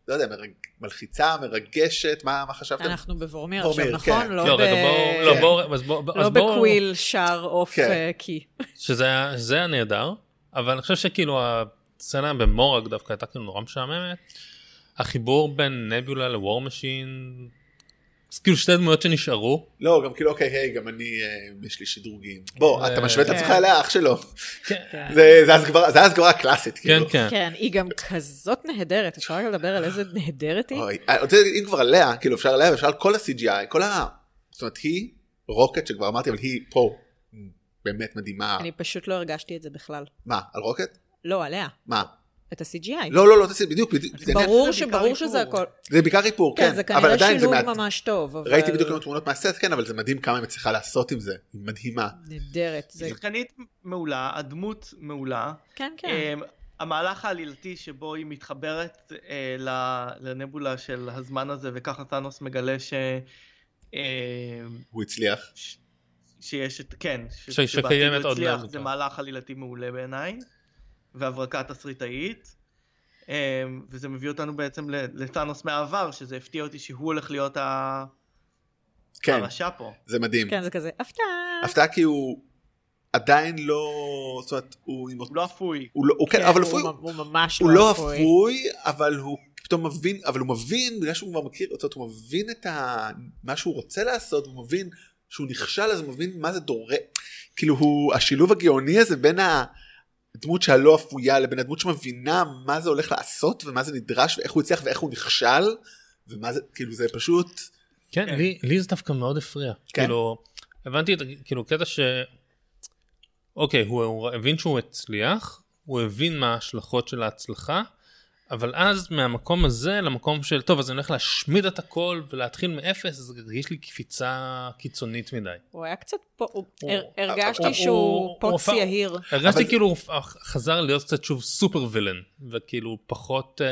לא יודע מרג- מלחיצה מרגשת מה מה חשבתם אנחנו בוורמיר וורמיר, עכשיו, נכון? כן. לא, לא ב... רגע, בואו, לא, כן. בואו, אז בואו, לא אז בואו- בקוויל שר עוף כן. אה, קי. שזה היה- שזה היה נהדר, אבל אני חושב שכאילו הסצנה במורג דווקא הייתה כאילו נורא משעממת. החיבור בין נבולה לוור משין, זה כאילו שתי דמויות שנשארו, לא גם כאילו אוקיי היי גם אני אה, יש לי שדרוגים בוא אה, אתה משווה את כן. עצמך אליה אח שלו כן, זה- זה הסגברה- זה הסגברה הקלאסית כן, כאילו. כן, כן, היא גם כזאת נהדרת, אפשר רק לדבר על איזה כן. נהדרת היא? אוי, אני רוצה להגיד, אם כבר עליה כאילו אפשר עליה ואפשר על כל ה-CGI כל ה... זאת אומרת היא רוקט שכבר אמרתי אבל היא פה באמת מדהימה אני פשוט לא הרגשתי את זה בכלל. מה על רוקט לא, עליה. מה את ה-CGI. לא לא לא תעשי בדיוק בדיוק זה עניין- ברור זה בעיקר שברור שזה איפור. הכל. זה בעיקר איפור, כן, כן, זה אבל כנראה עדיין זה שילוב מעט. ממש טוב, אבל... ראיתי בדיוק כמה תמונות מהסט, כן, אבל זה מדהים כמה היא מצליחה לעשות עם זה, היא מדהימה. נהדרת. זה- שחקנית מעולה, הדמות מעולה. כן, אה, כן. כן. המהלך העלילתי שבו היא מתחברת אה, ל- לנבולה של הזמן הזה וככה תאנוס מגלה ש... אה, הוא הצליח. ש- שיש את... כן. ש- ש- שבעתיד שקיימת הוא עוד יצליח, נבולה. זה מהלך עלילתי מעולה בעיניי, והברקה תסריטאית. אה, וזה מביא אותנו בעצם ל- לתאנוס מהעבר, שזה הפתיע אותי שהוא הולך להיות ה- כן, הרשע פה. זה מדהים. כן, זה כזה, הפתעה. הפתעה כי הוא עדיין לא, זאת אומרת, הוא עם הוא לא אפוי. הוא לא, הוא כן, אבל אפוי, הוא, הוא ממש הוא לא לא אפוי. אפוי, אבל הוא פתאום מבין, אבל הוא מבין, בגלל שהוא כבר מכיר, זאת אומרת, הוא מבין את ה... מה שהוא רוצה לעשות, הוא מבין שהוא נכשל, אז הוא מבין מה זה דורא. כאילו, הוא, השילוב הגאוני הזה בין הדמות שהלא אפויה לבין הדמות שמבינה מה זה הולך לעשות ומה זה נדרש ואיך הוא הצליח ואיך הוא נכשל, ומה זה, כאילו, זה פשוט... כן, כן. לי, לי זה דווקא מאוד הפריע. כן? כאילו, הבנתי את, כאילו, קטע ש... אוקיי, הוא, הוא הבין שהוא הצליח, הוא הבין מה ההשלכות של ההצלחה, אבל אז מהמקום הזה למקום של, טוב, אז אני הולך להשמיד את הכל ולהתחיל מאפס, זה הרגיש לי קפיצה קיצונית מדי. הוא היה קצת פה, הוא- הוא- הר- הרגשתי הוא- הוא- שהוא הוא פה הפך- צי יהיר. הרגשתי אבל- כאילו הוא חזר להיות קצת שוב סופר וילן, וכאילו פחות אה,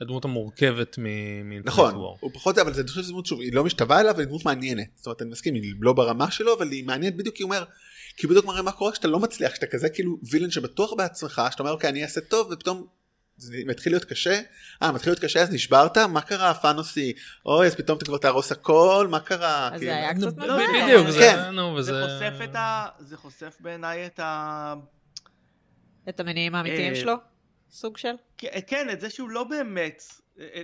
הדמות המורכבת מ- מאינפינית נכון, וור. הוא פחות, אבל זה- אני חושב שזו דמות, שוב, היא לא משתווה אליו, אבל היא דמות מעניינת. זאת אומרת, אני מסכים, היא לא ברמה שלו, אבל היא מעניינת בדיוק, כי הוא אומר, כי הוא בדיוק מראה מה קורה כשאתה לא מצליח, כשאתה כזה כאילו וילן שבטוח בעצמך, שאתה אומר, אוקיי, אני אעשה טוב, ופתאום זה מתחיל להיות קשה, אה, מתחיל להיות קשה, אז נשברת, מה קרה, פאנוסי, אוי, אז פתאום אתה כבר תהרוס הכל, מה קרה? אז כאילו, זה היה קצת נו, מבלבל. בדיוק, זה, כן. נו, זה וזה... חושף את ה... זה חושף בעיניי את ה... את המניעים האמיתיים אה, שלו? סוג של? כן, כן, את זה שהוא לא באמת,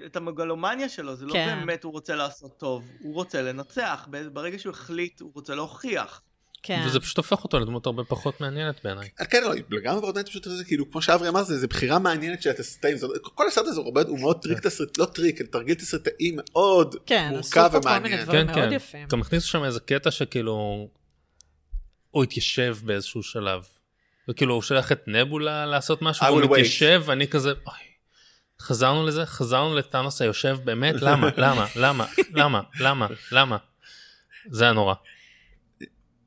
את המגלומניה שלו, זה לא כן. באמת הוא רוצה לעשות טוב, הוא רוצה לנצח, ברגע שהוא החליט, הוא רוצה להוכיח. כן. וזה פשוט הופך אותו לדמות הרבה פחות מעניינת בעיניי. אה, כן, לא, לגמרי ברודנט פשוט זה כאילו, כמו שאברי אמר, זה, זה בחירה מעניינת של התסריטאים, זאת אומרת, כל הסרט הזה הוא, הרבה, הוא מאוד טריק תסריט, לא טריק, אלא תרגיל תסריטאי מאוד כן, עשו מורכב פה כל מיני ומעניין. דברים כן, מאוד כן. יפים. גם הכניסו שם איזה קטע שכאילו הוא התיישב באיזשהו שלב. וכאילו הוא שלח את נבולה לעשות משהו, I הוא will wait. מתיישב, ואני כזה, אוי, חזרנו לזה, חזרנו לטאנוס היושב באמת, למה, למה, למה, למה, למה, למה. זה היה נורא.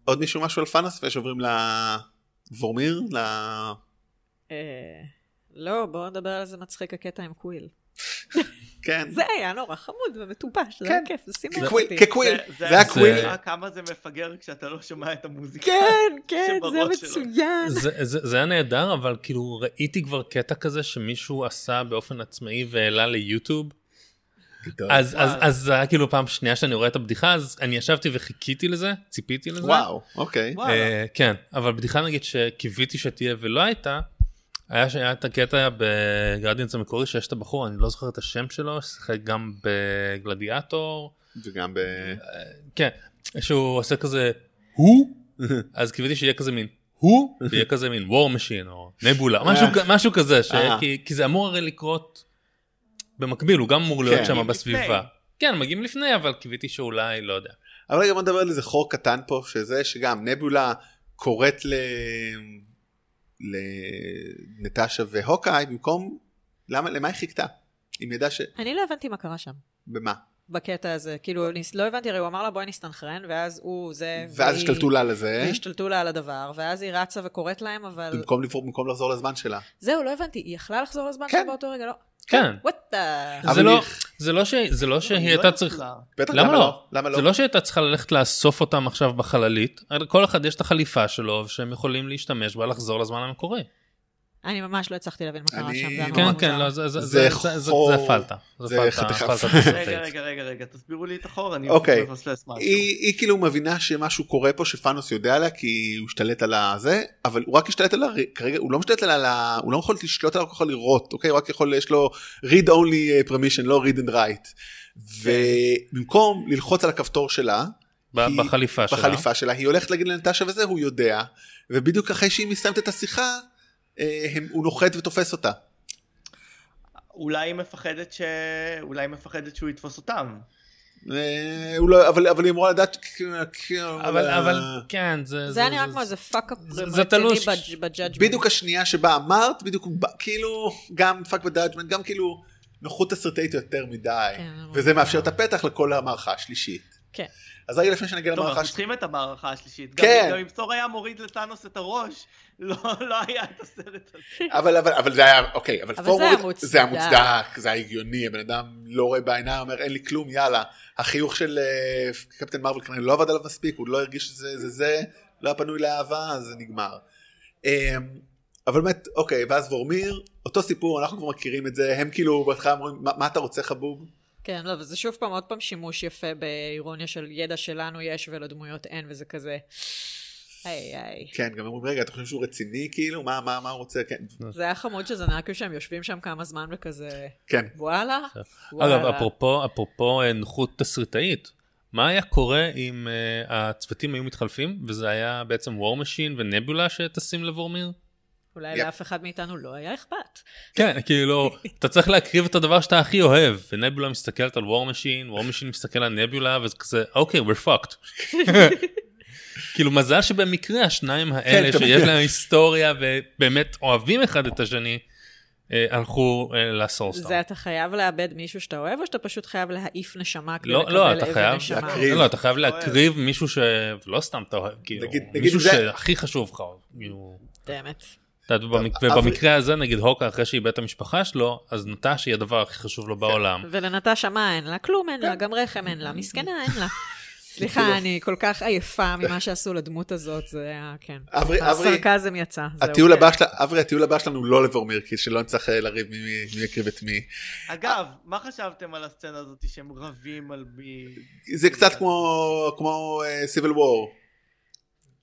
עוד מישהו משהו על פאנס ושעוברים לוורמיר ל... אה, לא, בואו נדבר על איזה מצחיק הקטע עם קוויל. כן. זה היה נורא חמוד ומטופש, זה כן. היה כיף, זה שימח כקוויל, אותי. כקוויל, זה היה קוויל. זה- אה, כמה זה מפגר כשאתה לא שומע את המוזיקה. לא כן, כן, זה שבראש שלו. מצוין. זה, זה, זה היה נהדר, אבל כאילו ראיתי כבר קטע כזה שמישהו עשה באופן עצמאי והעלה ליוטיוב, אז, אז, אז זה היה כאילו פעם שנייה שאני רואה את הבדיחה, אז אני ישבתי וחיכיתי לזה, ציפיתי לזה. וואו, אוקיי. וואלה. אה, כן, אבל בדיחה נגיד שקיוויתי שתהיה ולא הייתה, היה שהיה את הקטע בגרדיאנס המקורי שיש את הבחור, אני לא זוכר את השם שלו, ששיחק גם בגלדיאטור, וגם ב... כן, שהוא עושה כזה הוא, אז קיוויתי שיהיה כזה מין הוא, ויהיה כזה מין war machine או נבולה, משהו, כ- משהו כזה, ש... אה. כי, כי זה אמור הרי לקרות במקביל, הוא גם אמור להיות כן. שם מגיעים בסביבה. לפני. כן, מגיעים לפני, אבל קיוויתי שאולי, לא יודע. אבל רגע בוא נדבר על איזה חור קטן פה, שזה שגם נבולה קוראת ל... לנטשה והוקאי במקום... למה, למה היא חיכתה? אם ידעה ש... אני לא הבנתי מה קרה שם. במה? בקטע הזה, כאילו, אני לא הבנתי, הרי הוא אמר לה בואי נסתנכרן, ואז הוא זה... ואז והיא- השתלטו לה אה? לזה, והשתלטו לה על הדבר, ואז היא רצה וקוראת להם, אבל... במקום לברור- במקום לחזור לזמן שלה. זהו, לא הבנתי, היא יכלה לחזור לזמן כן. שלה באותו רגע? לא. כן. וואט אבל זה לא, היא- זה לא, ש... זה לא שהיא אני לא הייתה יודעת צריכה... לה. בטח, למה לא? למה לא? זה לא שהייתה צריכה ללכת לאסוף אותם עכשיו בחללית, הרי כל אחד יש את החליפה שלו שהם יכולים להשתמש בה לחזור לזמן המקורי. אני ממש לא הצלחתי להבין מה קרה אני- שם, זה היה נורא כן מוזר. כן, לא, זה- זה- זה זה חור- זה- זה הפלטה. זה פלטה- חתיכה. פלטה רגע, תסרטית. רגע, רגע, רגע, תסבירו לי את החור, אני אוקיי. מפספס משהו. היא, היא כאילו מבינה שמשהו קורה פה שפאנוס יודע עליה כי הוא השתלט על הזה אבל הוא רק השתלט עליה כרגע הוא לא משתלט עליה על ה- הוא לא יכול לשלוט עליה הוא יכול לראות אוקיי הוא רק יכול יש לו read only uh, permission לא read and write. ובמקום ללחוץ על הכפתור שלה ב- בחליפה שלה. בחליפה שלה היא הולכת להגיד לנטשה וזה הוא יודע ובדיוק אחרי שהיא מסיימת את השיחה אה, הם, הוא נוחת ותופס אותה. אולי היא מפחדת ש... אולי היא מפחדת שהוא יתפוס אותם. אה, הוא לא, אבל, אבל היא אמורה לדעת כאילו, אה, אבל אבל כן זה זה היה נראה כמו איזה פאק-אפ זה- זה רציני תלוש. בג'- בג'אג'מנט. בדיוק השנייה שבה אמרת, בדיוק הוא בא- כאילו גם פאק בדאג'מנט, גם כאילו נוחות תסרטאית יותר מדי, כן, וזה מאפשר את הפתח לכל המערכה השלישית. כן. אז רגע לפני שנגיע טוב, למערכה אנחנו השלישית, צריכים את המערכה השלישית. גם- כן. גם אם סור היה מוריד לטאנוס את הראש, לא לא היה את הסרט הזה. אבל אבל אבל זה היה, אוקיי, אבל אבל זה פורוורד, היה מוצדק. זה היה מוצדק, זה היה הגיוני, הבן אדם לא רואה בעיניים, אומר אין לי כלום, יאללה. החיוך של אה, קפטן מרוויל כנראה לא עבד עליו מספיק, הוא לא הרגיש שזה זה זה, לא היה פנוי לאהבה, אז זה נגמר. אה, אבל באמת, אוקיי, ואז וורמיר, אותו סיפור, אנחנו כבר מכירים את זה, הם כאילו בהתחלה אומרים, "מה- מה אתה רוצה חבוב? כן, לא, וזה שוב פעם, עוד פעם שימוש יפה באירוניה של ידע שלנו יש ולדמויות אין, וזה כזה... היי היי. כן, גם אומרים, רגע, אתה חושב שהוא רציני כאילו? מה, מה, מה הוא רוצה? כן, זה היה חמוד שזה נראה כאילו שהם יושבים שם כמה זמן וכזה, כן. וואלה, וואלה. אגב, אפרופו, אפרופו אה, נוחות תסריטאית, מה היה קורה אם uh, הצוותים היו מתחלפים, וזה היה בעצם War Machine ונבולה שטסים לוורמיר? אולי יפ. לאף אחד מאיתנו לא היה אכפת. כן, כאילו, אתה צריך להקריב את הדבר שאתה הכי אוהב, ונבולה מסתכלת על War Machine, War Machine מסתכל על נבולה, וזה כזה, אוקיי, we're fucked. כאילו, מזל שבמקרה השניים האלה, אתה שיש מבין. להם היסטוריה ובאמת אוהבים אחד את השני, אה, הלכו אה, לסורסטאר. זה אתה חייב לאבד מישהו שאתה אוהב, או שאתה פשוט חייב להעיף נשמה כדי לא, לא, לקבל אתה איבר חייב, נשמה? להקריב. לא, לא, אתה חייב אוהב. להקריב מישהו ש... לא סתם אתה אוהב, כאילו, אה. נגיד- נגיד מישהו זה- שהכי חשוב לך, כאילו. באמת. אתה יודע, ובמק- אבל- ובמקרה הזה, נגיד הוקה, אחרי שאיבד את המשפחה שלו, אז נטש היא הדבר הכי חשוב כן. לו בעולם. ולנטשה מה אין לה? כלום אין לה, גם רחם אין לה, מסכנה אין לה. סליחה, כאילו. אני כל כך עייפה ממה שעשו לדמות הזאת, זה היה, כן. אברי, אברי, הסרקזם יצא. זהו, הטיול כן. הבא שלה, אברי, הטיול הבא שלנו הוא לא לוורמיר, כי שלא נצטרך אה, לריב מי מי- מי יקריב את מי. אגב, מה חשבתם על הסצנה הזאת שהם רבים על מי... זה קצת כמו, כמו אה, סיביל וור.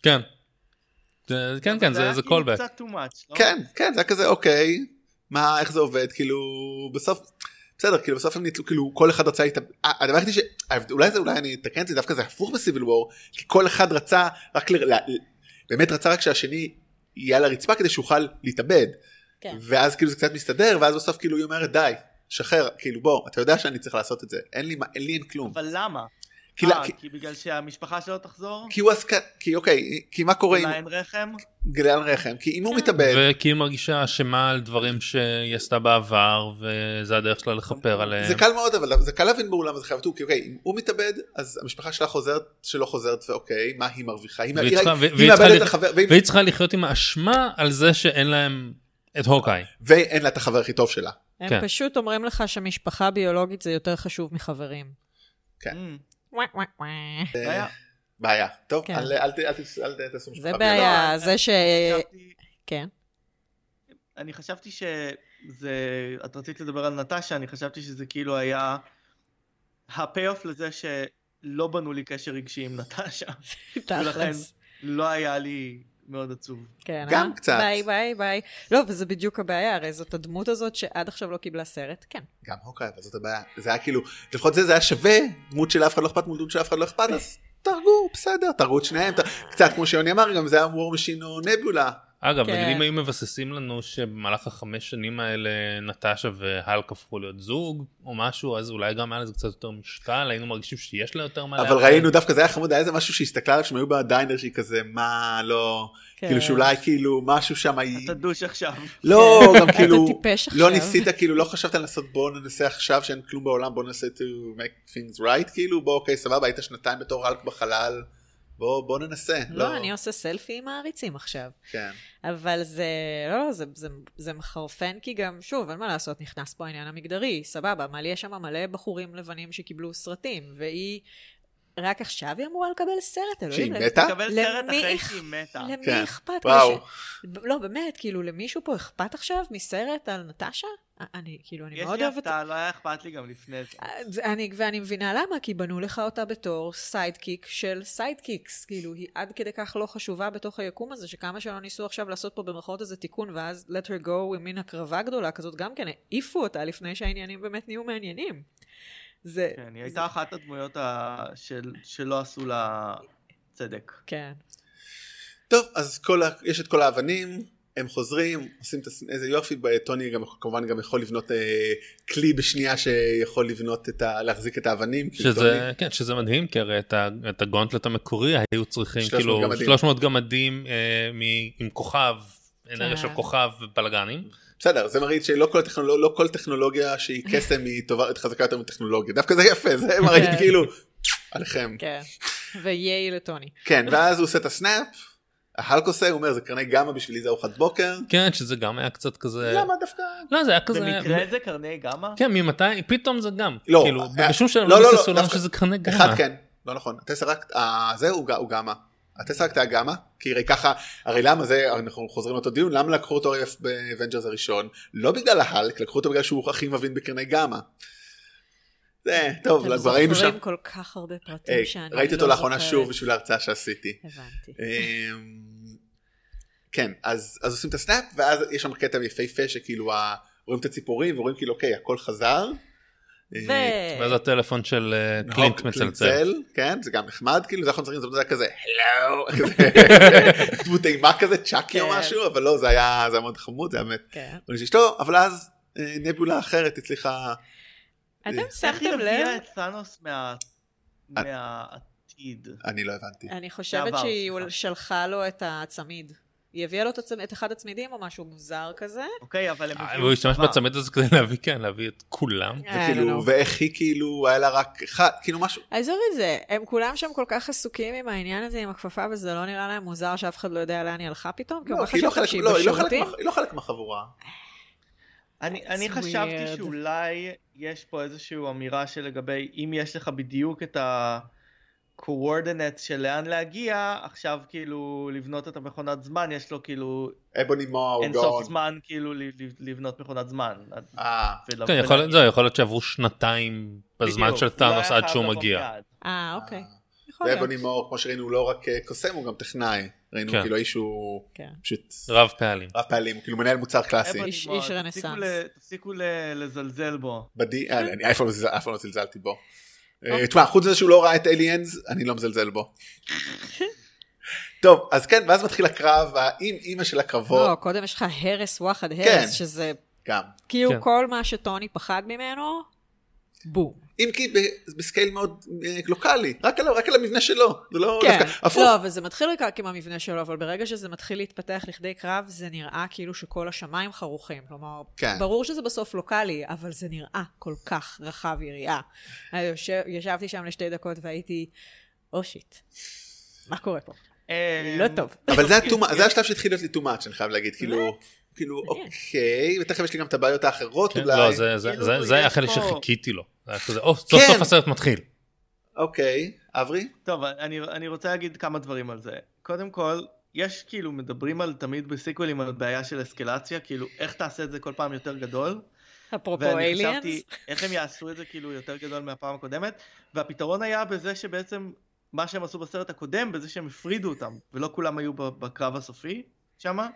כן. זה- כן, כן, זה זה כאילו callback. קצת too much, לא? כן, כן, זה היה כזה, אוקיי, מה, איך זה עובד, כאילו, בסוף, בסדר, כאילו, בסוף הם ניצלו, כאילו, כל אחד רצה להתאבד, הדבר היחידי ש... ההבד- אולי זה, אולי אני אתקן את זה, דווקא זה הפוך בסיביל וור, כי כל אחד רצה רק ל... ל... באמת רצה רק שהשני יהיה על הרצפה כדי שאוכל להתאבד. כן. ואז כאילו זה קצת מסתדר, ואז בסוף כאילו היא אומרת, די, שחרר, כאילו, בוא, אתה יודע שאני צריך לעשות את זה, אין לי, מה- אין לי אין כלום. אבל למה? כי אה, לה- כי- כי בגלל שהמשפחה שלו תחזור? כי הוא עסקן, כי אוקיי, כי מה קורה אם... אולי אין רחם? גלעד רחם, כי אם הוא כן. מתאבד, וכי היא מרגישה אשמה על דברים שהיא עשתה בעבר, וזה הדרך שלה לכפר עליהם. זה קל מאוד אבל זה קל להבין בעולם הזה חייב טור כי אוקיי אם הוא מתאבד אז המשפחה שלה חוזרת שלא חוזרת ואוקיי מה היא מרוויחה היא והיא היא- צריכה- היא והיא מאבדת צריכה את ל- החבר והיא- והיא צריכה לחיות עם האשמה על זה שאין להם את הוקאי. ואין לה את החבר הכי טוב שלה אה, הם כן. פשוט אומרים לך שמשפחה ביולוגית זה יותר חשוב מחברים. כן. אה. אמ, וואי, וואי, וואי. זה היה- בעיה טוב כן. אל אל ת- אל תס- אל תעשו משפחה זה לא, בעיה, אני- זה ש... חשבתי- כן. אני חשבתי שזה... את רצית לדבר על נטשה, אני חשבתי שזה כאילו היה הפי-אוף לזה שלא בנו לי קשר רגשי עם נטשה. תכלס. לא היה לי מאוד עצוב. כן, גם אה? קצת. ביי, ביי, ביי. לא, וזה בדיוק הבעיה, הרי זאת הדמות הזאת שעד עכשיו לא קיבלה סרט. כן. גם הוקאי אבל זאת הבעיה זה היה כאילו לפחות זה זה היה שווה דמות שלאף אחד לא אכפת מול דמות שלאף אחד לא אכפת אז תהרגו בסדר תהרגו את שניהם ת- קצת כמו שיוני אמר גם זה היה וור משין או נבולה אגב, כן. נגיד אם היו מבססים לנו שבמהלך החמש שנים האלה נטשה והלק הפכו להיות זוג או משהו, אז אולי גם היה לזה קצת יותר משקל, היינו מרגישים שיש לה יותר מה אבל להגיד. ראינו דווקא זה היה חמוד היה איזה משהו שהסתכלה עליו שהם היו בדיינר שהיא כזה מה לא כאילו שאולי כאילו משהו שם היא- אתה דוש עכשיו. לא, כן. גם אתה כאילו, טיפש עכשיו. לא ניסית, כאילו, לא חשבת לנסות בוא ננסה עכשיו שאין כלום בעולם, בוא ננסה to make things right, כאילו, בוא, אוקיי, סבבה, היית שנתיים בתור הלק בחלל, בוא, בוא ננסה. לא, אני עושה סלפי עם העריצים עכשיו. כן, אבל זה, לא, לא, זה, זה, זה מחרפן, כי גם, שוב, אין מה לעשות, נכנס פה העניין המגדרי, סבבה, אבל יש שם מלא בחורים לבנים שקיבלו סרטים, והיא, רק עכשיו היא אמורה לקבל סרט, אלוהים. שהיא למ- מתה? תקבל למי סרט אחרי אכ- שהיא מתה. למי כן. אכפת? וואו. לש- ב- לא, באמת, כאילו, למישהו פה אכפת עכשיו מסרט על נטשה? א- אני, כאילו, אני יש מאוד אה, לי אוהבת... הפתעה, לא היה אכפת לי גם לפני זה. אני, ואני מבינה למה, כי בנו לך אותה בתור סיידקיק של סיידקיקס. כאילו, היא עד כדי כך לא חשובה בתוך היקום הזה, שכמה שלא ניסו עכשיו לעשות פה במרכאות איזה תיקון, ואז let her go עם מין הקרבה גדולה כזאת, גם כן העיפו אותה לפני שהעניינים באמת נהיו מעניינים. זה... כן, היא הייתה אחת הדמויות ה- של- שלא עשו לה צדק. כן. טוב, אז כל ה... יש את כל האבנים, הם חוזרים, עושים את... הס- איזה יופי, ב- טוני גם כמובן גם יכול לבנות אה, כלי בשנייה שיכול לבנות את ה... להחזיק את האבנים. כי טוני- שזה, כן, שזה מדהים, כי הרי את, ה, את הגונטלט המקורי היו צריכים 300 כאילו גמדים. 300 גמדים אה, מ, עם כוכב, אנרגיה כן. של כוכב ובלאגנים. בסדר, זה מראה שלא כל, הטכנולוג... לא כל טכנולוגיה שהיא קסם היא טובה, חזקה יותר מטכנולוגיה, דווקא זה יפה, זה מראה כן. כאילו, עליכם. כן. וייי לטוני. כן, ואז הוא עושה את הסנאפ, ההלק עושה, הוא אומר, זה קרני גמא בשבילי זה ארוחת בוקר. כן, שזה גם היה קצת כזה... למה דווקא? לא, זה היה כזה... במקרה זה קרני גמא? כן, ממתי? פתאום זה גם. לא, כאילו, אה, בשום שלב לא, לא לא, לא, ביססו לנו דווקא- שזה קרני גמא. אה. אחד כן, לא נכון, הטסרקט, אה, זה הוא ג- הוא גמא. הטסרקט היה גמא, כי הרי ככה, הרי למה זה, אנחנו חוזרים לאותו דיון, למה לקחו אותו הרי באבנג'רס הראשון? לא בגלל ההלק, לקחו אותו בגלל שהוא הכי מבין בקרני גמא. זה, טוב, אתם כבר ראינו שם. זוכרים כל כך הרבה פרטים היי, שאני לא זוכרת. אה, ראיתי אותו לאחרונה שוב בשביל ההרצאה שעשיתי. הבנתי. אמ, כן, אז, אז עושים את הסנאפ, ואז יש שם קטע יפהפה שכאילו ה... רואים את הציפורים ורואים כאילו אוקיי הכל חזר. ו... אה, ואז הטלפון של אה, נכון, קלינט מצלצל. כן, זה גם נחמד, כאילו, זה אנחנו צריכים לעשות את זה כזה, הלו, כזה, דמות אימה כזה, צ'אקי או כן. משהו, אבל לא, זה היה זה היה מאוד חמוד, זה היה באמת, כן. הוא איש אשתו, אבל אז אה, נבולה אחרת הצליחה, אה, אתם איך היא שמתם לב? הביאה את סאנוס מה- מהעתיד? אני לא הבנתי. אני חושבת בעבר, שהיא סליחה. שלחה לו את הצמיד. היא הביאה לו את, הצמ... את אחד הצמידים או משהו מוזר כזה. אוקיי, אבל הם... אה, הביאו והוא השתמש צבא. בצמד הזה כדי להביא, כן, להביא את כולם. אה, וכאילו, ו... ואיך היא כאילו, היה לה רק אחד, כאילו משהו, עזוב את זה, הם כולם שם כל כך עסוקים עם העניין הזה, עם הכפפה, וזה לא נראה להם מוזר שאף אחד לא יודע לאן היא הלכה פתאום? כי הוא לא, כי היא חשב לא חלק- שהיא לא, היא לא חלק בשירותים. מה- היא לא חלק מהחבורה. אני, That's אני חשבתי weird. שאולי יש פה איזושהי אמירה שלגבי אם יש לך בדיוק את ה-coordinates של לאן להגיע, עכשיו כאילו לבנות את המכונת זמן, יש לו כאילו אבוני מו, אין סוף זמן כאילו ל- ל- לבנות מכונת זמן. אה, ול- כן, יכול, זהו, יכול להיות שעברו שנתיים בזמן בדיוק, של הוא לא טאנוס היה עד שהוא חייב מגיע. לעבור יעד. אה, אוקיי. יכול להיות. ואבוני מו, כמו שראינו, הוא לא רק אה, קוסם, הוא גם טכנאי. ראינו כן. כאילו האיש הוא כן. פשוט רב פעלים. רב פעלים, כאילו מנהל מוצר קלאסי. אבוני איש- מועד, איש תפסיקו רנסאנס. ל- תפסיקו ל- לזלזל בו. בדי... כן. אה, אני אף פעם לא זלזל- אף פעם לא זלזלתי בו. אוקיי. אה, תשמע, חוץ מזה שהוא לא ראה את אליאנס, אני לא מזלזל בו. טוב, אז כן, ואז מתחיל הקרב, האם אימא של לא, הקרבות, קודם יש לך הרס וואחד כן. הרס, שזה גם. כאילו כן. כל מה שטוני פחד ממנו, בום. אם כי ב- בסקייל מאוד אה, לוקאלי, רק על, ה- רק על המבנה שלו, זה לא כן, דווקא, הפוך, לא, אבל זה מתחיל רק עם המבנה שלו, אבל ברגע שזה מתחיל להתפתח לכדי קרב, זה נראה כאילו שכל השמיים חרוכים. כלומר, כן. ברור שזה בסוף לוקאלי, אבל זה נראה כל כך רחב יריעה. אני יושב- ישבתי שם לשתי דקות והייתי, או שיט, מה קורה פה? אה, לא טוב. אבל זה, התומה, זה השלב שהתחיל להיות לי too much, אני חייב להגיד, כאילו, כאילו, כן. מעניין. אוקיי, ותכף יש לי גם את הבעיות האחרות כן, אולי, לא, זה- זה- כאילו, זה- זה היה יש החלק פה- שחיכיתי לו. זה היה כזה, "או, סוף כן. סוף הסרט מתחיל. אוקיי, אברי, טוב, אני, אני רוצה להגיד כמה דברים על זה. קודם כל, יש כאילו, מדברים על תמיד בסיקוולים על בעיה של אסקלציה, כאילו, איך תעשה את זה כל פעם יותר גדול? אפרופו ואני אליאנס, חשבתי, איך הם יעשו את זה כאילו יותר גדול מהפעם הקודמת, והפתרון היה בזה שבעצם, מה שהם עשו בסרט הקודם, בזה שהם הפרידו אותם, ולא כולם היו ב- בקרב הסופי שמה.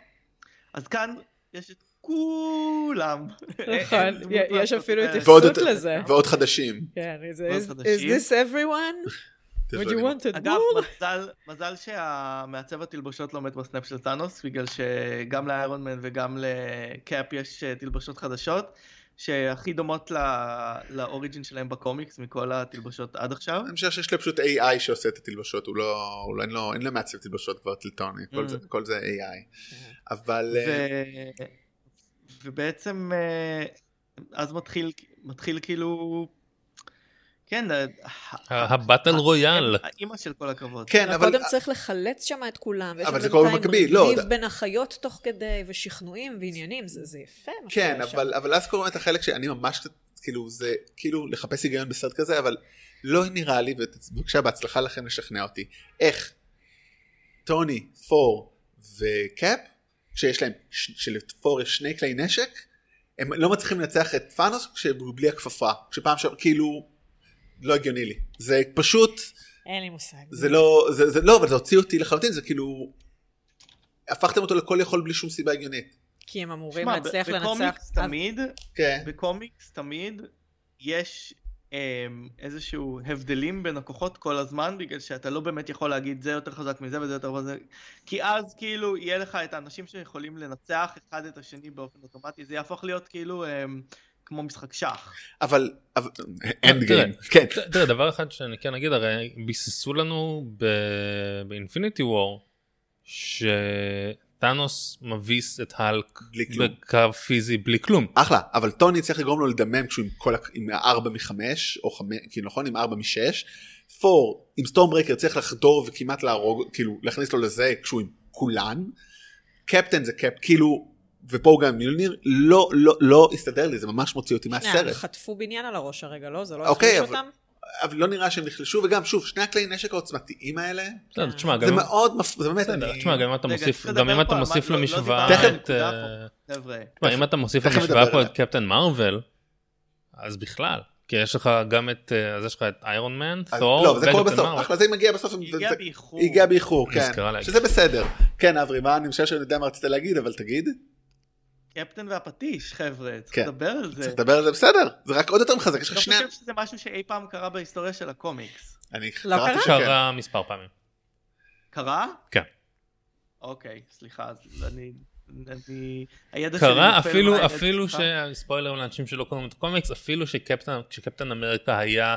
אז כאן יש את כולם. אין דמות י- נכון. יש לעשות אפילו את זה. התייחסות ועוד- לזה. ועוד חדשים. כן, זה, מאוד is is חדשים. this everyone? Would you want to אגב, do? מזל, מזל שהמעצב התלבושות לא מת בסנאפ של טאנוס, בגלל שגם לאיירון מן וגם לקאפ יש אה, תלבושות חדשות, שהכי דומות ל- לאוריג'ין שלהם בקומיקס מכל התלבושות עד עכשיו. אני חושב שיש לו פשוט AI שעושה את התלבשות, הוא לא, הוא לא, אין לו, אין לו מעצב תלבשות כבר טלטוני, כל, Mm. זה, כל זה AI. אבל אה, ו... ובעצם אה, אז מתחיל, מתחיל כאילו, כן, אה, ה- הבטל רויאל. האימא של כל הכבוד. כן, אבל אבל קודם צריך לחלץ שם את כולם, ויש אבל שם זה קורה בינתיים במקביל, לא, ריב ד- בין החיות תוך כדי, ושכנועים ועניינים, זה זה יפה מה כן, שקורה שם. אבל, אבל אז קוראים את החלק שאני ממש קצת, כאילו זה כאילו לחפש היגיון בסרט כזה, אבל לא נראה לי, ובבקשה בהצלחה לכם לשכנע אותי, איך טוני, פור וקאפ, שיש להם, ש- שלפור יש שני כלי נשק, הם לא מצליחים לנצח את פאנוס כשהוא בלי הכפפה, שפעם שעבר, כאילו, לא הגיוני לי, זה פשוט, אין לי מושג. זה לא, זה, זה לא, אבל זה הוציא אותי לחלוטין, זה כאילו, הפכתם אותו לכל יכול בלי שום סיבה הגיונית. כי הם אמורים שמע, ב- להצליח לנצח. בקומיקס תמיד, כן. בקומיקס תמיד יש אמ, איזשהו הבדלים בין הכוחות כל הזמן, בגלל שאתה לא באמת יכול להגיד זה יותר חזק מזה וזה יותר חזק, כי אז כאילו יהיה לך את האנשים שיכולים לנצח אחד את השני באופן אוטומטי, זה יהפוך להיות כאילו אמ, כמו משחק שח. אבל, אבל אנד תראה, גיים, כן, ת- תראה, דבר אחד שאני כן אגיד, הרי ביססו לנו ב- באינפיניטי וור, שטאנוס מביס את האלק בלי כלום. בקרב פיזי בלי כן. כלום. אחלה, אבל טוני צריך לגרום לו לדמם כשהוא עם כל, ה- עם 4 מ-5, או 5, כאילו נכון, עם 4 מ-6, פור עם סטורם ברייקר צריך לחדור וכמעט להרוג, כאילו להכניס לו לזה כשהוא עם כולן, קפטן זה קפ, כאילו, ופה הוא גם עם מיולניר, לא, לא, לא הסתדר לי, זה ממש מוציא אותי שנייה, מהסרט, אה, חטפו בניין על הראש הרגע, לא? זה לא אוקיי, החליש אבל- אותם? אבל לא נראה שהם נחלשו, וגם שוב, שני הכלי נשק העוצמתיים האלה, בסדר, תשמע, זה גם אם- מאוד, מפ- זה באמת, בסדר, אני- תשמע, גם אם אתה רגע, מוסיף, צריך גם אם לדבר אתה פה, מוסיף אבל לא- לא למשוואה דיברנו את... על אה, הנקודה פה, חבר'ה, תשמע, אם אתה מוסיף תכף למשוואה נדבר פה עליה. את קפטן מרוויל, אז בכלל. כי יש לך גם את, אה, אז יש לך את איירון מן, אז- תור, לא, אבל זה בטל קורה בסוף, במארוול. אחלה זה מגיע בסוף, היא הגיעה זה- באיחור. היא הגיעה באיחור, כן, נזכרה להגיד. שזה בסדר. כן אברי, מה אני חושב שאני יודע מה רצית להגיד, אבל תגיד, קפטן והפטיש, חבר'ה, צריך כן. לדבר על זה. צריך לדבר על זה בסדר, זה רק עוד יותר מחזק, יש אני לך לא שני... חושב שזה משהו שאי פעם קרה בהיסטוריה של הקומיקס. אני לא קראתי קרה? שכן. קרה מספר פעמים. קרה? כן. אוקיי, סליחה, אז אני... אני... הידע שלי קרה נופל אפילו, מהידע אפילו ש... שלך. ספוילר לאנשים שלא קוראים את הקומיקס, אפילו שקפטן, כשקפטן אמריקה היה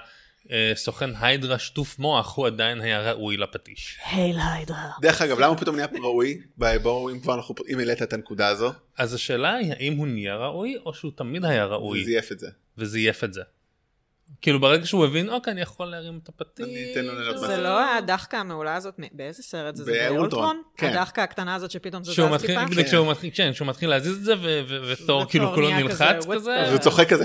אה, סוכן היידרה שטוף מוח, הוא עדיין היה ראוי לפטיש. הייל היידרה. דרך אגב, למה הוא פתאום נהיה ראוי? בואו, אם כבר אנחנו, אם העלית את הנקודה הזו, אז השאלה היא האם הוא נהיה ראוי, או שהוא תמיד היה ראוי, זייף את זה. וזייף את זה. כאילו ברגע שהוא הבין, אוקיי, אני יכול להרים את הפטיש. אני אתן לו ליהנות אז מה זה לא הדחקה המעולה הזאת, מ- באיזה סרט זה? זה באולטרון, באולטרון? כן. הדחקה הקטנה הזאת שפתאום זה זז כשהוא מתחיל, טיפה? בדיוק, כשהוא מתחיל, כן, כשהוא מתחיל להזיז את זה, ו- ו- ותור ותור כאילו כולו נכון, נהיה כזה, נלחץ what כזה. the- אז הוא צוחק כזה,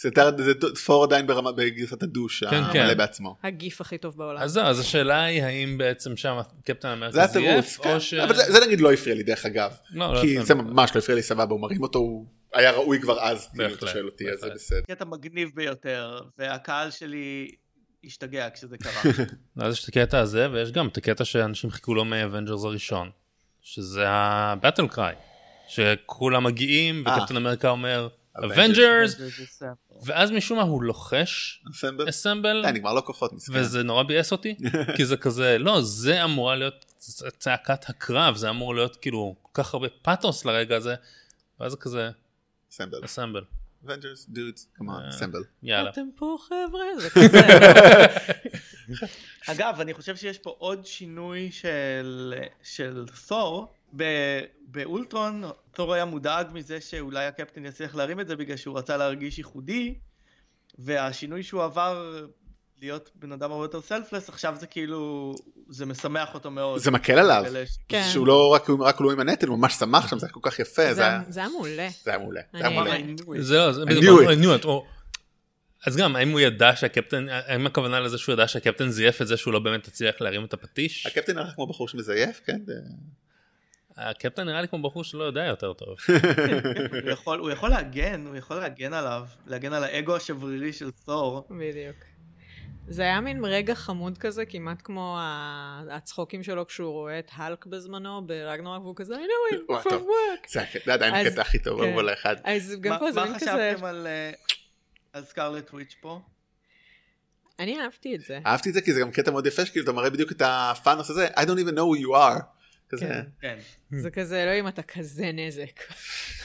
זה תר- זה תפור עדיין ברמה, בגרסת הדוש, כן. המלא בעצמו. הגיף הכי טוב בעולם. אז זהו, אז השאלה היא האם בעצם שם קפטן זה אמריקה התירוץ, זייף, כן. או ש... אבל זה זה נגיד לא הפריע לי דרך אגב, לא, לא, כי לא. זה ממש לא הפריע לי סבבה, הוא מרים אותו, הוא היה ראוי כבר אז, אם בהחלט, אתה שואל אותי, אז זה בהחלט. בסדר. קטע מגניב ביותר, והקהל שלי השתגע כשזה קרה. לא. אז יש את הקטע הזה, ויש גם את הקטע שאנשים חיכו לו מהאבנג'רס הראשון, שזה הבטל קריי, שכולם מגיעים, אה. וקפטן אמריקה אומר, Avengers. אבנג'רס, זה- זה- זה- ואז משום מה הוא לוחש נוסמבר? אסמבל, אה, נגמר לו כוחות, מסכן. כן. וזה נורא ביאס אותי, כי זה כזה, לא, זה אמורה להיות צ- צעקת הקרב, זה אמור להיות כאילו כל כך הרבה פאתוס לרגע הזה, ואז זה כזה, אסמבל. אסמבל, Avengers, dudes, come on, אסמבל. יאללה. אתם פה חבר'ה? זה כזה. אגב, אני חושב שיש פה עוד שינוי של, של תור. ב, באולטרון, תור היה מודאג מזה שאולי הקפטן יצליח להרים את זה בגלל שהוא רצה להרגיש ייחודי, והשינוי שהוא עבר להיות בן אדם הרבה יותר סלפלס, עכשיו זה כאילו, זה משמח אותו מאוד. זה מקל עליו. מגלה ש- כן. שהוא לא רק רק הוא עם הנטל, הוא ממש שמח שם, זה היה כל כך יפה, זה זה היה- היה- זה היה מעולה. זה היה מעולה. זה היה אני- מעולה. I knew it. זה לא, זה I בדיוק, knew it. I knew it, או- אז גם, האם הוא ידע שהקפטן, האם הכוונה לזה שהוא ידע שהקפטן זייף את זה שהוא לא באמת הצליח להרים את הפטיש? הקפטן הלך כמו בחור שמזייף, כן? זה- הקפטן נראה לי כמו בחור שלא יודע יותר טוב. הוא יכול- הוא יכול להגן, הוא יכול להגן עליו, להגן על האגו השברירי של תור. בדיוק. זה היה מין רגע חמוד כזה, כמעט כמו ה- הצחוקים שלו כשהוא רואה את האלק בזמנו ברגנרוק, והוא כזה, I know וואי, him from טוב. work. זה היה- זה עדיין אז- הקטע הכי טוב, כן. אבל אחד. אז גם מה פה זה מה מין כזה, חשבתם על, אה, על סקארלט וויץ' פה? אני אהבתי את זה. אהבתי את זה כי זה גם קטע מאוד יפה, שכאילו אתה מראה בדיוק את הפאנוס הזה, I don't even know who you are. כזה. כן. כן. Hmm. זה כזה, אלוהים, אתה כזה נזק.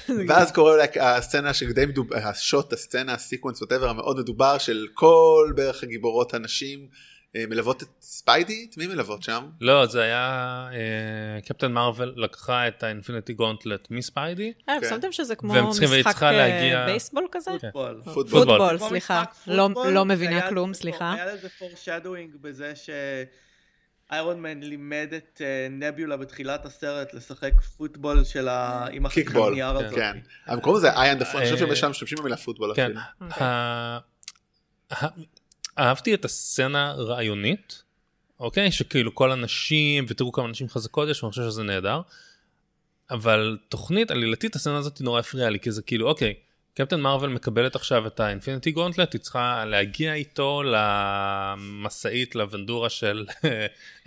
זה ואז קורה לה- הסצנה שדי מדובר, השוט, הסצנה, הסיקוונס, ווטאבר, המאוד מדובר של כל בערך הגיבורות הנשים אה, מלוות את ספיידי? את מי מלוות שם? לא, זה היה, אה, קפטן מרוויל לקחה את האינפיניטי גונטלט מספיידי, אה, כן. שמתם שזה כמו והם צריכים- והיא משחק צריכה אה, להגיע- כן. בייסבול כזה? פוטבול. פוטבול. פוטבול, כמו סליחה. משחק לא- פוטבול, לא מבינה היה כלום, לזה- סליחה. היה לזה פורשדווינג בזה שאיירון מן לימד את אה, נביולה בתחילת הסרט לשחק פוטבול של ה... עם קיקבול. החנייה הזאת. כן. המקום הזה, I and the phone, אני חושב אה, שבשם משתמשים במילה פוטבול כן. אפילו. ה- ה- אהבתי את הסצנה רעיונית, אוקיי? שכאילו כל הנשים, ותראו כמה נשים חזקות יש, ואני חושב שזה נהדר. אבל תוכנית עלילתית, הסצנה הזאת נורא הפריעה לי, כי זה כאילו, אוקיי, קפטן מרוויל מקבלת עכשיו את האינפיניטי גונטלט, היא צריכה להגיע איתו למשאית, לוונדורה של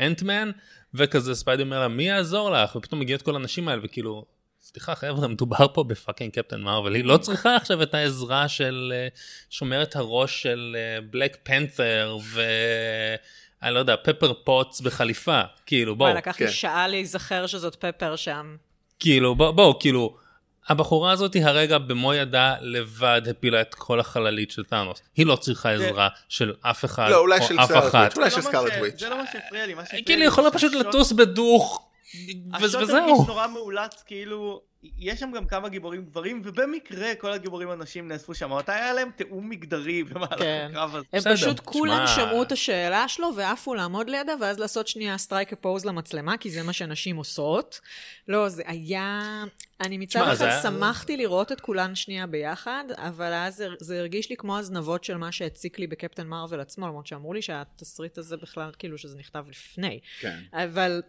אנטמן, וכזה ספיידי אומר לה, מי יעזור לך? ופתאום מגיעות כל הנשים האלה, וכאילו, סליחה חבר'ה, מדובר פה בפאקינג קפטן מרוויל, היא לא צריכה עכשיו את העזרה של אה, שומרת הראש של בלק פנת'ר, ו... אני לא יודע, פפר פוטס בחליפה, כאילו, בואו. וואי, לקח לי כן. שעה להיזכר שזאת פפר שם. כאילו בואו בוא, כאילו הבחורה הזאת היא הרגע במו ידה לבד הפילה את כל החללית של טאנוס היא לא צריכה זה- עזרה של אף אחד לא, אולי או של אף סקארלט אחת וויץ', אולי זה של לא מה סקארלט ש- וויץ'. זה לא מה שהפריע לי, מה שהפריע לי... כאילו היא יכולה זה פשוט שהשוט- לטוס בדוך ו- השוט וזהו הרגיש נורא מאולץ, כאילו... יש שם גם כמה גיבורים גברים, ובמקרה כל הגיבורים הנשים נאספו שם, מתי היה להם תיאום מגדרי במהלך כן. הקרב הזה? הם בסדר, פשוט תשמע. כולם שמעו את השאלה שלו ועפו לעמוד לידה, ואז לעשות שנייה סטרייק הפוז למצלמה, כי זה מה שנשים עושות. לא, זה היה... אני מצד תשמע, זה אחד היה- שמחתי לראות את כולן שנייה ביחד, אבל אז זה- זה הרגיש לי כמו הזנבות של מה שהציק לי בקפטן מרוויל עצמו, למרות שאמרו לי שהתסריט הזה בכלל, כאילו, שזה נכתב לפני. כן. אבל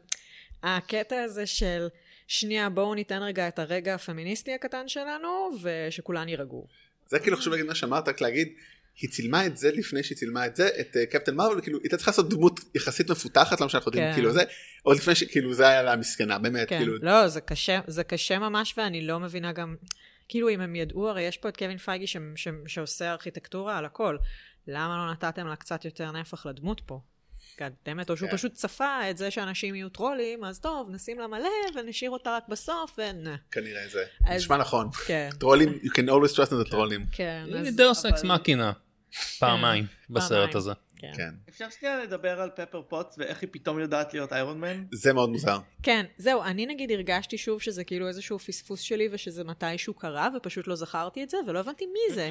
הקטע הזה של... שנייה, בואו ניתן רגע את הרגע הפמיניסטי הקטן שלנו, ושכולן יירגעו. זה כאילו חשוב להגיד מה שאמרת, רק להגיד היא צילמה את זה לפני שהיא צילמה את זה, את אה, קפטן מרוויל, כאילו, היא הייתה צריכה לעשות דמות יחסית מפותחת, למה שאנחנו יודעים, כן. כאילו זה, עוד לפני שכאילו זה היה לה מסקנה, באמת, כן, כאילו, לא, זה קשה, זה קשה ממש, ואני לא מבינה גם, כאילו אם הם ידעו, הרי יש פה את קווין פייגי ש, ש, שעושה ארכיטקטורה על הכל, למה לא נתתם לה קצת יותר נפח לדמות פה? קדמת, או שהוא כן. פשוט צפה את זה שאנשים יהיו טרולים, אז טוב, נשים לה מלא ונשאיר אותה רק בסוף, ונה. כנראה זה, אז- נשמע נכון, כן, טרולים, you can always trust in the trolling, כן, היא אז... דאוס אקס אבל- מקינה, פעמיים בסרט הזה. כן. כן, אפשר שנייה לדבר על פפר פוטס ואיך היא פתאום יודעת להיות איירון מן? זה מאוד מוזר, כן, זהו, אני נגיד הרגשתי שוב שזה כאילו איזשהו פספוס שלי ושזה מתישהו קרה, ופשוט לא זכרתי את זה, ולא הבנתי מי זה.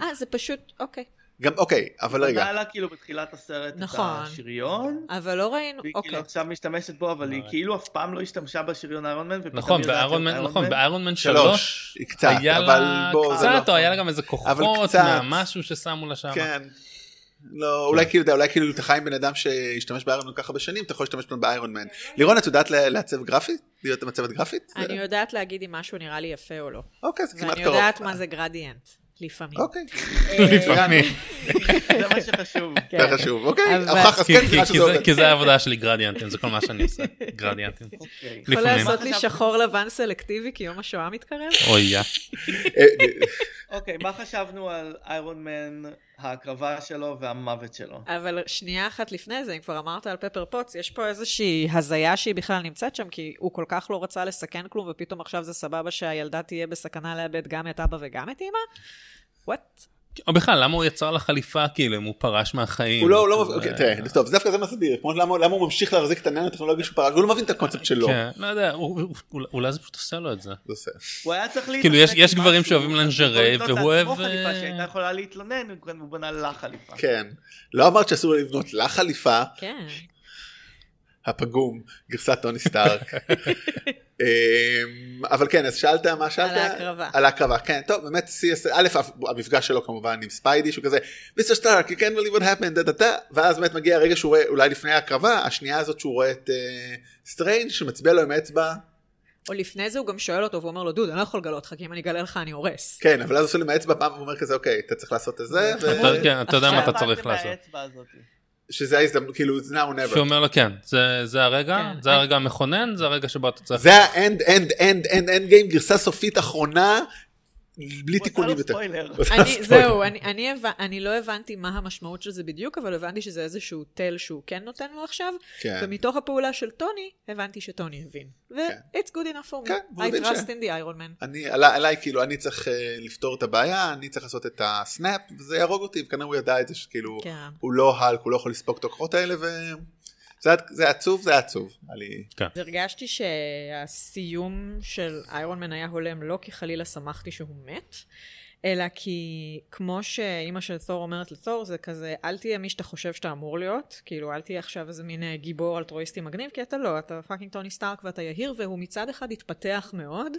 אה, זה פשוט, אוקיי. גם אוקיי, אבל רגע, נתנה לה כאילו בתחילת הסרט את נכון. השריון. אבל לא ראינו, והיא כאילו אוקיי. עכשיו משתמשת בו, אבל היא אוקיי. כאילו אף פעם לא השתמשה בשריון איירון מן. ופתאום נכון, היא יודעת באיירון להיות מן, איירון נכון, מן. באיירון מן שלוש, שלוש, היא קצת, היה אבל לה בוא, זה לא, קצת, או היה לה גם איזה כוחות, קצת. משהו ששמו לה שם. כן. לא, כן. אולי כאילו, אתה יודע, אולי כאילו אתה חי עם בן אדם שהשתמש באיירון מן כל כך הרבה שנים, אתה יכול להשתמש בו באיירון מן. לירון, את יודעת ל- לעצב גרפית? להיות מצבת גרפית? לא אני יודעת להגיד אם משהו נראה לי יפה או לא. אוקיי, זה כמעט ואני קרוב. יודעת אה, מה זה גרדיאנט, לפעמים. אוקיי, לפעמים. זה מה שחשוב. כן. זה חשוב, אוקיי. אבל- הוכח, אז כי- כן, כי- נראה כי שזה זה- עובד. כי זה העבודה שלי, גרדיאנטים, זה כל מה שאני עושה, גרדיאנטים. אוקיי. יכול לפעמים. לעשות לי שחור לבן סלקטיבי כי יום השואה מתקרב? אוי יא. אה, אה, אוקיי, מה חשבנו על איירון מן, ההקרבה שלו והמוות שלו? אבל שנייה אחת לפני זה, אם כבר אמרת על פפר פוץ, יש פה איזושהי הזיה שהיא בכלל נמצאת שם, כי הוא כל כך לא רצה לסכן כלום, ופתאום עכשיו זה סבבה שהילדה תהיה בסכנה לאבד גם את אבא וגם את אימא? וואט? או בכלל, למה הוא יצר לה חליפה, כאילו, אם הוא פרש מהחיים? אה, הוא לא, הוא לא, זה- מבין- אוקיי, תראה, טוב, זה דווקא זה מסביר, כמו למה למה הוא ממשיך להחזיק את הננו הטכנולוגי שהוא פרש, הוא לא מבין את הקונספט שלו. כן, לא יודע, הוא- הוא- הוא- אולי זה פשוט עושה לו את זה. זה עושה. הוא היה צריך להתעסק כאילו, יש- יש עם גברים משהו, שאוהבים הוא היה צריך לנג'רי, לבנות והוא לעצמו אוהב, חליפה אה, שהייתה יכולה להתלונן, הוא כבר- הוא בנה לה חליפה. כן. לא אמרת שאסור לבנות לה חליפה, כן. הפגום, גרסת טוני סטארק. אמ, אבל כן, אז שאלת מה שאלת? על ההקרבה. על ההקרבה, כן. טוב, באמת, CSI, א', המפגש שלו כמובן עם ספיידי, שהוא כזה, מיסטר סטארק, you can't believe what happened, דה דה דה, ואז באמת מגיע הרגע שהוא רואה, אולי לפני ההקרבה, השנייה הזאת שהוא רואה את אה, סטריינג' שמצביע לו עם האצבע, או לפני זה הוא גם שואל אותו, והוא אומר לו, דוד, אני לא יכול לגלות לך, כי אם אני אגלה לך אני הורס. כן, אבל אז עושה לי עם האצבע פעם, הוא אומר כזה, אוקיי, אתה צריך לעשות את זה, ו- אתה- כן, אתה יודע מה אתה עכשיו צריך עבדתם לעשות. מהאצבע הזאת. שזה ההזדמנות, כאילו, it's now or never. שאומר לו, כן, זה- זה הרגע, כן. זה הרגע המכונן, זה הרגע שבו אתה צריך... זה ה-end, end, end, end, end game, גרסה סופית אחרונה, בלי הוא תיקונים עשה לו יותר. ספוילר. אני, זהו, אני, אני, הבנ... אני לא הבנתי מה המשמעות של זה בדיוק, אבל הבנתי שזה איזשהו תל שהוא כן נותן לו עכשיו, כן. ומתוך הפעולה של טוני, הבנתי שטוני הבין. ו-it's good enough for me. כן, הוא I הבין ש- trust in the Iron Man. אני, עלי, עליי כאילו, אני צריך אה, לפתור את הבעיה, אני צריך לעשות את הסנאפ, וזה יהרוג אותי, וכנראה הוא ידע את זה שכאילו, כן. הוא לא האלק, הוא לא יכול לספוג את הכוחות האלה, ו... זה, היה- זה היה עצוב, זה היה עצוב. אני... כן. אז הרגשתי שהסיום של איירון מן היה הולם לא כי חלילה שמחתי שהוא מת, אלא כי כמו שאימא של תור אומרת לתור, זה כזה, אל תהיה מי שאתה חושב שאתה אמור להיות, כאילו אל תהיה עכשיו איזה מין אה, גיבור אלטרואיסטי מגניב, כי אתה לא, אתה פאקינג טוני סטארק ואתה יהיר, והוא מצד אחד התפתח מאוד,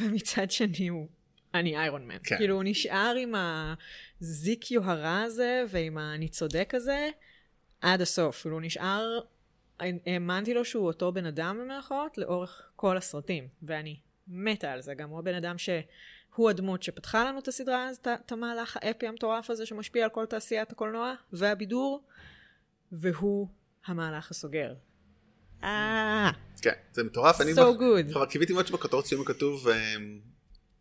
ומצד שני הוא... אני איירון מן. כן. כאילו הוא נשאר עם הזיק יוהרה הזה ועם ה"אני צודק" הזה עד הסוף. כאילו הוא נשאר האמנתי לו שהוא אותו בן אדם במירכאות לאורך כל הסרטים, ואני מתה על זה. גם הוא הבן אדם שהוא הדמות שפתחה לנו את הסדרה, אז את- את המהלך האפי המטורף הזה שמשפיע על כל תעשיית הקולנוע והבידור, והוא המהלך הסוגר. אה, כן, זה מטורף. אני so good. אבל קיוויתי מאוד שבכותרות סיום כתוב,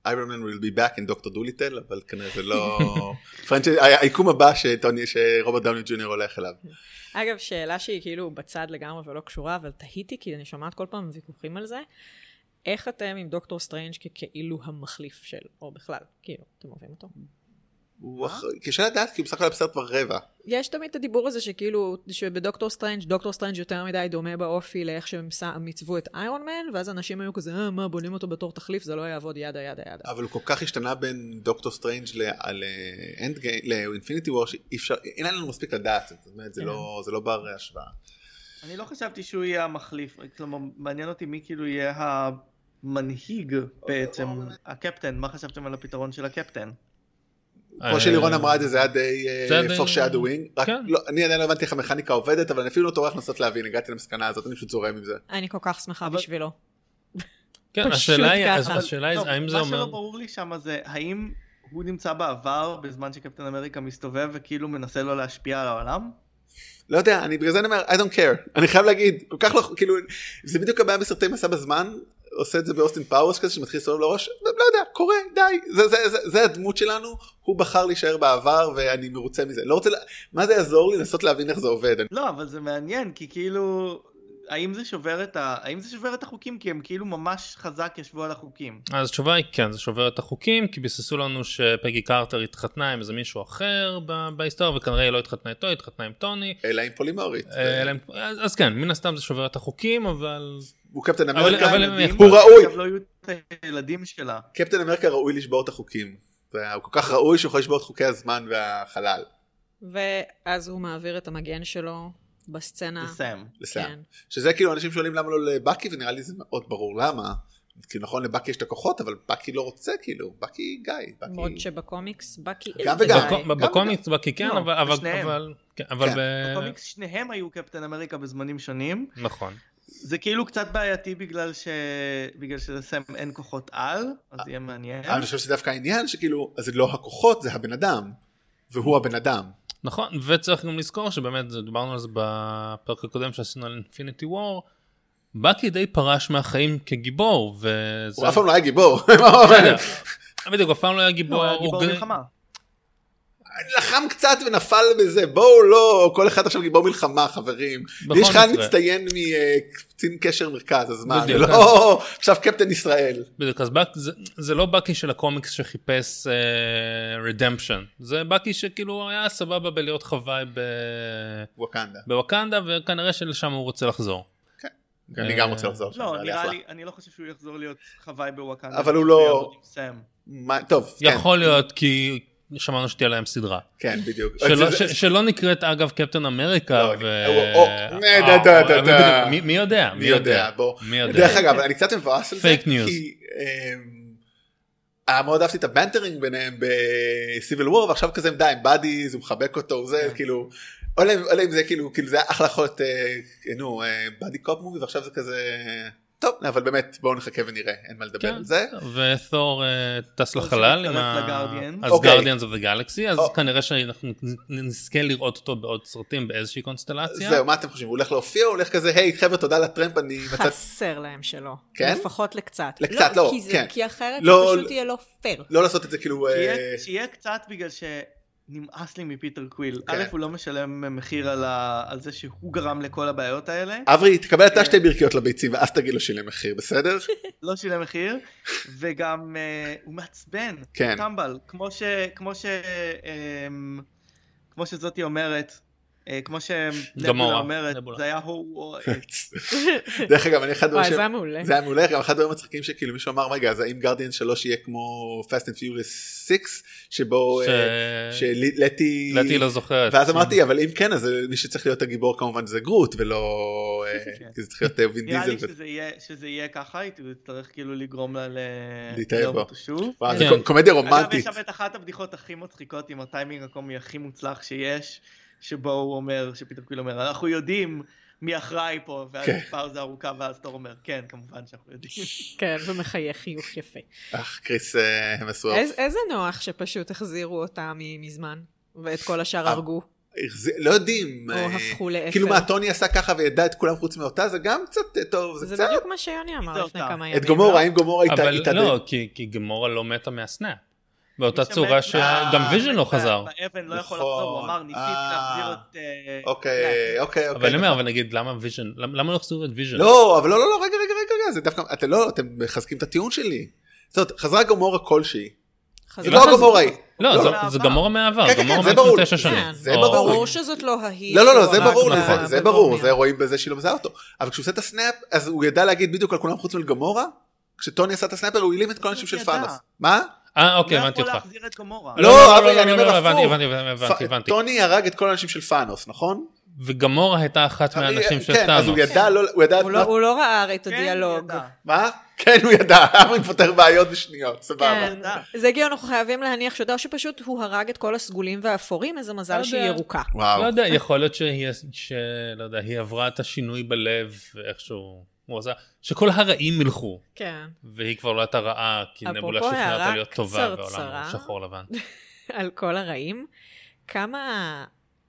איירון מן will be back in דוקטור דוליטל, אבל כנראה זה לא... פרנצ'י- ה- היקום הבא שטוני, שרוברט דאוני ג'וניור הולך אליו. אגב, שאלה שהיא כאילו בצד לגמרי ולא קשורה, אבל תהיתי, כי אני שומעת כל פעם ויכוחים על זה. איך אתם עם דוקטור סטרנג' ככאילו המחליף של, או בכלל, כאילו, אתם אוהבים אותו? הוא אחרי- קשה לדעת, כי הוא בסך הכל היה בסרט כבר רבע. יש תמיד את הדיבור הזה שכאילו, שבדוקטור סטרנג', דוקטור סטרנג' יותר מדי דומה באופי לאיך שהם ש- הם עיצבו את איירון מן, ואז אנשים היו כזה, אה, מה, בונים אותו בתור תחליף, זה לא יעבוד, ידה, ידה, ידה. אבל הוא כל כך השתנה בין דוקטור סטרנג' אה, לאינפיניטי וור שאי אפשר, אין לנו מספיק לדעת את זה, באמת, זה כן. לא- זה לא בר השוואה. אה, אני לא חשבתי שהוא יהיה המחליף, כלומר, מעניין אותי מי כאילו יהיה המנהיג בעצם, הקפטן, מה חשבתם על הפתרון של הקפטן? כמו שלירון אמרה את זה, זה היה די אה, זה היה די- פורשדווינג, רק כן. לא- אני עדיין לא הבנתי איך המכניקה עובדת, אבל אני אפילו לא טורח לנסות להבין, הגעתי למסקנה הזאת, אני פשוט זורם עם זה. אני כל כך שמחה אבל- בשבילו. כן, פשוט השאלה היא, ככה. אז אבל- השאלה היא, לא, טוב, האם זה מה שלא אומר... ברור לי שם זה האם הוא נמצא בעבר בזמן שקפטן אמריקה מסתובב וכאילו מנסה לא להשפיע על העולם? לא יודע, אני בגלל זה אני אומר, I don't care. אני חייב להגיד, כל כך לא, כאילו, זה בדיוק הבעיה בסרטי מסע בזמן, עושה את זה באוסטין פאוורס כזה שמתחיל להסתובב לראש, לא יודע, קורה, די, זה, זה, זה, זה הדמות שלנו, הוא בחר להישאר בעבר ואני מרוצה מזה. לא רוצה, לה- מה זה יעזור לי לנסות להבין איך זה עובד? אני- לא, אבל זה מעניין, כי כאילו, האם זה שובר את, ה... האם זה שובר את החוקים? כי הם כאילו ממש חזק ישבו על החוקים. אז התשובה היא כן, זה שובר את החוקים, כי ביססו לנו שפגי קרטר התחתנה עם איזה מישהו אחר ב- בהיסטוריה, וכנראה היא לא התחתנה איתו, היא התחתנה עם טוני. אלא עם פולימורית. אה, אלא אם- אז אז כן, מן הסתם זה שובר את החוקים, אבל... הוא קפטן אבל- אמריקה, אבל- הילדים, הוא ראוי. עכשיו לא יהיו את הילדים שלה. קפטן אמריקה ראוי לשבור את החוקים. זה- הוא כל כך ראוי שהוא יכול לשבור את חוקי הזמן והחלל. ואז הוא מעביר את המגן שלו בסצנה. לסם. לסיים. כן. שזה כאילו אנשים שואלים למה לא לבאקי ונראה לי זה מאוד ברור למה. כי נכון לבאקי יש את הכוחות אבל באקי לא רוצה כאילו באקי גיא. באקי- למרות שבקומיקס, באקי גם is the וגם. guy. בקו- בקומיקס בקי כן, לא, אבל... אבל- בשניהם. אבל- כן, אבל... כן, ב- בקומיקס שניהם היו קפטן אמריקה בזמנים שונים. נכון. זה כאילו קצת בעייתי בגלל ש... בגלל שלסם אין כוחות על, אז יהיה מעניין. לא, אבל אני חושב שזה דווקא העניין שכאילו אז זה לא הכוחות זה הבן אדם. והוא הבן אדם. נכון, וצריך גם לזכור שבאמת, זה- דיברנו על זה בפרק הקודם שעשינו על אינפיניטי וור, באקי די פרש מהחיים כגיבור, וזה... הוא אף פעם לא היה גיבור. כן. בדיוק, אף פעם לא היה לא, גיבור. היה גיבור הוא ג- מלחמה. לחם קצת ונפל בזה בואו לא כל אחד עכשיו גיבור מלחמה חברים. בכל לי יש חייל מקרה. מצטיין מקצין קשר מרכז אז מה אני בדיוק, לא עכשיו קפטן ישראל. בדיוק, אז באק, זה, זה לא באקי של הקומיקס שחיפש רדמפשן, uh, זה באקי שכאילו היה סבבה בלהיות חוואי ב, ווקנדה. בווקנדה, וכנראה שלשם הוא רוצה לחזור. אני אה, גם רוצה לחזור. שם, לא, נראה לי נראה אחלה. לי, אני לא חושב שהוא יחזור להיות חוואי בווקנדה. אבל הוא לא- שהוא יעבוד עם סם. מה- טוב. כן, יכול להיות כי שמענו שתהיה להם סדרה. כן בדיוק. שלא, זה- ש, שלא נקראת אגב קפטן אמריקה לא, ו... אה, או- אה, או- נה, דה, דה, דה, בדיוק, דה. מי, מי יודע? מי יודע, בוא. מי יודע? דרך אגב, אני קצת מבואס על זה, Fake news. כי אמ, אה, מאוד אהבתי את הבנטרינג ביניהם בסיביל וור, ועכשיו כזה הם די, הם באדיז, הוא מחבק אותו, כן. זה כאילו, עולה עולה עם זה כאילו, כאילו זה היה אחלה יכול להיות, אה, נו, באדי קופ מובי, ועכשיו זה כזה, טוב, אבל באמת, בואו נחכה ונראה, אין מה לדבר כן. על זה. ותור אה, טס הוא לחלל עם מצטרף ה... לגארדיאנס. אז אוקיי. גארדיאנס אוף דה גלקסי, אז או- כנראה שאנחנו נזכה לראות אותו בעוד סרטים באיזושהי קונסטלציה. זהו, מה אתם חושבים, הוא הולך להופיע, הוא הולך כזה, היי חבר'ה, תודה לטרמפ, אני מצאתי... חסר להם שלא. כן? לפחות לקצת. לקצת, לא, כי זה- כן. כי אחרת זה לא- פשוט יהיה לא פייר. לא לעשות את זה כאילו, אה, שיהיה- שיהיה קצת בגלל שנמאס לי מפיטר קוויל. כן. א', הוא לא משלם מחיר על ה- על זה שהוא גרם לכל הבעיות האלה. אברי, תקבל אתה שתי ברכיות לביצים, ואז תגיד לו שילם מחיר, בסדר? לא שילם מחיר, וגם אה, הוא מעצבן, כן. טמבל, כמו ש... כמו ש... אמ, כמו שזאתי אומרת, אה, כמו שנבולה גמורה, אומרת, נבולה. זה היה הוא... הוא- דרך אגב, אני אחד וואי, מהשם- זה היה מעולה. זה היה מעולה, גם אחד הדברים המצחיקים שכאילו מישהו אמר, רגע, אז האם גרדיאן 3 יהיה כמו Fast and Furious 6, שבו, ש- אה, שלטי, לדעתי לא זוכרת. ואז אמרתי, אבל אם כן, אז מי שצריך להיות הגיבור כמובן זה גרוט, ולא, אה, כן. כי זה צריך להיות אה, וין נראה לי דיזל. ו- שזה יהיה- שזה יהיה ככה, היא תצטרך כאילו לגרום לה ל... להתאהב לאהוב בו. אותו שוב. וואי, זה כן. קו- קומדיה אגב, יש רומנטית. שם את אחת הבדיחות הכי מצחיקות עם הטיימינג הקומי הכי מוצלח שיש, שבו הוא אומר, שפיטר קוויל אומר, אנחנו יודעים מי אחראי פה, ואז כן. פאוזה ארוכה, ואז תור אומר, כן, כמובן שאנחנו יודעים. כן, ומחייך חיוך יפה. אך, קריס אה, המסוורף. איז- איזה נוח שפשוט החזירו אותה מ- מזמן, ואת כל השאר אה, הרגו, החזיר- לא יודעים. או אה, הפכו לאפר. כאילו מה, טוני עשה ככה וידע את כולם חוץ מאותה, זה גם קצת אה, טוב, זה זה קצת. בדיוק מה שיוני אמר זה לפני אותה. כמה ימים. את גומורה, לא? האם גמורה אבל התאדה? לא, כי כי גמורה לא מתה מהסנאפ. באותה מי שמת צורה מה- שגם מת ויז'ן לא בא- חזר. באבן לא יכול נכון. לחזור, הוא אמר, ניסיתי אה. להחזיר את... אה, אוקיי, אוקיי, אבל אני אוקיי. אומר, אבל נגיד, למה ויז'ן? למה למה לא החזירו את ויז'ן? לא, אבל לא, לא, לא, רגע, רגע, רגע, רגע, זה דווקא, אתם לא, אתם מחזקים את הטיעון שלי. זאת אומרת, חזרה גמורה כלשהי. חזרו. זה לא חזרה. הגמורה היא. לא, לא, זה- זה מהעבר. גמורה מהעבר, כן, כן, גמורה זה ברור. מלפני תשע שנים. אוקיי, כן, זה או- ברור. ברור שזאת לא ההיא. לא, לא, שהוא לא, זה הרג ברור, ב- נכון, זה בגומיה. ברור, זה רואים בזה שהיא לא מזהה אותו. אבל כשהוא עושה את הסנאפ, אז הוא ידע להגיד בדיוק על כולם חוץ מלגמורה? כשטוני עשה את הסנאפר הוא העלים את כל האנשים של ידע. פאנוס. מה? אה, אוקיי, לא הבנתי יכול אותך. להחזיר את גמורה. לא, אבל אני אומר לא, הבנתי, הפוך. הבנתי, הבנתי, פ- הבנתי. טוני הרג את כל האנשים של פאנוס, נכון? וגמורה הייתה אחת מהאנשים של כן, אז טאנו. הוא ידע, לא- הוא ידע, הוא לא- הוא לא ראה הרי את כן, הדיאלוג. ידע. מה? כן, הוא ידע, אברי פותר בעיות בשניות, סבבה. כן, זה הגיע, אנחנו חייבים להניח שיודע שפשוט הוא הרג את כל הסגולים והאפורים, איזה לא מזל יודע. שהיא ירוקה. לא וואו. יודע, יכול להיות שהיא, ש- לא יודע, היא עברה את השינוי בלב איכשהו. הוא עשה, שכל הרעים ילכו, כן. והיא כבר לא הייתה רעה, כי נבולה אפרופו שכנעה אותה הערה להיות טובה קצרצרה. בעולם שחור לבן. על כל הרעים. כמה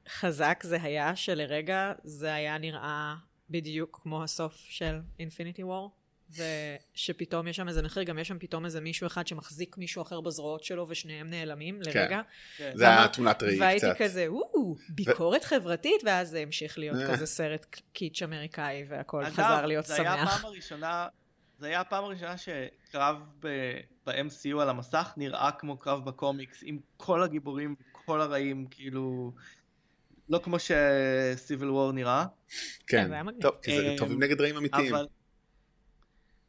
חזק זה היה שלרגע זה היה נראה בדיוק כמו הסוף של אינפיניטי וור? ושפתאום יש שם איזה מחיר, גם יש שם פתאום איזה מישהו אחד שמחזיק מישהו אחר בזרועות שלו ושניהם נעלמים לרגע. כן. זה היה תמונת ראי קצת. והייתי כזה, או, ביקורת חברתית, ואז זה המשיך להיות אה. כזה סרט קיץ' אמריקאי והכל אגב, חזר להיות זה היה הפעם שמח. הראשונה, זה היה הפעם הראשונה שקרב ב- ב-MCU על המסך נראה כמו קרב בקומיקס, עם כל הגיבורים, כל הרעים, כאילו... לא כמו שסיביל וור נראה, כן, זה היה מגניב. טוב, כי זה אמ, טובים נגד רעים אמיתיים. אבל...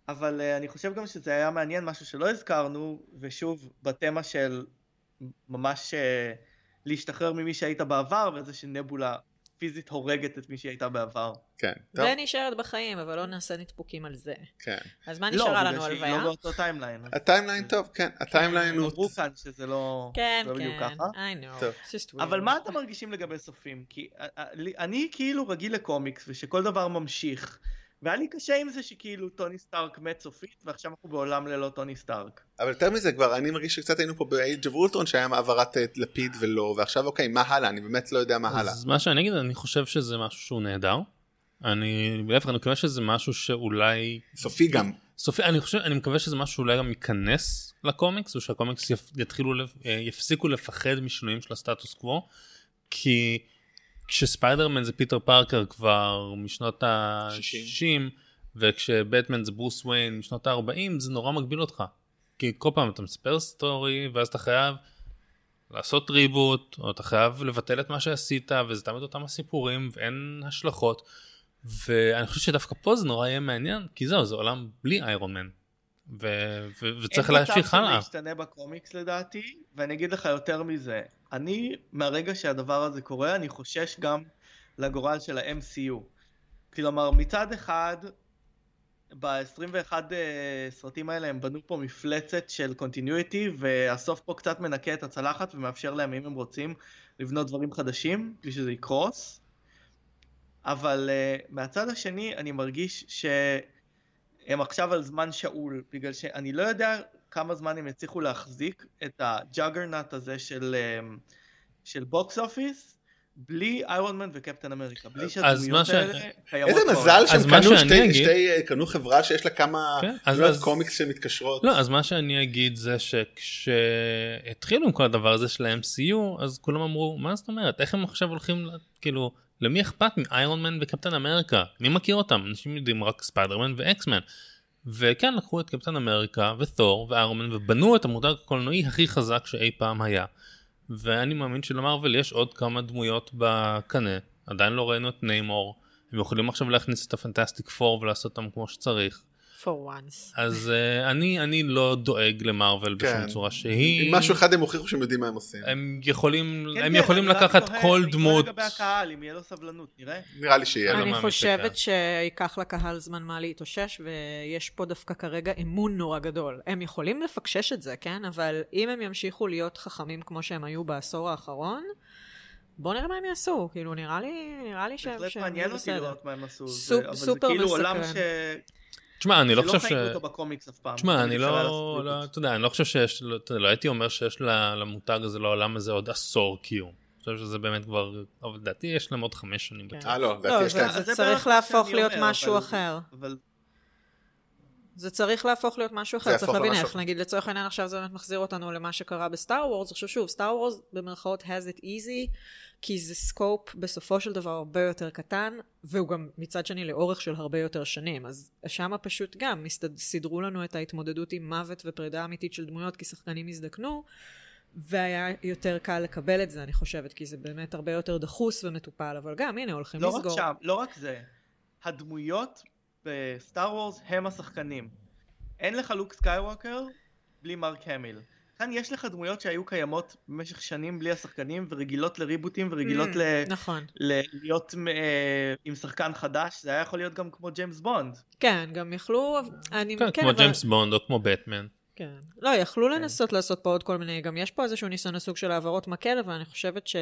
אבל אה, אני חושב גם שזה היה מעניין, משהו שלא הזכרנו, ושוב, בתמה של ממש אה, להשתחרר ממי שהיית בעבר, וזה שנבולה פיזית הורגת את מי שהייתה בעבר. כן, טוב, ונשארת בחיים, אבל לא נעשה נתפוקים על זה. כן. אז מה נשארה לנו לא, בגלל הלוויה? שהיא לא באותו טיימליין. הטיימליין טוב, כן, הטיימליין הם הוא... אמרו כאן שזה לא... כן, זה לא בדיוק כן, ככה. I know. טוב. It's just weird. אבל מה אתם מרגישים לגבי סופים? כי אה, אה, לי- אני כאילו רגיל לקומיקס ושכל דבר ממשיך. והיה לי קשה עם זה שכאילו טוני סטארק מת סופית ועכשיו אנחנו בעולם ללא טוני סטארק. אבל יותר מזה כבר, אני מרגיש שקצת היינו פה ב-Age of Ultron שהיה העברת אה, לפיד ולא, ועכשיו אוקיי, מה הלאה? אני באמת לא יודע מה הלאה. אז מה שאני אגיד, אני חושב שזה משהו שהוא נהדר. אני, להפך, אני מקווה שזה משהו שאולי סופי גם. סופי, אני חושב, אני מקווה שזה משהו שאולי גם ייכנס לקומיקס, או שהקומיקס יפ, יתחילו, לפ- אה, יפסיקו לפחד משינויים של הסטטוס קוו, כי כשספיידרמן זה פיטר פארקר כבר משנות שישים. ה-60, וכשבטמן זה ברוס וויין משנות ה-40, זה נורא מגביל אותך. כי כל פעם אתה מספר סטורי, ואז אתה חייב לעשות ריבוט, או אתה חייב לבטל את מה שעשית, וזה תמיד אותם הסיפורים, ואין השלכות. ואני חושב שדווקא פה זה נורא יהיה מעניין, כי זהו, זה עולם בלי איירון מן. ו- ו- וצריך להמשיך אין הלאה. מצב שזה ישתנה בקומיקס לדעתי, ואני אגיד לך יותר מזה. אני, מהרגע שהדבר הזה קורה, אני חושש גם לגורל של ה-MCU. כלומר, מצד אחד, ב-21 סרטים האלה הם בנו פה מפלצת של קונטיניויטי, והסוף פה קצת מנקה את הצלחת ומאפשר להם, אם הם רוצים, לבנות דברים חדשים, בלי שזה יקרוס. אבל uh, מהצד השני, אני מרגיש שהם עכשיו על זמן שאול, בגלל שאני לא יודע כמה זמן הם יצליחו להחזיק את הג'אגרנט הזה של, um, של בוקס אופיס. בלי איירון מן וקפטן אמריקה, בלי מה שהדמויות ש- האלה קיימות. איזה בעולם. מזל שהם אז מה קנו שאני שתי- אגיד- שתי, אה, קנו חברה שיש לה כמה כן, אז- דמויות אז- אה, קומיקס שמתקשרות. לא, אז מה שאני אגיד זה שכשהתחילו עם כל הדבר הזה של ה-MCU, אז כולם אמרו, מה זאת אומרת, איך הם עכשיו הולכים, ל- כאילו, למי אכפת מאיירון מן וקפטן אמריקה? מי מכיר אותם? אנשים יודעים רק ספיידרמן ואקסמן. וכן, לקחו את קפטן אמריקה ותור ואיירון מן ובנו את המותג הקולנועי הכי חזק שאי פעם היה. ואני מאמין שלמרוויל יש עוד כמה דמויות בקנה, עדיין לא ראינו את ניימור, הם יכולים עכשיו להכניס את הפנטסטיק פור ולעשות אותם כמו שצריך. for once. אז uh, אני, אני לא דואג למרוויל כן. בשום צורה שהיא. עם משהו אחד הם הוכיחו שהם יודעים מה הם עושים. הם יכולים, כן, הם כן, יכולים אני רק לקחת תוהה- כל אני תוהה דמות. לגבי הקהל, אם יהיה לו סבלנות, נראה. נראה לי שיהיה. לא אני מאמין חושבת שכן. שייקח לקהל זמן מה להתאושש, ויש פה דווקא כרגע אמון נורא גדול. הם יכולים לפקשש את זה, כן? אבל אם הם ימשיכו להיות חכמים כמו שהם היו בעשור האחרון, בוא נראה מה הם יעשו. כאילו, נראה לי, נראה לי שהם בהחלט שהם מעניין יהיו אותי בסדר. לראות מה הם עשו. סופ- זה- אבל זה סופר כאילו מסקרן. עולם ש- תשמע, אני לא שלא חושב ש... חיים אותו בקומיקס אף פעם. תשמע, אני תמיד אפשר היה לא, לעשות לא, ריבוט. אתה יודע, אני לא חושב שיש, לא, אתה יודע, לא הייתי אומר שיש ל- למותג הזה, לעולם הזה עוד עשור קיום. אני חושב שזה באמת כבר, אבל לדעתי יש להם עוד חמש שנים. כן. בטוח. אה לא, לדעתי לא, יש זה- להם. אז זה זה צריך בערך מה להפוך שאני להיות אומר, משהו אבל- אחר. אבל זה צריך להפוך להיות משהו אחר, זה צריך יהפוך להבין למשהו- איך, נגיד לצורך העניין עכשיו זה באמת מחזיר אותנו למה שקרה בסטאר וורז, עכשיו שוב, סטאר וורז במרכאות has it easy, כי זה סקופ בסופו של דבר הרבה יותר קטן, והוא גם מצד שני לאורך של הרבה יותר שנים, אז שמה פשוט גם מסתד- סידרו לנו את ההתמודדות עם מוות ופרידה אמיתית של דמויות, כי שחקנים הזדקנו, והיה יותר קל לקבל את זה, אני חושבת, כי זה באמת הרבה יותר דחוס ומטופל, אבל גם, הנה, הולכים לא רק לסגור. שם, לא רק זה. הדמויות בסטאר וורס הם השחקנים. אין לך לוק סקייווקר בלי מרק המיל. כאן יש לך דמויות שהיו קיימות במשך שנים בלי השחקנים ורגילות לריבוטים ורגילות Mm, ל... נכון. ל- להיות אה, עם שחקן חדש, זה היה יכול להיות גם כמו ג'יימס בונד. כן, גם יכלו, אני, כן, כמו אבל- ג'יימס בונד או כמו בטמן. כן. לא, יכלו לנסות לעשות פה עוד כל מיני, גם יש פה איזשהו ניסיון לסוג של העברות מקל, אבל אני חושבת ש...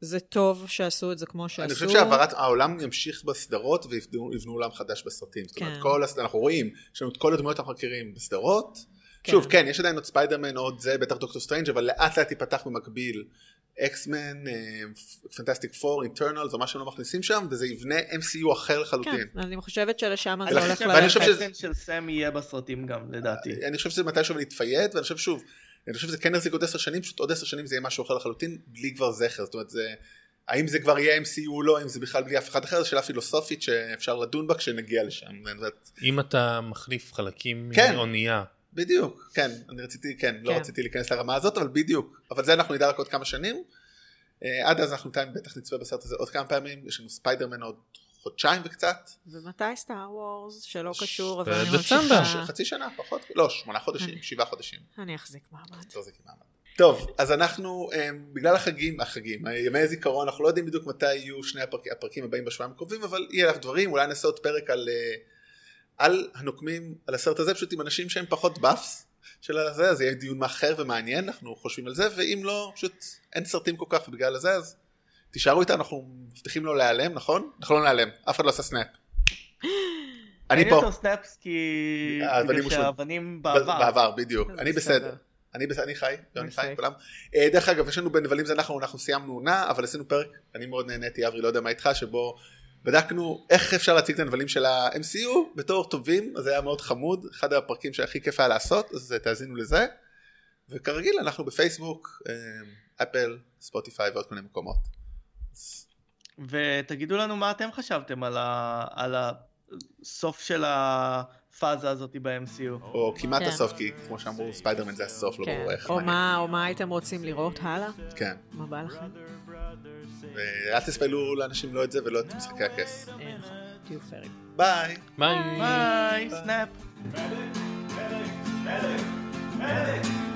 זה טוב שעשו את זה כמו שעשו. אני חושב שהעברת העולם ימשיך בסדרות ויבנו יבנו עולם חדש בסרטים. זאת אומרת, כן. כל הסדרות, אנחנו רואים, יש לנו את כל הדמויות אנחנו מכירים בסדרות. שוב, כן, יש עדיין עוד ספיידרמן, עוד זה, בטח דוקטור סטרנג', אבל לאט לאט ייפתח במקביל אקסמן, אה, פנטסטיק פור, אינטרנל, זה מה שהם לא מכניסים שם, וזה יבנה MCU אחר לחלוטין. כן, אני חושבת שלשם זה אני הולך חושב ואני ללכת. חושב שזה- שהקפטן של סם יהיה בסרטים גם, לדעתי. אני חושב שזה מתישהו להתפייט, ואני חושב שוב, אני חושב שזה כן יחזיק עוד עשר שנים, פשוט עוד עשר שנים זה יהיה משהו אחר לחלוטין, בלי כבר זכר, זאת אומרת זה, האם זה כבר יהיה MCU או לא, אם זה בכלל בלי אף אחד אחר, זו שאלה פילוסופית שאפשר לדון בה כשנגיע לשם, זה- זה- אם אתה מחליף חלקים כן. מאונייה, בדיוק, כן, אני רציתי, כן, לא כן. רציתי להיכנס לרמה הזאת, אבל בדיוק, אבל זה אנחנו נדע רק עוד כמה שנים, אה, עד אז אנחנו בינתיים בטח נצפה בסרט הזה עוד כמה פעמים, יש לנו ספיידרמן עוד חודשיים וקצת, ומתי סטאר וורס שלא ש- קשור, אבל אני בדצמבר. ש- ממשיכה. חצי שנה, פחות, לא, שמונה חודשים, שבעה חודשים. אני אחזיק מעמד. לא זה כמעט. טוב, אז אנחנו, אמ, בגלל החגים, החגים, אה, ימי הזיכרון, אנחנו לא יודעים בדיוק מתי יהיו שני הפרק, הפרקים הבאים בשבועיים הקרובים, אבל יהיה לך דברים, אולי נעשה עוד פרק על, אה, על הנוקמים, על הסרט הזה, פשוט עם אנשים שהם פחות באפס של הזה, אז יהיה דיון אחר ומעניין, אנחנו חושבים על זה, ואם לא, פשוט אין סרטים כל כך בגלל זה, אז תישארו איתנו, אנחנו מבטיחים לא להיעלם, נכון? אנחנו לא נעלם, אף אחד לא עשה סנאפ. אני אין פה, אה, יותר סנאפס כי... האבנים בגלל מושלם. שהאבנים ב- בעבר. בעבר, בדיוק, אז אני בסדר. אני, בס- אני חי, יוני אני חי, חי. כולם. אה, דרך אגב, יש לנו בנבלים זה אנחנו, אנחנו סיימנו עונה, אבל עשינו פרק, אני מאוד נהניתי, אברי, לא יודע מה איתך, שבו בדקנו איך אפשר להציג את הנבלים של ה-MCU בתור טובים, אז זה היה מאוד חמוד, אחד הפרקים שהכי כיף היה לעשות, אז אה, תאזינו לזה. וכרגיל, אנחנו בפייסבוק, אה, אפל, ספוטיפיי ועוד כל מיני מקומות. ותגידו לנו מה אתם חשבתם על ה- על הסוף של הפאזה הזאת ב-MCU. או כמעט כן. הסוף, כי כמו שאמרו, ספיידרמן זה הסוף, לא כן. ברור איך. או מה- או מה הייתם רוצים לראות הלאה? כן. מה בא לכם? ואל תספלו לאנשים לא את זה ולא את משחקי הכס. אה, נכון, תהיו פיירים. ביי. ביי. ביי, סנאפ. Medic, medic, medic,